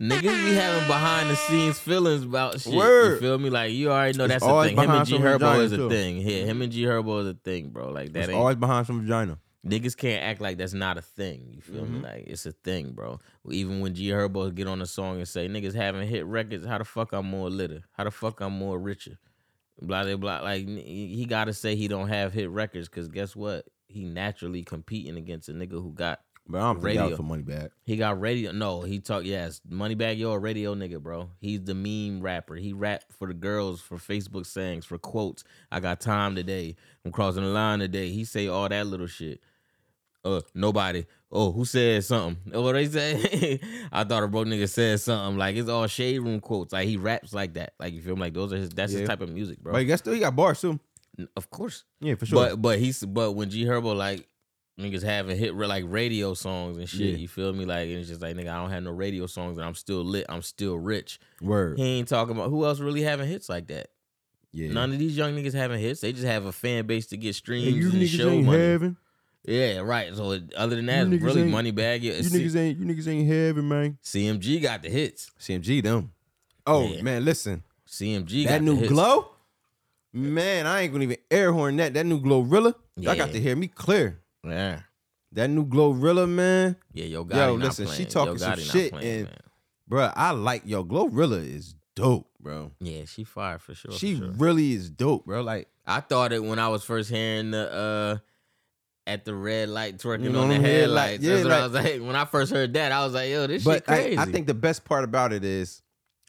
[SPEAKER 2] niggas be having behind the scenes feelings about shit. You
[SPEAKER 1] Word.
[SPEAKER 2] feel me? Like you already know
[SPEAKER 1] It's
[SPEAKER 2] that's a
[SPEAKER 1] always
[SPEAKER 2] thing. Him and
[SPEAKER 1] behind
[SPEAKER 2] G
[SPEAKER 1] someone's
[SPEAKER 2] Herbo is
[SPEAKER 1] giant,
[SPEAKER 2] a
[SPEAKER 1] too.
[SPEAKER 2] thing. Yeah, him and G Herbo is a thing, bro. Like that
[SPEAKER 1] It's
[SPEAKER 2] ain't
[SPEAKER 1] always behind some vagina.
[SPEAKER 2] niggas can't act like that's not a thing. You feel
[SPEAKER 1] Mm-hmm.
[SPEAKER 2] me? Like it's a thing, bro. Even when G Herbo get on a song and say niggas haven't hit records, how the fuck I'm more litter? How the fuck I'm more richer? Blah blah blah. Like n- he gotta say he don't have hit records because guess what? He naturally competing against a nigga who got
[SPEAKER 1] But I don't think that
[SPEAKER 2] Radio.
[SPEAKER 1] was for money back.
[SPEAKER 2] he got radio. No, he talk. Yes, Moneybag Yo, a radio nigga, bro. He's the meme rapper. He rap for the girls, for Facebook sayings, for quotes. I got time today. I'm crossing the line today. He say all that little shit. Uh, nobody. Oh, who said something? Oh, What they say? I thought a broke nigga said something. Like it's all shade room quotes. Like he raps like that. Like you feel me? Like those are his. That's
[SPEAKER 1] Yeah.
[SPEAKER 2] his type of music, bro.
[SPEAKER 1] But he got still he got bars too.
[SPEAKER 2] N- of course.
[SPEAKER 1] Yeah, for sure.
[SPEAKER 2] But but he's but when G Herbo like niggas having hit re- like radio songs and shit,
[SPEAKER 1] Yeah.
[SPEAKER 2] you feel me? Like and it's just like nigga, I don't have no radio songs and I'm still lit, I'm still rich.
[SPEAKER 1] Word.
[SPEAKER 2] He ain't talking about who else really having hits like that.
[SPEAKER 1] Yeah.
[SPEAKER 2] None of these young niggas having hits. They just have a fan base to get streams
[SPEAKER 1] Hey, you
[SPEAKER 2] and
[SPEAKER 1] niggas
[SPEAKER 2] show
[SPEAKER 1] ain't
[SPEAKER 2] money.
[SPEAKER 1] having.
[SPEAKER 2] yeah, right. So it- other than that,
[SPEAKER 1] You
[SPEAKER 2] it's
[SPEAKER 1] niggas
[SPEAKER 2] really
[SPEAKER 1] ain't-
[SPEAKER 2] money bag. Yeah,
[SPEAKER 1] You
[SPEAKER 2] C-
[SPEAKER 1] niggas ain't. You niggas ain't having, man.
[SPEAKER 2] CMG got the hits.
[SPEAKER 1] CMG them. Oh
[SPEAKER 2] Yeah.
[SPEAKER 1] man, listen.
[SPEAKER 2] CMG got
[SPEAKER 1] that
[SPEAKER 2] the
[SPEAKER 1] new
[SPEAKER 2] hits.
[SPEAKER 1] glow. Man, I ain't gonna even air horn that. That new Glorilla. I
[SPEAKER 2] Yeah.
[SPEAKER 1] got to hear me clear.
[SPEAKER 2] Yeah.
[SPEAKER 1] That new Glorilla, man.
[SPEAKER 2] Yeah, yo, Gotti
[SPEAKER 1] Yo,
[SPEAKER 2] not
[SPEAKER 1] listen,
[SPEAKER 2] playing.
[SPEAKER 1] she
[SPEAKER 2] Yo,
[SPEAKER 1] talking some
[SPEAKER 2] Gotti not
[SPEAKER 1] shit
[SPEAKER 2] playing,
[SPEAKER 1] and-
[SPEAKER 2] man.
[SPEAKER 1] Bruh, I like yo, Glorilla is dope, bro.
[SPEAKER 2] yeah, she fired for sure. Oh, for
[SPEAKER 1] She
[SPEAKER 2] sure.
[SPEAKER 1] really is dope, bro. Like
[SPEAKER 2] I thought it when I was first hearing the uh at the red light twerking
[SPEAKER 1] You know
[SPEAKER 2] on the
[SPEAKER 1] them headlight-
[SPEAKER 2] headlights.
[SPEAKER 1] yeah,
[SPEAKER 2] That's what I was
[SPEAKER 1] like-
[SPEAKER 2] like when I first heard that, I was like, yo, this shit
[SPEAKER 1] but I,
[SPEAKER 2] crazy.
[SPEAKER 1] I think the best part about it is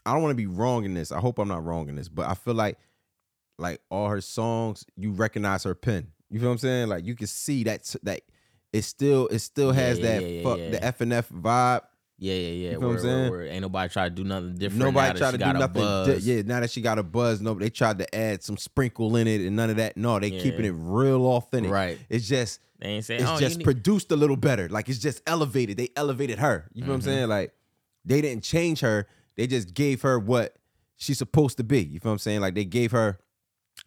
[SPEAKER 1] I don't want to be wrong in this. I hope I'm not wrong in this, but I feel like like all her songs, you recognize her pen. You feel what I'm saying? Like you can see that that it still it still
[SPEAKER 2] Yeah,
[SPEAKER 1] has
[SPEAKER 2] yeah,
[SPEAKER 1] that
[SPEAKER 2] yeah, yeah,
[SPEAKER 1] fuck
[SPEAKER 2] yeah.
[SPEAKER 1] the F and F vibe.
[SPEAKER 2] Yeah, yeah, yeah.
[SPEAKER 1] You feel what I'm
[SPEAKER 2] word, word,
[SPEAKER 1] saying?
[SPEAKER 2] word. Ain't nobody try to do nothing different. now
[SPEAKER 1] Nobody
[SPEAKER 2] that
[SPEAKER 1] tried
[SPEAKER 2] she
[SPEAKER 1] to do
[SPEAKER 2] got a
[SPEAKER 1] nothing. di-
[SPEAKER 2] buzz.
[SPEAKER 1] yeah, now that she got a buzz, no, they tried to add some sprinkle in it and none of that. No, they
[SPEAKER 2] Yeah.
[SPEAKER 1] keeping it real authentic.
[SPEAKER 2] Right.
[SPEAKER 1] It's just
[SPEAKER 2] They ain't saying
[SPEAKER 1] it's
[SPEAKER 2] oh, you
[SPEAKER 1] just
[SPEAKER 2] need-"
[SPEAKER 1] produced a little better. Like it's just elevated. They elevated her. You know what
[SPEAKER 2] Mm-hmm.
[SPEAKER 1] I'm saying? Like they didn't change her. They just gave her what she's supposed to be. You feel what I'm saying? Like they gave her,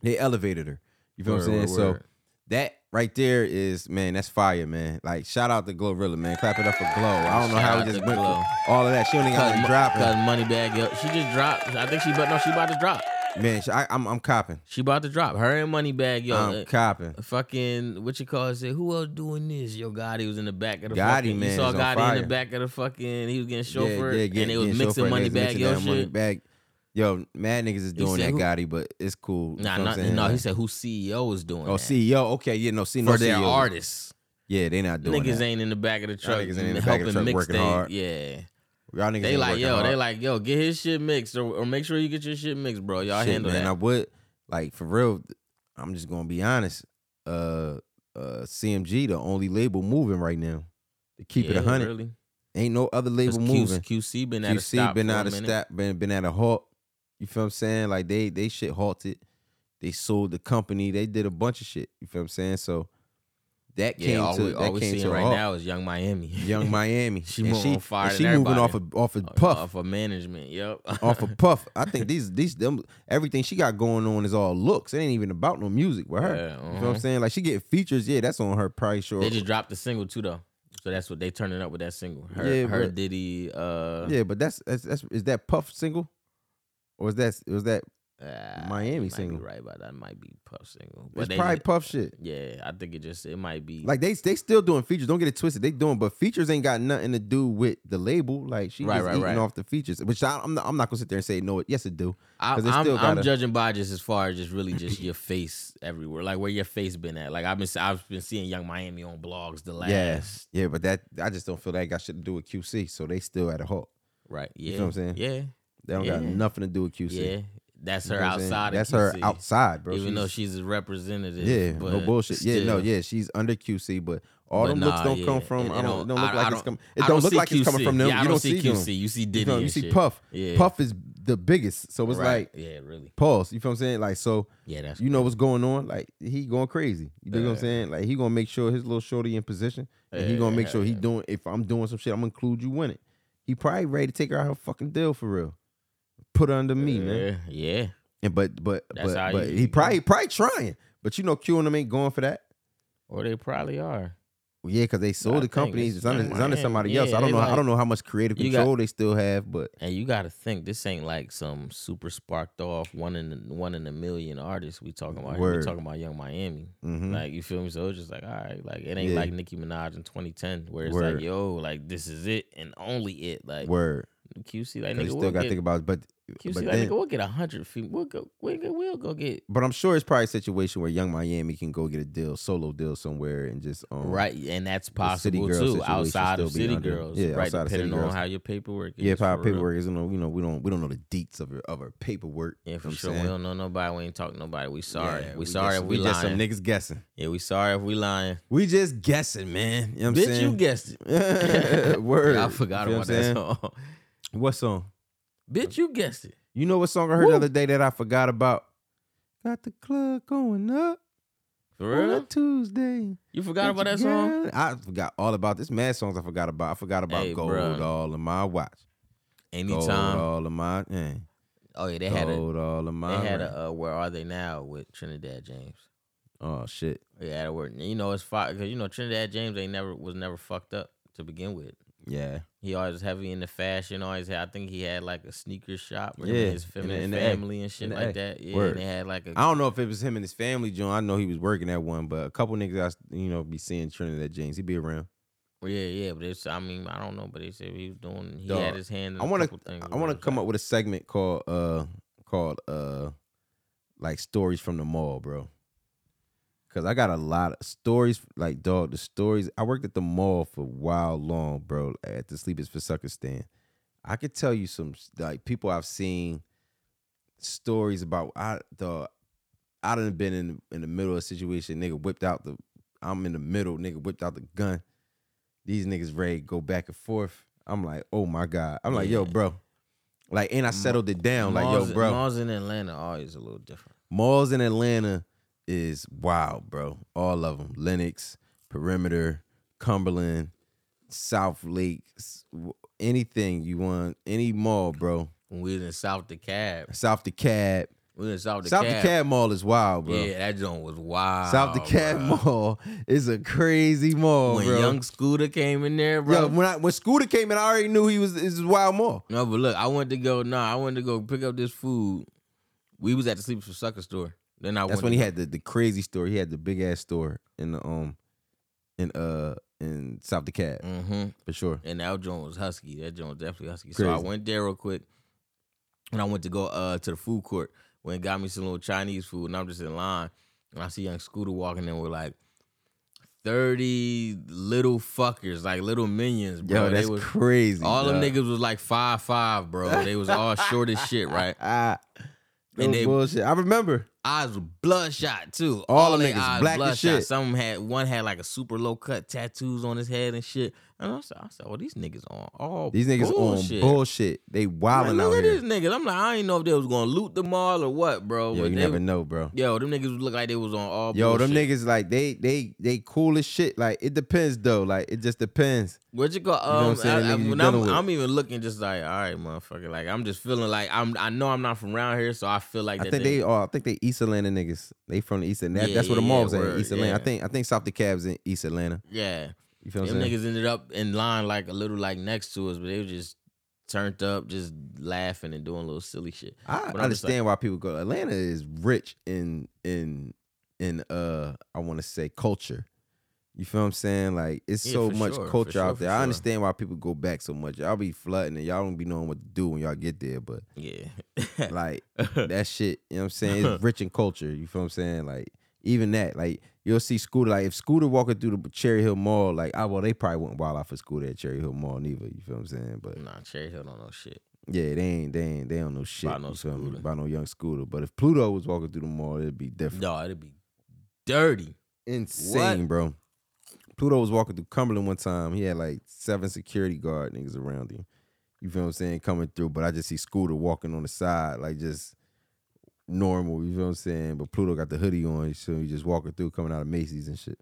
[SPEAKER 1] they elevated her. You feel what I'm
[SPEAKER 2] Word,
[SPEAKER 1] saying?
[SPEAKER 2] word,
[SPEAKER 1] so
[SPEAKER 2] word.
[SPEAKER 1] that right there is man, that's fire, man. Like shout out to Glorilla, man. Clap it up for Glow. I don't know
[SPEAKER 2] Shout
[SPEAKER 1] how
[SPEAKER 2] out
[SPEAKER 1] we just
[SPEAKER 2] to
[SPEAKER 1] went
[SPEAKER 2] Glow.
[SPEAKER 1] from all of that. She only got
[SPEAKER 2] Cause,
[SPEAKER 1] to
[SPEAKER 2] mo-
[SPEAKER 1] drop.
[SPEAKER 2] cause money bag, yo, she just dropped. I think she, but no, she about to drop.
[SPEAKER 1] Man, sh- I, am I'm copping.
[SPEAKER 2] She about to drop. Her and money bag, yo.
[SPEAKER 1] I'm
[SPEAKER 2] uh,
[SPEAKER 1] copping.
[SPEAKER 2] fucking what you call it? Said who else doing this? Yo, Gotti was in the back of the
[SPEAKER 1] Gotti,
[SPEAKER 2] fucking.
[SPEAKER 1] man,
[SPEAKER 2] you saw
[SPEAKER 1] is on
[SPEAKER 2] Gotti in
[SPEAKER 1] fire.
[SPEAKER 2] the back of the fucking. He was getting chauffeured,
[SPEAKER 1] get-
[SPEAKER 2] and it was
[SPEAKER 1] getting
[SPEAKER 2] mixing
[SPEAKER 1] chauffeured,
[SPEAKER 2] money
[SPEAKER 1] niggas
[SPEAKER 2] bag
[SPEAKER 1] mixing
[SPEAKER 2] yo
[SPEAKER 1] that
[SPEAKER 2] shit.
[SPEAKER 1] money bag. Yo, mad niggas is doing
[SPEAKER 2] said
[SPEAKER 1] that
[SPEAKER 2] who-
[SPEAKER 1] Gotti, but it's cool. You
[SPEAKER 2] Nah,
[SPEAKER 1] know what
[SPEAKER 2] not,
[SPEAKER 1] I'm saying?
[SPEAKER 2] no. He
[SPEAKER 1] Like,
[SPEAKER 2] said who CEO is doing.
[SPEAKER 1] oh
[SPEAKER 2] that
[SPEAKER 1] CEO. Okay, yeah, no, see, no
[SPEAKER 2] for their
[SPEAKER 1] CEO.
[SPEAKER 2] artists.
[SPEAKER 1] Yeah, they not E doing
[SPEAKER 2] Niggas
[SPEAKER 1] that.
[SPEAKER 2] ain't in the back of the truck.
[SPEAKER 1] niggas ain't in the back
[SPEAKER 2] helping
[SPEAKER 1] of the truck
[SPEAKER 2] mix
[SPEAKER 1] working
[SPEAKER 2] they,
[SPEAKER 1] hard.
[SPEAKER 2] Yeah,
[SPEAKER 1] Y'all niggas
[SPEAKER 2] they
[SPEAKER 1] ain't
[SPEAKER 2] like
[SPEAKER 1] working
[SPEAKER 2] yo.
[SPEAKER 1] hard.
[SPEAKER 2] They like yo. Get his shit mixed or, or make sure you get your shit mixed, bro. Y'all
[SPEAKER 1] Shit,
[SPEAKER 2] handle
[SPEAKER 1] man, I
[SPEAKER 2] that.
[SPEAKER 1] would like for real. I'm just gonna be honest. Uh, uh, CMG the only label moving right now. To keep it
[SPEAKER 2] Yeah,
[SPEAKER 1] a hundred.
[SPEAKER 2] Really.
[SPEAKER 1] Ain't no other
[SPEAKER 2] 'Cause
[SPEAKER 1] label moving.
[SPEAKER 2] Q, QC been out of
[SPEAKER 1] QC
[SPEAKER 2] stop.
[SPEAKER 1] been
[SPEAKER 2] for a
[SPEAKER 1] out of
[SPEAKER 2] minute.
[SPEAKER 1] stop, been been at a halt. You feel what I'm saying? Like they they shit halted. They sold the company. They did a bunch of shit. You feel what I'm saying? So that
[SPEAKER 2] Yeah,
[SPEAKER 1] came
[SPEAKER 2] all,
[SPEAKER 1] to
[SPEAKER 2] we, all
[SPEAKER 1] that
[SPEAKER 2] we
[SPEAKER 1] came
[SPEAKER 2] seeing
[SPEAKER 1] to a
[SPEAKER 2] right
[SPEAKER 1] halt.
[SPEAKER 2] now is Young Miami.
[SPEAKER 1] Young Miami.
[SPEAKER 2] She
[SPEAKER 1] and
[SPEAKER 2] more on fire
[SPEAKER 1] and
[SPEAKER 2] than
[SPEAKER 1] she moving
[SPEAKER 2] everybody.
[SPEAKER 1] off of off of
[SPEAKER 2] Oh,
[SPEAKER 1] Puff,
[SPEAKER 2] off of management. Yep.
[SPEAKER 1] off of Puff. I think these these them everything she got going on is all looks. It ain't even about no music with her.
[SPEAKER 2] Yeah,
[SPEAKER 1] You feel what
[SPEAKER 2] uh-huh.
[SPEAKER 1] I'm saying? Like she getting features. Yeah, that's on her probably sure.
[SPEAKER 2] They just dropped the single too though, so that's what they turning up with that single. Her,
[SPEAKER 1] Yeah,
[SPEAKER 2] her
[SPEAKER 1] but-
[SPEAKER 2] Diddy. Uh,
[SPEAKER 1] yeah, but that's, that's that's is that Puff single, or is that was that
[SPEAKER 2] Ah,
[SPEAKER 1] Miami
[SPEAKER 2] you might be
[SPEAKER 1] single.
[SPEAKER 2] right about that. It might be Puff single.
[SPEAKER 1] It's
[SPEAKER 2] they-
[SPEAKER 1] probably Puff shit.
[SPEAKER 2] Yeah, I think it just it might be
[SPEAKER 1] Like they they still doing features. Don't get it twisted. They doing, but features ain't got nothing to do with the label. Like she
[SPEAKER 2] Right,
[SPEAKER 1] just
[SPEAKER 2] right,
[SPEAKER 1] eating
[SPEAKER 2] right.
[SPEAKER 1] off the features. Which I, I'm not, I'm not gonna sit there and say no. It yes it do.
[SPEAKER 2] I,
[SPEAKER 1] 'Cause
[SPEAKER 2] am
[SPEAKER 1] they still gotta-
[SPEAKER 2] I'm judging by just as far as just really just your face everywhere, like where your face been at. Like I've been, I've been seeing Young Miami on blogs the last,
[SPEAKER 1] Yes. Yeah, but that I just don't feel that got shit to do with QC. So they still at a halt.
[SPEAKER 2] right? Yeah,
[SPEAKER 1] know what I'm saying?
[SPEAKER 2] Yeah,
[SPEAKER 1] They don't got
[SPEAKER 2] Yeah.
[SPEAKER 1] nothing to do with QC.
[SPEAKER 2] yeah. That's
[SPEAKER 1] You
[SPEAKER 2] her
[SPEAKER 1] know what I'm saying?
[SPEAKER 2] outside. of
[SPEAKER 1] That's her
[SPEAKER 2] QC,
[SPEAKER 1] outside, bro.
[SPEAKER 2] even
[SPEAKER 1] She's-
[SPEAKER 2] though she's a representative.
[SPEAKER 1] yeah,
[SPEAKER 2] but
[SPEAKER 1] no bullshit. Yeah, no,
[SPEAKER 2] still.
[SPEAKER 1] yeah, she's under QC, but all
[SPEAKER 2] But
[SPEAKER 1] them looks
[SPEAKER 2] nah,
[SPEAKER 1] don't
[SPEAKER 2] yeah.
[SPEAKER 1] come from.
[SPEAKER 2] It-
[SPEAKER 1] I
[SPEAKER 2] it
[SPEAKER 1] don't. It don't
[SPEAKER 2] I-
[SPEAKER 1] look
[SPEAKER 2] I
[SPEAKER 1] like it's
[SPEAKER 2] don't-
[SPEAKER 1] coming.
[SPEAKER 2] I
[SPEAKER 1] It don't look
[SPEAKER 2] see
[SPEAKER 1] like it's coming
[SPEAKER 2] QC.
[SPEAKER 1] from them.
[SPEAKER 2] Yeah, I
[SPEAKER 1] you
[SPEAKER 2] don't,
[SPEAKER 1] don't
[SPEAKER 2] see
[SPEAKER 1] them.
[SPEAKER 2] QC. You see Diddy.
[SPEAKER 1] You, feel me?
[SPEAKER 2] and
[SPEAKER 1] You see
[SPEAKER 2] shit.
[SPEAKER 1] Puff.
[SPEAKER 2] Yeah.
[SPEAKER 1] Puff is the biggest, so it's
[SPEAKER 2] Right.
[SPEAKER 1] like
[SPEAKER 2] yeah, really.
[SPEAKER 1] pause. You feel what I'm saying? Like so,
[SPEAKER 2] Yeah, that's
[SPEAKER 1] you know what's going on. Like he going crazy. You know what I'm saying? Like he gonna make sure his little shorty in position, and he gonna make sure he doing. If I'm doing some shit, I'm gonna include you in it. He probably ready to take her out her fucking deal for real. Put her under me, man.
[SPEAKER 2] Yeah, yeah.
[SPEAKER 1] And but but
[SPEAKER 2] That's
[SPEAKER 1] but,
[SPEAKER 2] how
[SPEAKER 1] but
[SPEAKER 2] you-
[SPEAKER 1] he probably probably trying. But you know, Q and them ain't going for that.
[SPEAKER 2] Or they probably are.
[SPEAKER 1] Well, yeah, because they sold
[SPEAKER 2] I
[SPEAKER 1] the
[SPEAKER 2] think
[SPEAKER 1] company.
[SPEAKER 2] it's
[SPEAKER 1] It's under,
[SPEAKER 2] young
[SPEAKER 1] it's under
[SPEAKER 2] Miami.
[SPEAKER 1] somebody
[SPEAKER 2] Yeah,
[SPEAKER 1] else. I
[SPEAKER 2] they
[SPEAKER 1] don't know. I
[SPEAKER 2] like-
[SPEAKER 1] don't know how much creative
[SPEAKER 2] You got-
[SPEAKER 1] control they still have. But
[SPEAKER 2] And you got to think this ain't like some super sparked off one in one in a million artist we talking about. here. We
[SPEAKER 1] Word.
[SPEAKER 2] talking about Young Miami,
[SPEAKER 1] mhm.
[SPEAKER 2] like you feel me? So it's just like all right, like it ain't
[SPEAKER 1] Yeah.
[SPEAKER 2] like Nicki Minaj in 2010 where it's
[SPEAKER 1] Word.
[SPEAKER 2] like yo, like this is it and only it. Like
[SPEAKER 1] word,
[SPEAKER 2] QC, like
[SPEAKER 1] 'Cause you
[SPEAKER 2] nigga,
[SPEAKER 1] still
[SPEAKER 2] we'll
[SPEAKER 1] got to
[SPEAKER 2] get,
[SPEAKER 1] think about. it. But
[SPEAKER 2] QC,
[SPEAKER 1] but
[SPEAKER 2] like
[SPEAKER 1] then-
[SPEAKER 2] nigga, we'll get a hundred feet. We'll go, we'll go, we'll go get
[SPEAKER 1] But I'm sure it's probably a situation where Young Miami can go get a deal, solo deal somewhere, and just um,
[SPEAKER 2] right, and that's
[SPEAKER 1] the City
[SPEAKER 2] possible
[SPEAKER 1] Girl
[SPEAKER 2] too
[SPEAKER 1] situation
[SPEAKER 2] outside of
[SPEAKER 1] still be
[SPEAKER 2] City
[SPEAKER 1] under-
[SPEAKER 2] Girls,
[SPEAKER 1] yeah,
[SPEAKER 2] right?
[SPEAKER 1] outside of City
[SPEAKER 2] Depending on
[SPEAKER 1] Girls.
[SPEAKER 2] how your paperwork, is
[SPEAKER 1] Yeah, probably
[SPEAKER 2] for real.
[SPEAKER 1] paperwork is you know you know we don't we don't know the deets of her of her paperwork.
[SPEAKER 2] Yeah,
[SPEAKER 1] you
[SPEAKER 2] for
[SPEAKER 1] know what I'm
[SPEAKER 2] sure.
[SPEAKER 1] saying?
[SPEAKER 2] We don't know nobody. We ain't talk to nobody. We sorry.
[SPEAKER 1] Yeah,
[SPEAKER 2] we, sorry
[SPEAKER 1] just-
[SPEAKER 2] if we,
[SPEAKER 1] we just
[SPEAKER 2] lying.
[SPEAKER 1] some niggas guessing.
[SPEAKER 2] yeah, we sorry if we lying.
[SPEAKER 1] We just guessing, man. You know what I'm
[SPEAKER 2] Bitch,
[SPEAKER 1] saying?
[SPEAKER 2] you guessed it.
[SPEAKER 1] Word.
[SPEAKER 2] I forgot
[SPEAKER 1] You feel what
[SPEAKER 2] about
[SPEAKER 1] I'm
[SPEAKER 2] that
[SPEAKER 1] saying?
[SPEAKER 2] song.
[SPEAKER 1] What song?
[SPEAKER 2] Bitch, you guessed it.
[SPEAKER 1] You know what song I heard
[SPEAKER 2] Woo.
[SPEAKER 1] the other day that I forgot about? Got the club going up
[SPEAKER 2] For
[SPEAKER 1] on a
[SPEAKER 2] real?
[SPEAKER 1] Tuesday.
[SPEAKER 2] You forgot about
[SPEAKER 1] Got
[SPEAKER 2] that
[SPEAKER 1] your
[SPEAKER 2] song?
[SPEAKER 1] girl- I forgot all about this. Mad songs I forgot about. I forgot about
[SPEAKER 2] Hey,
[SPEAKER 1] gold
[SPEAKER 2] bruh.
[SPEAKER 1] all in my watch. Gold
[SPEAKER 2] Anytime.
[SPEAKER 1] all in my. Yeah.
[SPEAKER 2] Oh yeah, they had a
[SPEAKER 1] Gold all in my.
[SPEAKER 2] they had
[SPEAKER 1] ring.
[SPEAKER 2] a uh, where are they now with Trinidad James.
[SPEAKER 1] oh shit.
[SPEAKER 2] Yeah, had a word. You know it's fire because you know Trinidad James ain't never was never fucked up to begin with.
[SPEAKER 1] Yeah.
[SPEAKER 2] He always heavy in the fashion. Always had. I think he had like a sneaker shop. Yeah,
[SPEAKER 1] Yeah,
[SPEAKER 2] his
[SPEAKER 1] in the-
[SPEAKER 2] feminine
[SPEAKER 1] in the act.
[SPEAKER 2] family and
[SPEAKER 1] In
[SPEAKER 2] shit
[SPEAKER 1] the
[SPEAKER 2] like
[SPEAKER 1] act.
[SPEAKER 2] that. Yeah,
[SPEAKER 1] Word.
[SPEAKER 2] and they had like a
[SPEAKER 1] I don't know if it was him and his family, John. I know he was working at one, but a couple niggas I s- you know be seeing Trinidad James. He be around.
[SPEAKER 2] Well, Yeah, yeah, but it's, I mean, I don't know, but they said he was doing. He
[SPEAKER 1] Dog,
[SPEAKER 2] had his hand. In
[SPEAKER 1] I
[SPEAKER 2] a
[SPEAKER 1] wanna-
[SPEAKER 2] couple things
[SPEAKER 1] I want to come up with a segment called uh called uh like stories from the mall, bro. Cause I got a lot of stories, like dog. The stories I worked at the mall for a while long, bro. At the Sleepers for Sucker stand, I could tell you some like people I've seen stories about. I the I done been in in the middle of a situation, nigga whipped out the. I'm in the middle, nigga whipped out the gun. These niggas ready to go back and forth. I'm like, oh my god. I'm like, yo,
[SPEAKER 2] Yeah.
[SPEAKER 1] bro. Like, and I settled it down. like,
[SPEAKER 2] malls,
[SPEAKER 1] yo, bro.
[SPEAKER 2] Malls in Atlanta always a little different.
[SPEAKER 1] Malls in Atlanta is wild, bro. All of them: Lenox, Perimeter, Cumberland, South Lake, s- w- anything you want, any mall, bro.
[SPEAKER 2] When we was in South the Cab,
[SPEAKER 1] South the Cab,
[SPEAKER 2] we was in South the
[SPEAKER 1] South
[SPEAKER 2] Cab.
[SPEAKER 1] the Cab Mall is wild, bro.
[SPEAKER 2] Yeah, that joint was wild.
[SPEAKER 1] South the Cab
[SPEAKER 2] bruh.
[SPEAKER 1] Mall is a crazy mall,
[SPEAKER 2] when
[SPEAKER 1] bro.
[SPEAKER 2] Young Scooter came in there,
[SPEAKER 1] Yo,
[SPEAKER 2] bro.
[SPEAKER 1] when I, when Scooter came in, I already knew he was this is wild mall.
[SPEAKER 2] no, but look, I went to go. No, I went to go pick up this food. We was at the Sleepers for Sucker store. Then I
[SPEAKER 1] That's
[SPEAKER 2] went
[SPEAKER 1] when
[SPEAKER 2] to
[SPEAKER 1] he
[SPEAKER 2] go-
[SPEAKER 1] had the, the crazy store. He had the big ass store in the um in uh in South the Cab
[SPEAKER 2] Mhm.
[SPEAKER 1] for sure.
[SPEAKER 2] And that joint was husky. That joint was definitely husky. So I
[SPEAKER 1] Crazy.
[SPEAKER 2] went there real quick, and I went to go uh to the food court. Went and got me some little Chinese food, and I'm just in line, and I see young Scooter walking in with like thirty little fuckers, like little minions, bro.
[SPEAKER 1] Yo, that's
[SPEAKER 2] they was
[SPEAKER 1] crazy.
[SPEAKER 2] all them
[SPEAKER 1] dog.
[SPEAKER 2] niggas was like five five, bro. They was all short as shit, right?
[SPEAKER 1] Ah,
[SPEAKER 2] And
[SPEAKER 1] and
[SPEAKER 2] they-
[SPEAKER 1] bullshit. I remember.
[SPEAKER 2] Eyes were bloodshot too.
[SPEAKER 1] All them
[SPEAKER 2] they
[SPEAKER 1] niggas black as shit.
[SPEAKER 2] Some had one had like a super low cut tattoos on his head and shit. And I said, I said, well, these niggas on all
[SPEAKER 1] These niggas
[SPEAKER 2] bullshit.
[SPEAKER 1] on bullshit. They
[SPEAKER 2] Like,
[SPEAKER 1] wilding
[SPEAKER 2] look
[SPEAKER 1] out
[SPEAKER 2] at
[SPEAKER 1] here.
[SPEAKER 2] these niggas. I'm like, I ain't know if they was gonna loot the mall or what, bro.
[SPEAKER 1] Yo,
[SPEAKER 2] but
[SPEAKER 1] you
[SPEAKER 2] they,
[SPEAKER 1] never know, bro.
[SPEAKER 2] Yo, them niggas look like they was on all.
[SPEAKER 1] Yo, them
[SPEAKER 2] bullshit.
[SPEAKER 1] niggas like they they they cool as shit. Like it depends though. Like it just depends.
[SPEAKER 2] What you call?
[SPEAKER 1] know what I'm
[SPEAKER 2] Um,
[SPEAKER 1] saying?
[SPEAKER 2] I,
[SPEAKER 1] The
[SPEAKER 2] I,
[SPEAKER 1] niggas you
[SPEAKER 2] when
[SPEAKER 1] dealing
[SPEAKER 2] I'm,
[SPEAKER 1] with.
[SPEAKER 2] I'm even looking, just like, all right, motherfucker. Like I'm just feeling like I'm. I know I'm not from around here, so I feel like
[SPEAKER 1] I
[SPEAKER 2] that
[SPEAKER 1] think they are. I think they East Atlanta niggas. They from the East Atlanta.
[SPEAKER 2] Yeah,
[SPEAKER 1] That's where the
[SPEAKER 2] yeah,
[SPEAKER 1] mall
[SPEAKER 2] yeah,
[SPEAKER 1] was at.
[SPEAKER 2] word,
[SPEAKER 1] East Atlanta. I
[SPEAKER 2] yeah.
[SPEAKER 1] think I think South the Cabs in East Atlanta.
[SPEAKER 2] Yeah,
[SPEAKER 1] You feel what
[SPEAKER 2] them
[SPEAKER 1] I'm saying?
[SPEAKER 2] niggas ended up in line like a little like next to us, but they was just turned up, just laughing and doing little silly shit.
[SPEAKER 1] I
[SPEAKER 2] But I'm just like-
[SPEAKER 1] understand why people go. Atlanta is rich in in in uh I want to say culture. You feel what I'm saying? Like it's
[SPEAKER 2] Yeah,
[SPEAKER 1] so
[SPEAKER 2] for
[SPEAKER 1] much
[SPEAKER 2] sure, for
[SPEAKER 1] culture
[SPEAKER 2] sure,
[SPEAKER 1] out
[SPEAKER 2] for
[SPEAKER 1] there. I
[SPEAKER 2] sure.
[SPEAKER 1] understand why people go back so much. Y'all be flooding and y'all don't be knowing what to do when y'all get there. But
[SPEAKER 2] Yeah.
[SPEAKER 1] like that shit, you know what I'm saying? It's rich in culture. You feel what I'm saying? Like even that, like you'll see Scooter. Like if Scooter walking through the Cherry Hill Mall, like ah well they probably wouldn't wild out for Scooter at Cherry Hill Mall neither. You feel what I'm saying? But
[SPEAKER 2] nah, Cherry Hill don't know shit.
[SPEAKER 1] yeah, they ain't they ain't they don't know shit.
[SPEAKER 2] no
[SPEAKER 1] you feel me?
[SPEAKER 2] Scooter.
[SPEAKER 1] About no young Scooter. But if Pluto was walking through the mall, it'd be different.
[SPEAKER 2] No, it'd be dirty.
[SPEAKER 1] Insane, bro. Pluto was walking through Cumberland one time. He had like seven security guard niggas around him. You feel what I'm saying? Coming through, but I just see Scooter walking on the side, like just normal. You feel what I'm saying? But Pluto got the hoodie on, so he just walking through, coming out of Macy's and shit.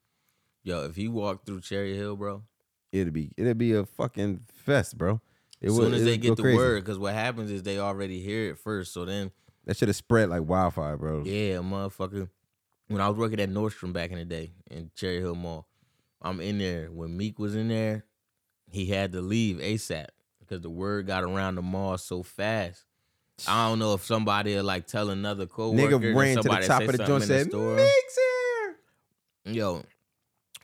[SPEAKER 2] Yo, if he walked through Cherry Hill, bro,
[SPEAKER 1] It'd be it'd be a fucking fest, bro. It
[SPEAKER 2] as
[SPEAKER 1] would-
[SPEAKER 2] soon as
[SPEAKER 1] it
[SPEAKER 2] they
[SPEAKER 1] would
[SPEAKER 2] get
[SPEAKER 1] go
[SPEAKER 2] the
[SPEAKER 1] crazy.
[SPEAKER 2] word, because what happens is they already hear it first. So then,
[SPEAKER 1] that should have spread like wildfire, bro.
[SPEAKER 2] yeah, motherfucker. When I was working at Nordstrom back in the day in Cherry Hill Mall, I'm in there. When Meek was in there, he had to leave ASAP because the word got around the mall so fast. I don't know if somebody will, like tell another coworker.
[SPEAKER 1] Nigga
[SPEAKER 2] and
[SPEAKER 1] ran to the
[SPEAKER 2] somebody
[SPEAKER 1] top
[SPEAKER 2] say
[SPEAKER 1] of the
[SPEAKER 2] something
[SPEAKER 1] joint,
[SPEAKER 2] in
[SPEAKER 1] said,
[SPEAKER 2] store.
[SPEAKER 1] "Mix here."
[SPEAKER 2] yo,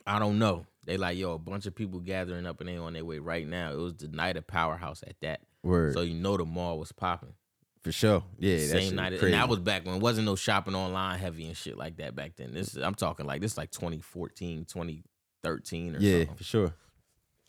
[SPEAKER 2] I don't know. They like, yo, a bunch of people gathering up and they on their way right now. It was the night of Powerhouse at that.
[SPEAKER 1] Word
[SPEAKER 2] So you know the mall was popping.
[SPEAKER 1] for sure. Yeah, that shit
[SPEAKER 2] Same night.
[SPEAKER 1] was
[SPEAKER 2] And
[SPEAKER 1] crazy.
[SPEAKER 2] that was back when it wasn't no shopping online heavy and shit like that back then. This I'm talking like this like 2014, 2013 or
[SPEAKER 1] yeah
[SPEAKER 2] something.
[SPEAKER 1] for sure.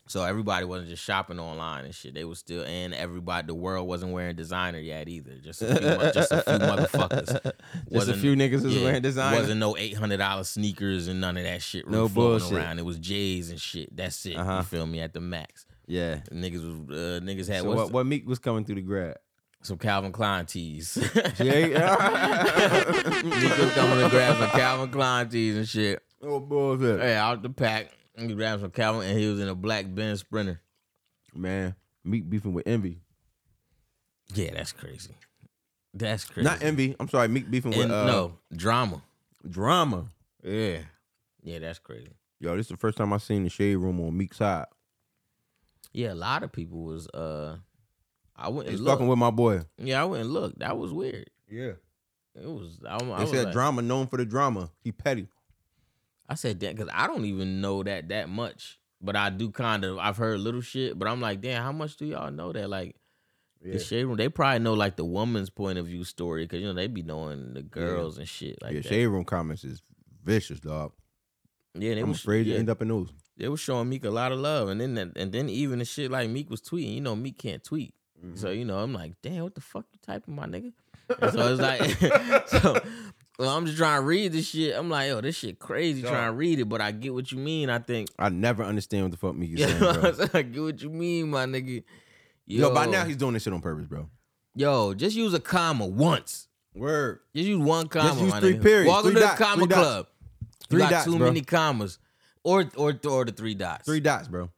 [SPEAKER 2] So everybody wasn't just shopping online and shit. They was still and everybody the world wasn't wearing designer yet either. Just a few, mo- just a few motherfuckers.
[SPEAKER 1] Just a
[SPEAKER 2] Wasn't-
[SPEAKER 1] few niggas was
[SPEAKER 2] yeah,
[SPEAKER 1] wearing designer.
[SPEAKER 2] Wasn't no eight hundred dollar sneakers and none of that shit.
[SPEAKER 1] No
[SPEAKER 2] No floating
[SPEAKER 1] bullshit.
[SPEAKER 2] around. It was J's and shit. That's it.
[SPEAKER 1] Uh-huh.
[SPEAKER 2] You feel me? At the max,
[SPEAKER 1] yeah.
[SPEAKER 2] niggas was uh, niggas had
[SPEAKER 1] So
[SPEAKER 2] what's
[SPEAKER 1] what, what Meek was coming through the grab?
[SPEAKER 2] some Calvin Klein tees.
[SPEAKER 1] Yeah.
[SPEAKER 2] niggas coming to grab some Calvin Klein tees and shit.
[SPEAKER 1] oh bullshit,
[SPEAKER 2] Hey, out the pack, he grabbed some Calvin and he was in a black Ben Sprinter.
[SPEAKER 1] man. Meek beefing with Envy,
[SPEAKER 2] Yeah, that's crazy. That's crazy.
[SPEAKER 1] not Envy. I'm sorry, Meek beefing with
[SPEAKER 2] And-
[SPEAKER 1] uh,
[SPEAKER 2] no drama.
[SPEAKER 1] drama.
[SPEAKER 2] Yeah, yeah, that's crazy.
[SPEAKER 1] Yo, this is the first time I seen the shade room on Meek's side.
[SPEAKER 2] Yeah, a lot of people was uh, I wouldn't
[SPEAKER 1] He's
[SPEAKER 2] look.
[SPEAKER 1] fucking with my boy.
[SPEAKER 2] Yeah, I went and looked. That was weird.
[SPEAKER 1] Yeah,
[SPEAKER 2] It was. I, I
[SPEAKER 1] they
[SPEAKER 2] was
[SPEAKER 1] said
[SPEAKER 2] like,
[SPEAKER 1] drama known for the drama. He petty.
[SPEAKER 2] I said that because I don't even know that that much, but I do kind of. I've heard little shit, but I'm like, damn, how much do y'all know that? Like
[SPEAKER 1] Yeah.
[SPEAKER 2] the shade room, they probably know like the woman's point of view story because you know they be knowing the girls and shit like
[SPEAKER 1] yeah,
[SPEAKER 2] that.
[SPEAKER 1] shade room comments is vicious, dog.
[SPEAKER 2] yeah, they
[SPEAKER 1] I'm
[SPEAKER 2] was
[SPEAKER 1] afraid
[SPEAKER 2] yeah,
[SPEAKER 1] you end up in those.
[SPEAKER 2] They was showing Meek a lot of love, and then that, and then even the shit like Meek was tweeting. You know, Meek can't tweet. So
[SPEAKER 1] Mm-hmm.
[SPEAKER 2] you know, I'm like, damn, what the fuck you typing, my nigga? And so it's like, so well, I'm just trying to read this shit. I'm like, yo, this shit crazy. Trying to read it, but I get what you mean. I think,
[SPEAKER 1] I never understand what the fuck Meek is
[SPEAKER 2] yeah,
[SPEAKER 1] saying, bro.
[SPEAKER 2] I get what you mean, my nigga.
[SPEAKER 1] Yo, by now he's doing this shit on purpose, bro.
[SPEAKER 2] yo, just use a comma once.
[SPEAKER 1] Word.
[SPEAKER 2] Just use one comma.
[SPEAKER 1] use
[SPEAKER 2] my
[SPEAKER 1] three
[SPEAKER 2] nigga.
[SPEAKER 1] periods,
[SPEAKER 2] Welcome
[SPEAKER 1] three
[SPEAKER 2] to
[SPEAKER 1] dots,
[SPEAKER 2] the comma
[SPEAKER 1] three dots.
[SPEAKER 2] club.
[SPEAKER 1] Three
[SPEAKER 2] you got
[SPEAKER 1] dots,
[SPEAKER 2] too
[SPEAKER 1] bro.
[SPEAKER 2] many commas, or or or the three dots,
[SPEAKER 1] Three dots, bro.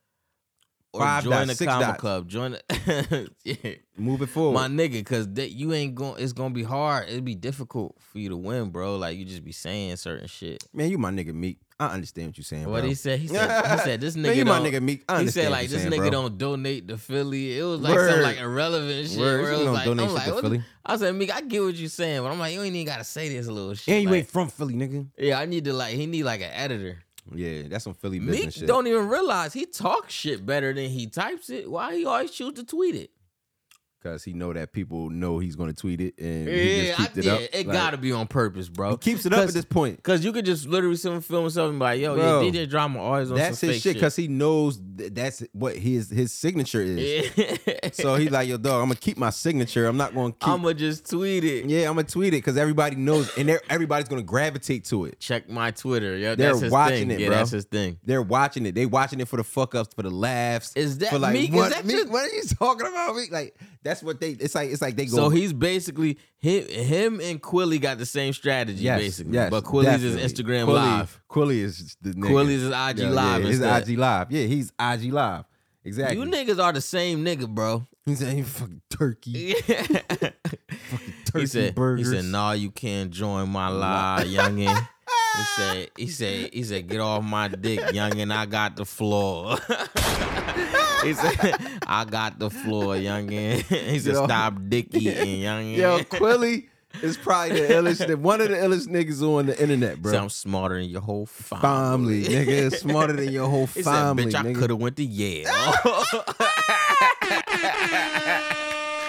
[SPEAKER 2] or
[SPEAKER 1] five
[SPEAKER 2] join
[SPEAKER 1] dots,
[SPEAKER 2] the
[SPEAKER 1] six
[SPEAKER 2] comma
[SPEAKER 1] dots.
[SPEAKER 2] club. Join, the, yeah.
[SPEAKER 1] Move it forward.
[SPEAKER 2] my nigga, because that you ain't going. It's gonna be hard. It'd be difficult for you to win, bro. Like you just be saying certain shit.
[SPEAKER 1] Man, you my nigga Meek. I understand what you saying,
[SPEAKER 2] What
[SPEAKER 1] bro.
[SPEAKER 2] he said, he said, he said, this nigga,
[SPEAKER 1] Man, you my
[SPEAKER 2] don't-
[SPEAKER 1] nigga Meek. I
[SPEAKER 2] he
[SPEAKER 1] understand
[SPEAKER 2] said like
[SPEAKER 1] what you
[SPEAKER 2] this
[SPEAKER 1] saying,
[SPEAKER 2] nigga
[SPEAKER 1] bro.
[SPEAKER 2] don't donate to Philly. It was like some
[SPEAKER 1] Word.
[SPEAKER 2] like irrelevant shit.
[SPEAKER 1] Word.
[SPEAKER 2] Where it
[SPEAKER 1] You
[SPEAKER 2] was
[SPEAKER 1] don't
[SPEAKER 2] like,
[SPEAKER 1] donate
[SPEAKER 2] I'm
[SPEAKER 1] shit
[SPEAKER 2] like,
[SPEAKER 1] to
[SPEAKER 2] what
[SPEAKER 1] Philly.
[SPEAKER 2] The, I said, Meek, I get what you saying, but I'm like, you ain't even gotta say this little shit.
[SPEAKER 1] And you
[SPEAKER 2] like,
[SPEAKER 1] ain't from Philly, nigga.
[SPEAKER 2] yeah, I need to like, he need like an editor.
[SPEAKER 1] Yeah, that's some Philly business
[SPEAKER 2] Meek
[SPEAKER 1] shit.
[SPEAKER 2] don't even realize he talks shit better than he types it. Why he always choose to tweet it?
[SPEAKER 1] Cause he know that people know he's gonna tweet it and he
[SPEAKER 2] Yeah,
[SPEAKER 1] just
[SPEAKER 2] I,
[SPEAKER 1] keeps it
[SPEAKER 2] yeah,
[SPEAKER 1] up.
[SPEAKER 2] it
[SPEAKER 1] Like,
[SPEAKER 2] gotta be on purpose, bro.
[SPEAKER 1] he keeps it up at
[SPEAKER 2] Cause-
[SPEAKER 1] this point.
[SPEAKER 2] Cause you could just literally sit and film something like, yo,
[SPEAKER 1] Bro,
[SPEAKER 2] yeah, DJ Drama always on
[SPEAKER 1] That's
[SPEAKER 2] some
[SPEAKER 1] his
[SPEAKER 2] fake
[SPEAKER 1] shit, cause he knows th- that's what his his signature is.
[SPEAKER 2] Yeah.
[SPEAKER 1] So he like, yo, dog, I'm gonna keep my signature. I'm not gonna keep.
[SPEAKER 2] I'ma just tweet it.
[SPEAKER 1] yeah, I'm gonna tweet it, cause everybody knows, and they're- everybody's gonna gravitate to it.
[SPEAKER 2] Check my Twitter. Yeah,
[SPEAKER 1] They're
[SPEAKER 2] that's his
[SPEAKER 1] watching
[SPEAKER 2] thing.
[SPEAKER 1] it,
[SPEAKER 2] yeah,
[SPEAKER 1] bro.
[SPEAKER 2] that's his thing.
[SPEAKER 1] They're watching it. They watching it for the fuck ups, for the laughs.
[SPEAKER 2] Is that
[SPEAKER 1] for like
[SPEAKER 2] Meek? Is
[SPEAKER 1] what,
[SPEAKER 2] that
[SPEAKER 1] Meek,
[SPEAKER 2] just-
[SPEAKER 1] what are you talking about? Meek? Like that's what they. It's like it's like they go.
[SPEAKER 2] So he's basically him. Him and Quilly got the same strategy,
[SPEAKER 1] Yes,
[SPEAKER 2] basically.
[SPEAKER 1] yes,
[SPEAKER 2] but Quilly's is
[SPEAKER 1] definitely.
[SPEAKER 2] Instagram
[SPEAKER 1] Quilly-
[SPEAKER 2] live.
[SPEAKER 1] Quilly is the nigga.
[SPEAKER 2] Quilly's is IG
[SPEAKER 1] Yeah,
[SPEAKER 2] live.
[SPEAKER 1] Yeah,
[SPEAKER 2] instead.
[SPEAKER 1] his IG live. Yeah, he's IG live. Exactly.
[SPEAKER 2] You niggas are the same nigga, bro.
[SPEAKER 1] he said, "Hey, fucking turkey,
[SPEAKER 2] he said.
[SPEAKER 1] turkey
[SPEAKER 2] He
[SPEAKER 1] burgers."
[SPEAKER 2] said, "Nah, you can't join my live, youngin." He said, "He said, he said, get off my dick, youngin. I got the floor." He said, I got the floor, youngin. He said,
[SPEAKER 1] Yo.
[SPEAKER 2] stop dick eating, youngin.
[SPEAKER 1] Yo, Quilly is probably the illest, one of the illest niggas on the internet,
[SPEAKER 2] He said,
[SPEAKER 1] bro.
[SPEAKER 2] I'm smarter than your whole
[SPEAKER 1] Family,
[SPEAKER 2] family.
[SPEAKER 1] nigga, smarter than your whole
[SPEAKER 2] He
[SPEAKER 1] family,
[SPEAKER 2] said, bitch, I
[SPEAKER 1] nigga.
[SPEAKER 2] could have went to Yale.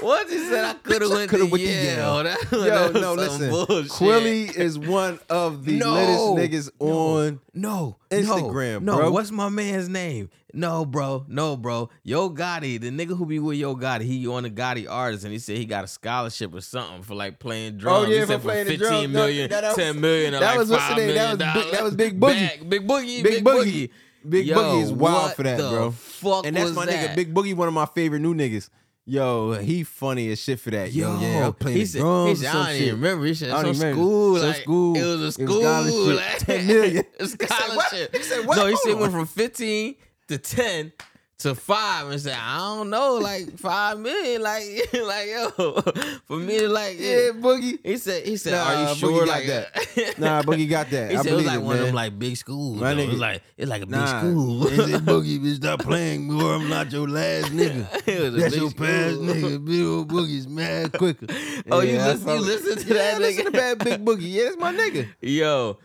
[SPEAKER 2] what? He said, I could have went,
[SPEAKER 1] coulda
[SPEAKER 2] to
[SPEAKER 1] went to
[SPEAKER 2] Yale.
[SPEAKER 1] Yale.
[SPEAKER 2] That-
[SPEAKER 1] Yo,
[SPEAKER 2] that was
[SPEAKER 1] no,
[SPEAKER 2] some
[SPEAKER 1] listen.
[SPEAKER 2] bullshit.
[SPEAKER 1] Quilly is one of the
[SPEAKER 2] No.
[SPEAKER 1] littest niggas on.
[SPEAKER 2] No,
[SPEAKER 1] Instagram,
[SPEAKER 2] no, no.
[SPEAKER 1] bro.
[SPEAKER 2] What's my man's name? No, bro, no, bro. Yo Gotti, the nigga who be with Yo Gotti, he on the Gotti artist, and he said he got a scholarship or something for like playing drums.
[SPEAKER 1] Oh, yeah,
[SPEAKER 2] he
[SPEAKER 1] for
[SPEAKER 2] said
[SPEAKER 1] playing the
[SPEAKER 2] 15
[SPEAKER 1] drums. No,
[SPEAKER 2] million,
[SPEAKER 1] that- that was-
[SPEAKER 2] 10 million, or
[SPEAKER 1] that
[SPEAKER 2] like
[SPEAKER 1] was what's the
[SPEAKER 2] five
[SPEAKER 1] name? That
[SPEAKER 2] million
[SPEAKER 1] was Big- that was Big
[SPEAKER 2] dollars.
[SPEAKER 1] Boogie.
[SPEAKER 2] Back. Big
[SPEAKER 1] Big
[SPEAKER 2] Boogie, Big,
[SPEAKER 1] Boogie.
[SPEAKER 2] Boogie.
[SPEAKER 1] Big
[SPEAKER 2] Yo,
[SPEAKER 1] Boogie is wild
[SPEAKER 2] what
[SPEAKER 1] for that,
[SPEAKER 2] the
[SPEAKER 1] bro.
[SPEAKER 2] Fuck
[SPEAKER 1] And that's
[SPEAKER 2] was
[SPEAKER 1] my nigga,
[SPEAKER 2] that?
[SPEAKER 1] Big Boogie, one of my favorite new niggas. Yo, he funny as shit for that. Yo,
[SPEAKER 2] Yo,
[SPEAKER 1] yeah, I'm playing
[SPEAKER 2] he
[SPEAKER 1] the
[SPEAKER 2] said,
[SPEAKER 1] drums
[SPEAKER 2] he
[SPEAKER 1] or
[SPEAKER 2] said,
[SPEAKER 1] some
[SPEAKER 2] I don't
[SPEAKER 1] shit.
[SPEAKER 2] even remember. He said,
[SPEAKER 1] I don't even
[SPEAKER 2] some
[SPEAKER 1] remember.
[SPEAKER 2] school,
[SPEAKER 1] Some
[SPEAKER 2] like,
[SPEAKER 1] school.
[SPEAKER 2] It was a
[SPEAKER 1] It was
[SPEAKER 2] school.
[SPEAKER 1] scholarship.
[SPEAKER 2] like,
[SPEAKER 1] 10 million.
[SPEAKER 2] A
[SPEAKER 1] He said, what?
[SPEAKER 2] scholarship.
[SPEAKER 1] He said, what?
[SPEAKER 2] No, he
[SPEAKER 1] Hold
[SPEAKER 2] said
[SPEAKER 1] on.
[SPEAKER 2] went from 15 to 10 to 5 and said, I don't know, like 5 million. Like, like yo, for me, like,
[SPEAKER 1] Yeah, Boogie.
[SPEAKER 2] He said, he said,
[SPEAKER 1] Nah,
[SPEAKER 2] are you
[SPEAKER 1] Boogie
[SPEAKER 2] sure?
[SPEAKER 1] got
[SPEAKER 2] like
[SPEAKER 1] that. Nah, Boogie got that.
[SPEAKER 2] He
[SPEAKER 1] I
[SPEAKER 2] said it was
[SPEAKER 1] believe
[SPEAKER 2] like
[SPEAKER 1] it,
[SPEAKER 2] one of them
[SPEAKER 1] man.
[SPEAKER 2] like big schools.
[SPEAKER 1] My
[SPEAKER 2] though. It
[SPEAKER 1] nigga-
[SPEAKER 2] was like it's like a big
[SPEAKER 1] Nah.
[SPEAKER 2] school.
[SPEAKER 1] He said, Boogie, bitch, stop playing me or I'm not your last nigga.
[SPEAKER 2] It was a
[SPEAKER 1] That's
[SPEAKER 2] big
[SPEAKER 1] your past
[SPEAKER 2] school.
[SPEAKER 1] nigga. Big old Boogie's mad quicker.
[SPEAKER 2] Oh, you
[SPEAKER 1] Yeah, I
[SPEAKER 2] listen- you
[SPEAKER 1] fuck-
[SPEAKER 2] listen to
[SPEAKER 1] yeah,
[SPEAKER 2] that
[SPEAKER 1] I listen to
[SPEAKER 2] nigga?
[SPEAKER 1] Bad Big Boogie. Yeah, that's my nigga.
[SPEAKER 2] Yo,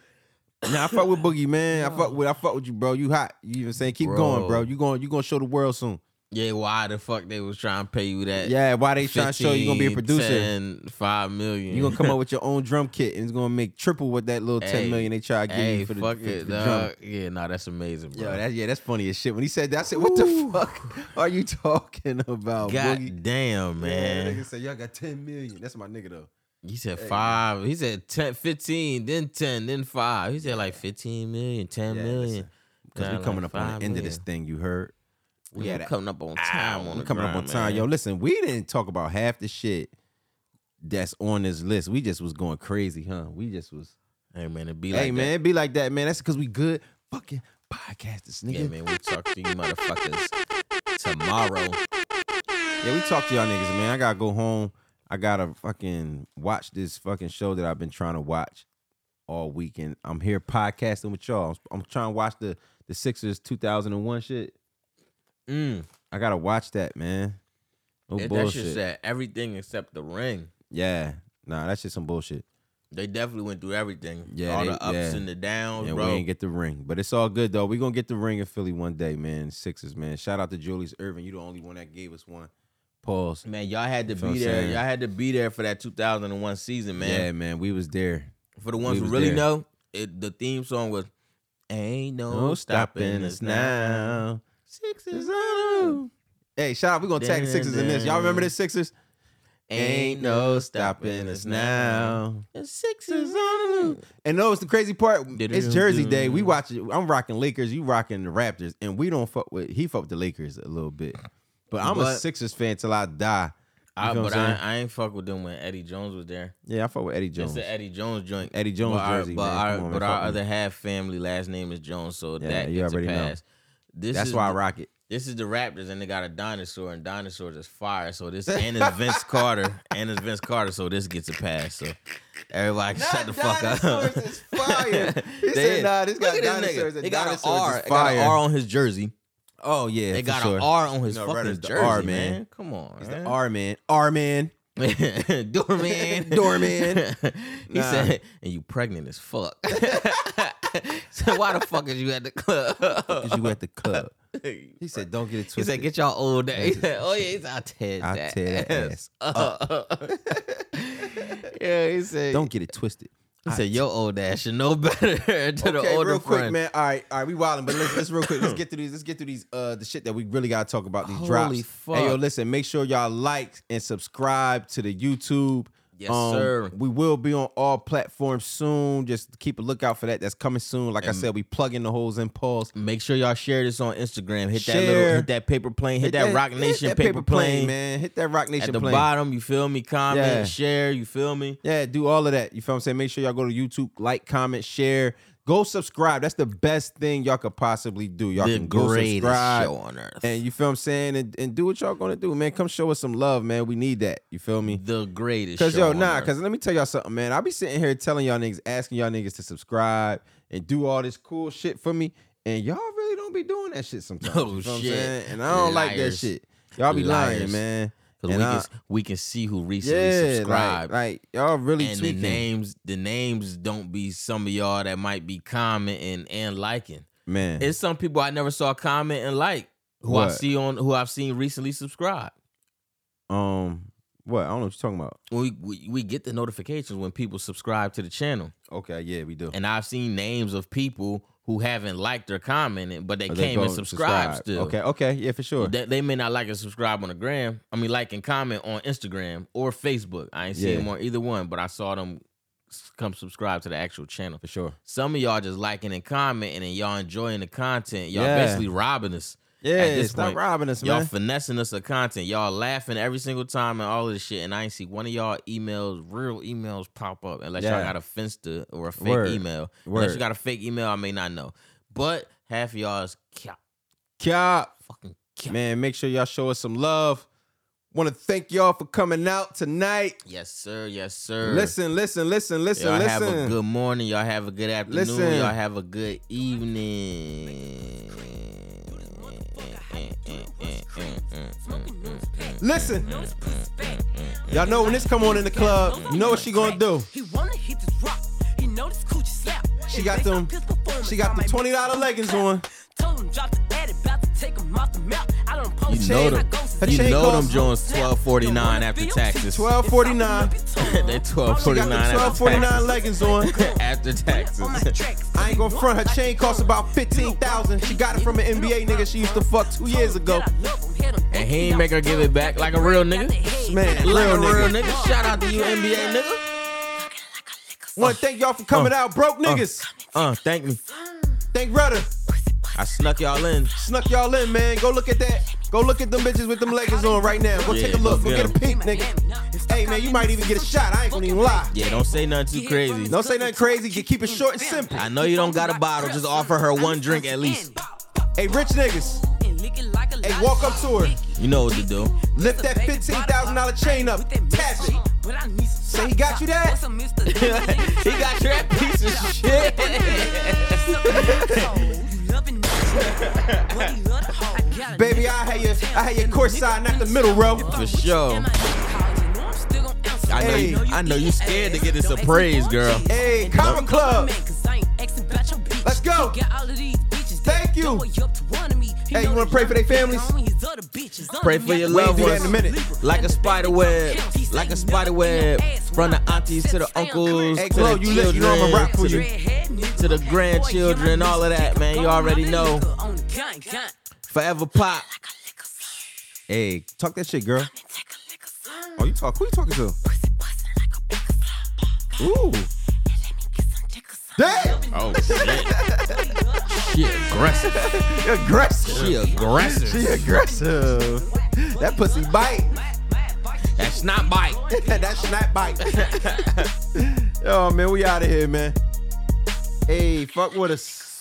[SPEAKER 1] Nah, I fuck with Boogie, man. I fuck with I fuck with you, bro. You hot. You even saying keep
[SPEAKER 2] Bro.
[SPEAKER 1] going, bro. You going you gonna show the world soon.
[SPEAKER 2] yeah, why the fuck they was trying to pay you that?
[SPEAKER 1] Yeah, why they trying to show you gonna be a
[SPEAKER 2] 15,
[SPEAKER 1] producer?
[SPEAKER 2] 10, five million.
[SPEAKER 1] You gonna come up with your own drum kit and it's gonna make triple what that little
[SPEAKER 2] Hey,
[SPEAKER 1] ten million they try to give
[SPEAKER 2] hey,
[SPEAKER 1] you for the,
[SPEAKER 2] fuck
[SPEAKER 1] for
[SPEAKER 2] it,
[SPEAKER 1] the drum.
[SPEAKER 2] dog. Yeah, nah, that's amazing, bro.
[SPEAKER 1] Yo, that, yeah, that's funny as shit. When he said that, I said, "What the fuck are you talking about,
[SPEAKER 2] God
[SPEAKER 1] Boogie?"
[SPEAKER 2] damn,
[SPEAKER 1] Yeah,
[SPEAKER 2] man.
[SPEAKER 1] nigga said, "Y'all got ten million. That's my nigga though.
[SPEAKER 2] he said five. He said 10, 15, then ten, then five. He said like 15 million, 10
[SPEAKER 1] Yeah,
[SPEAKER 2] million.
[SPEAKER 1] listen, Because
[SPEAKER 2] Nah,
[SPEAKER 1] we coming
[SPEAKER 2] like
[SPEAKER 1] up on
[SPEAKER 2] five
[SPEAKER 1] the end of this
[SPEAKER 2] million.
[SPEAKER 1] thing. You heard?
[SPEAKER 2] We
[SPEAKER 1] had a
[SPEAKER 2] coming up on time.
[SPEAKER 1] Ow,
[SPEAKER 2] on
[SPEAKER 1] we
[SPEAKER 2] the
[SPEAKER 1] coming up on
[SPEAKER 2] grind,
[SPEAKER 1] time,
[SPEAKER 2] man.
[SPEAKER 1] yo. Listen, we didn't talk about half the shit that's on this list. We just was going crazy, huh? We just was.
[SPEAKER 2] Hey man, it be like
[SPEAKER 1] hey man,
[SPEAKER 2] that.
[SPEAKER 1] it be like that, man. That's because we good fucking podcasters, nigga.
[SPEAKER 2] Yeah, man, we'll talk to you motherfuckers tomorrow.
[SPEAKER 1] Yeah, we talk to y'all niggas, man. I gotta go home. I gotta fucking watch this fucking show that I've been trying to watch all weekend. I'm here podcasting with y'all. I'm, I'm trying to watch the the Sixers 2001 shit.
[SPEAKER 2] Mm,
[SPEAKER 1] I gotta watch that, man. No
[SPEAKER 2] that- that shit
[SPEAKER 1] bullshit.
[SPEAKER 2] said everything except the ring.
[SPEAKER 1] yeah, nah, that's just some bullshit.
[SPEAKER 2] They definitely went through everything.
[SPEAKER 1] Yeah,
[SPEAKER 2] all
[SPEAKER 1] they-
[SPEAKER 2] the ups
[SPEAKER 1] yeah.
[SPEAKER 2] and the downs,
[SPEAKER 1] And
[SPEAKER 2] bro.
[SPEAKER 1] we ain't get the ring, but it's all good though. We gonna get the ring in Philly one day, man. Sixers, man. Shout out to Julius Irvin. You the only one that gave us one. Pause.
[SPEAKER 2] Man, y'all had to
[SPEAKER 1] Feel
[SPEAKER 2] be
[SPEAKER 1] what I'm
[SPEAKER 2] there.
[SPEAKER 1] saying?
[SPEAKER 2] Y'all had to be there for that 2001 season, man.
[SPEAKER 1] Yeah, man. We was there.
[SPEAKER 2] For the ones
[SPEAKER 1] We
[SPEAKER 2] who
[SPEAKER 1] was
[SPEAKER 2] really
[SPEAKER 1] there.
[SPEAKER 2] know, it, the theme song was "Ain't No, Stopping Us Now." Sixes on 'em.
[SPEAKER 1] oh. Hey, shout out. We're going to tag the Sixers in this. Y'all remember the Sixers?
[SPEAKER 2] Ain't no stopping us now. Sixes on 'em.
[SPEAKER 1] And know what's the crazy part? It's Jersey Day. We watch it. I'm rocking Lakers. You rocking the Raptors. And we don't fuck with, he fuck with the Lakers a little bit. But I'm a
[SPEAKER 2] But-
[SPEAKER 1] Sixers fan till I die. You
[SPEAKER 2] I,
[SPEAKER 1] feel what
[SPEAKER 2] but
[SPEAKER 1] I'm
[SPEAKER 2] I,
[SPEAKER 1] saying?
[SPEAKER 2] I ain't fuck with them when Eddie Jones was there.
[SPEAKER 1] yeah, I fuck with Eddie
[SPEAKER 2] It's
[SPEAKER 1] Jones.
[SPEAKER 2] the Eddie Jones joint.
[SPEAKER 1] Eddie Jones
[SPEAKER 2] but our,
[SPEAKER 1] jersey,
[SPEAKER 2] but
[SPEAKER 1] man.
[SPEAKER 2] our,
[SPEAKER 1] Come on, man.
[SPEAKER 2] but our
[SPEAKER 1] Fuck me.
[SPEAKER 2] other half family last name is Jones, so
[SPEAKER 1] Yeah,
[SPEAKER 2] that
[SPEAKER 1] you
[SPEAKER 2] gets
[SPEAKER 1] already
[SPEAKER 2] a
[SPEAKER 1] know.
[SPEAKER 2] pass. This
[SPEAKER 1] That's
[SPEAKER 2] is
[SPEAKER 1] why I
[SPEAKER 2] the-
[SPEAKER 1] rock it.
[SPEAKER 2] This is the Raptors, and they got a dinosaur, and dinosaurs is fire. So this and it's Vince Carter, and it's Vince Carter. So this gets a pass. So everybody, can shut the fuck up.
[SPEAKER 1] dinosaurs is fire. He
[SPEAKER 2] They
[SPEAKER 1] said,
[SPEAKER 2] is.
[SPEAKER 1] nah, this
[SPEAKER 2] Look
[SPEAKER 1] guy
[SPEAKER 2] at
[SPEAKER 1] dinosaurs and
[SPEAKER 2] They got an
[SPEAKER 1] dinosaurs
[SPEAKER 2] R.
[SPEAKER 1] is
[SPEAKER 2] They got an
[SPEAKER 1] fire.
[SPEAKER 2] R on his jersey.
[SPEAKER 1] Oh, yeah.
[SPEAKER 2] They
[SPEAKER 1] for
[SPEAKER 2] got
[SPEAKER 1] sure.
[SPEAKER 2] an R on his
[SPEAKER 1] No,
[SPEAKER 2] fucking
[SPEAKER 1] Reddit's the
[SPEAKER 2] jersey,
[SPEAKER 1] R, man.
[SPEAKER 2] man. Come on,
[SPEAKER 1] It's the R, man. R, man.
[SPEAKER 2] man. Doorman,
[SPEAKER 1] Doorman.
[SPEAKER 2] he
[SPEAKER 1] Nah.
[SPEAKER 2] said, "And you pregnant as fuck." so why the fuck is you at the
[SPEAKER 1] Because
[SPEAKER 2] club?
[SPEAKER 1] you at the club.
[SPEAKER 2] he
[SPEAKER 1] He said, don't get it
[SPEAKER 2] said,
[SPEAKER 1] twisted.
[SPEAKER 2] "Get y'all old." He
[SPEAKER 1] That's-
[SPEAKER 2] said, "Oh yeah, he said, I'll tear
[SPEAKER 1] I'll
[SPEAKER 2] that
[SPEAKER 1] tear that
[SPEAKER 2] ass
[SPEAKER 1] ass
[SPEAKER 2] up." yeah, he said.
[SPEAKER 1] Don't get it twisted.
[SPEAKER 2] He said, "Your old ass should know better." to the
[SPEAKER 1] Okay,
[SPEAKER 2] older
[SPEAKER 1] real quick,
[SPEAKER 2] friend.
[SPEAKER 1] man. All right, all right, we wildin', but let's, let's real quick. Let's get through these. Let's get through these. Uh, the shit that we really gotta talk about. These drops.
[SPEAKER 2] Holy
[SPEAKER 1] Hey, yo,
[SPEAKER 2] fuck.
[SPEAKER 1] listen. Make sure y'all like and subscribe to the YouTube. Um,
[SPEAKER 2] Yes, sir.
[SPEAKER 1] We will be on all platforms soon. Just keep a lookout for that. That's coming soon. Like I
[SPEAKER 2] And- Mm.
[SPEAKER 1] said, we plug in the holes and pause.
[SPEAKER 2] Make sure y'all share this on Instagram. Hit that
[SPEAKER 1] Share.
[SPEAKER 2] little, hit that paper plane, hit, that, Rock Nation
[SPEAKER 1] hit that
[SPEAKER 2] paper, plane,
[SPEAKER 1] man. Hit that Rock Nation
[SPEAKER 2] At the
[SPEAKER 1] plane.
[SPEAKER 2] bottom, you feel me? Comment,
[SPEAKER 1] Yeah.
[SPEAKER 2] share, you feel me?
[SPEAKER 1] Yeah, do all of that. You feel what I'm saying? Make sure y'all go to YouTube, like, comment, share, go subscribe. That's the best thing y'all could possibly do. Y'all
[SPEAKER 2] the
[SPEAKER 1] can go
[SPEAKER 2] greatest
[SPEAKER 1] subscribe.
[SPEAKER 2] show on earth.
[SPEAKER 1] And you feel what I'm saying? And, and do what y'all gonna do, man. Come show us some love, man. We need that. You feel me?
[SPEAKER 2] the greatest
[SPEAKER 1] Cause
[SPEAKER 2] show
[SPEAKER 1] yo,
[SPEAKER 2] on
[SPEAKER 1] nah,
[SPEAKER 2] earth.
[SPEAKER 1] cause let me tell y'all something, man. I be sitting here telling y'all niggas, asking y'all niggas to subscribe and do all this cool shit for me. And y'all really don't be doing that shit sometimes. you
[SPEAKER 2] Oh,
[SPEAKER 1] know what I'm
[SPEAKER 2] shit.
[SPEAKER 1] saying? And I don't like that
[SPEAKER 2] Liars.
[SPEAKER 1] shit. Y'all be lying,
[SPEAKER 2] Liars.
[SPEAKER 1] man.
[SPEAKER 2] Because
[SPEAKER 1] And
[SPEAKER 2] we,
[SPEAKER 1] I-
[SPEAKER 2] can s- we can see who recently
[SPEAKER 1] Yeah, like,
[SPEAKER 2] subscribed.
[SPEAKER 1] like y'all really
[SPEAKER 2] and
[SPEAKER 1] tweaking.
[SPEAKER 2] the names, the names don't be some of y'all that might be commenting and liking.
[SPEAKER 1] man.
[SPEAKER 2] It's some people I never saw comment and like who I
[SPEAKER 1] What?
[SPEAKER 2] see on who I've seen recently subscribe.
[SPEAKER 1] um what? I don't know what you're talking about.
[SPEAKER 2] We, we we get the notifications when people subscribe to the channel,
[SPEAKER 1] Okay, yeah, we do.
[SPEAKER 2] and I've seen names of people who haven't liked or commented, but they
[SPEAKER 1] Or
[SPEAKER 2] came
[SPEAKER 1] go
[SPEAKER 2] and subscribed still.
[SPEAKER 1] Okay, okay, yeah, for sure.
[SPEAKER 2] They, they may not like and subscribe on the gram. I mean, like and comment on Instagram or Facebook. I ain't seen
[SPEAKER 1] Yeah.
[SPEAKER 2] them on either one, but I saw them s- come subscribe to the actual channel.
[SPEAKER 1] for sure.
[SPEAKER 2] Some of y'all just liking and commenting, and y'all enjoying the content. Y'all
[SPEAKER 1] Yeah.
[SPEAKER 2] basically robbing us.
[SPEAKER 1] Yeah,
[SPEAKER 2] this
[SPEAKER 1] stop
[SPEAKER 2] point,
[SPEAKER 1] robbing us,
[SPEAKER 2] Y'all
[SPEAKER 1] man.
[SPEAKER 2] finessing us of content. Y'all laughing every single time and all of this shit. And I ain't see one of y'all emails, real emails pop up unless y'all
[SPEAKER 1] Yeah.
[SPEAKER 2] got a Finsta or a fake
[SPEAKER 1] Word.
[SPEAKER 2] email.
[SPEAKER 1] Word.
[SPEAKER 2] Unless you got a fake email, I may not know. But half of y'all is cap,
[SPEAKER 1] Cap.
[SPEAKER 2] fucking cap.
[SPEAKER 1] Man, make sure y'all show us some love. Want to thank y'all for coming out tonight.
[SPEAKER 2] Yes, sir. Yes, sir.
[SPEAKER 1] Listen, listen, listen, listen,
[SPEAKER 2] y'all
[SPEAKER 1] listen.
[SPEAKER 2] have a good morning. Y'all have a good afternoon.
[SPEAKER 1] Listen.
[SPEAKER 2] Y'all have a good evening. Eh,
[SPEAKER 1] listen. Y'all know when this come on in the club, you know what she gonna do.
[SPEAKER 3] He wanna hit this rock. He know this coochie slap.
[SPEAKER 1] She got them- she got the $20 leggings on.
[SPEAKER 3] Told him drop the ad, about to take him off the map. I don't post
[SPEAKER 2] You know
[SPEAKER 3] shit, I
[SPEAKER 2] them-
[SPEAKER 3] go
[SPEAKER 1] her
[SPEAKER 2] You
[SPEAKER 1] chain
[SPEAKER 2] know
[SPEAKER 1] costs-
[SPEAKER 2] them Jones twelve forty nine after taxes.
[SPEAKER 1] 1249.
[SPEAKER 2] they twelve
[SPEAKER 1] She
[SPEAKER 2] forty
[SPEAKER 1] got the
[SPEAKER 2] nine after
[SPEAKER 1] 1249
[SPEAKER 2] taxes.
[SPEAKER 1] leggings on.
[SPEAKER 2] after taxes.
[SPEAKER 1] I ain't gonna front. Her chain costs about 15,000. She got it from an NBA nigga she used to fuck two years ago.
[SPEAKER 2] And he ain't make her give it back like a real nigga?
[SPEAKER 1] Man,
[SPEAKER 2] Like
[SPEAKER 1] real
[SPEAKER 2] a real
[SPEAKER 1] nigga.
[SPEAKER 2] nigga. Shout out to you, NBA nigga.
[SPEAKER 1] Want to thank y'all for coming out, broke niggas.
[SPEAKER 2] Uh, thank me.
[SPEAKER 1] Thank Rudder.
[SPEAKER 2] I snuck y'all in.
[SPEAKER 1] Snuck y'all in, man. Go look at that. Go look at them bitches with them leggings on right now. Go
[SPEAKER 2] Yeah,
[SPEAKER 1] take a look. Go
[SPEAKER 2] go
[SPEAKER 1] get
[SPEAKER 2] get
[SPEAKER 1] a peek, nigga. Hey, man, you might even get a shot. I ain't gonna even lie.
[SPEAKER 2] Yeah, don't say nothing too crazy.
[SPEAKER 1] Don't say nothing crazy. Get- Keep it short and simple.
[SPEAKER 2] I know you don't got a bottle. Just offer her one drink at least.
[SPEAKER 1] Hey, rich niggas,
[SPEAKER 3] Hey,
[SPEAKER 1] hey, walk up to her.
[SPEAKER 2] You know what to do.
[SPEAKER 1] Lift that $15,000 chain up. Tap it.
[SPEAKER 3] Say
[SPEAKER 1] he got you that?
[SPEAKER 2] he got you that piece of shit.
[SPEAKER 1] Baby, I had your, I had your court side, not the middle row.
[SPEAKER 2] For sure. I know, you,
[SPEAKER 1] Hey.
[SPEAKER 2] I know you scared to get this appraised, girl.
[SPEAKER 1] Hey, Common Club. Let's
[SPEAKER 3] Let's
[SPEAKER 1] go. Thank you. Hey, you wanna pray for their families?
[SPEAKER 2] Pray for your
[SPEAKER 1] We'll
[SPEAKER 2] loved
[SPEAKER 1] do that in a
[SPEAKER 2] ones.
[SPEAKER 1] minute.
[SPEAKER 2] Like a spider web. Like a spider web. From the aunties to the uncles.
[SPEAKER 1] Hey,
[SPEAKER 2] to
[SPEAKER 1] Glow,
[SPEAKER 2] the
[SPEAKER 1] you lit. You know I'ma rock for
[SPEAKER 2] children,
[SPEAKER 1] you.
[SPEAKER 3] To
[SPEAKER 2] the grandchildren, all of that, man. You already know. to Forever pop.
[SPEAKER 1] Hey, talk that shit, girl. Oh, you talk. Who you talking to? Ooh. Damn.
[SPEAKER 2] Oh, shit. She aggressive.
[SPEAKER 1] Aggressive.
[SPEAKER 2] She aggressive.
[SPEAKER 1] She aggressive. That pussy bite.
[SPEAKER 2] That's not bite.
[SPEAKER 1] that snap bite. oh man, we out of here, man. Hey, fuck with us.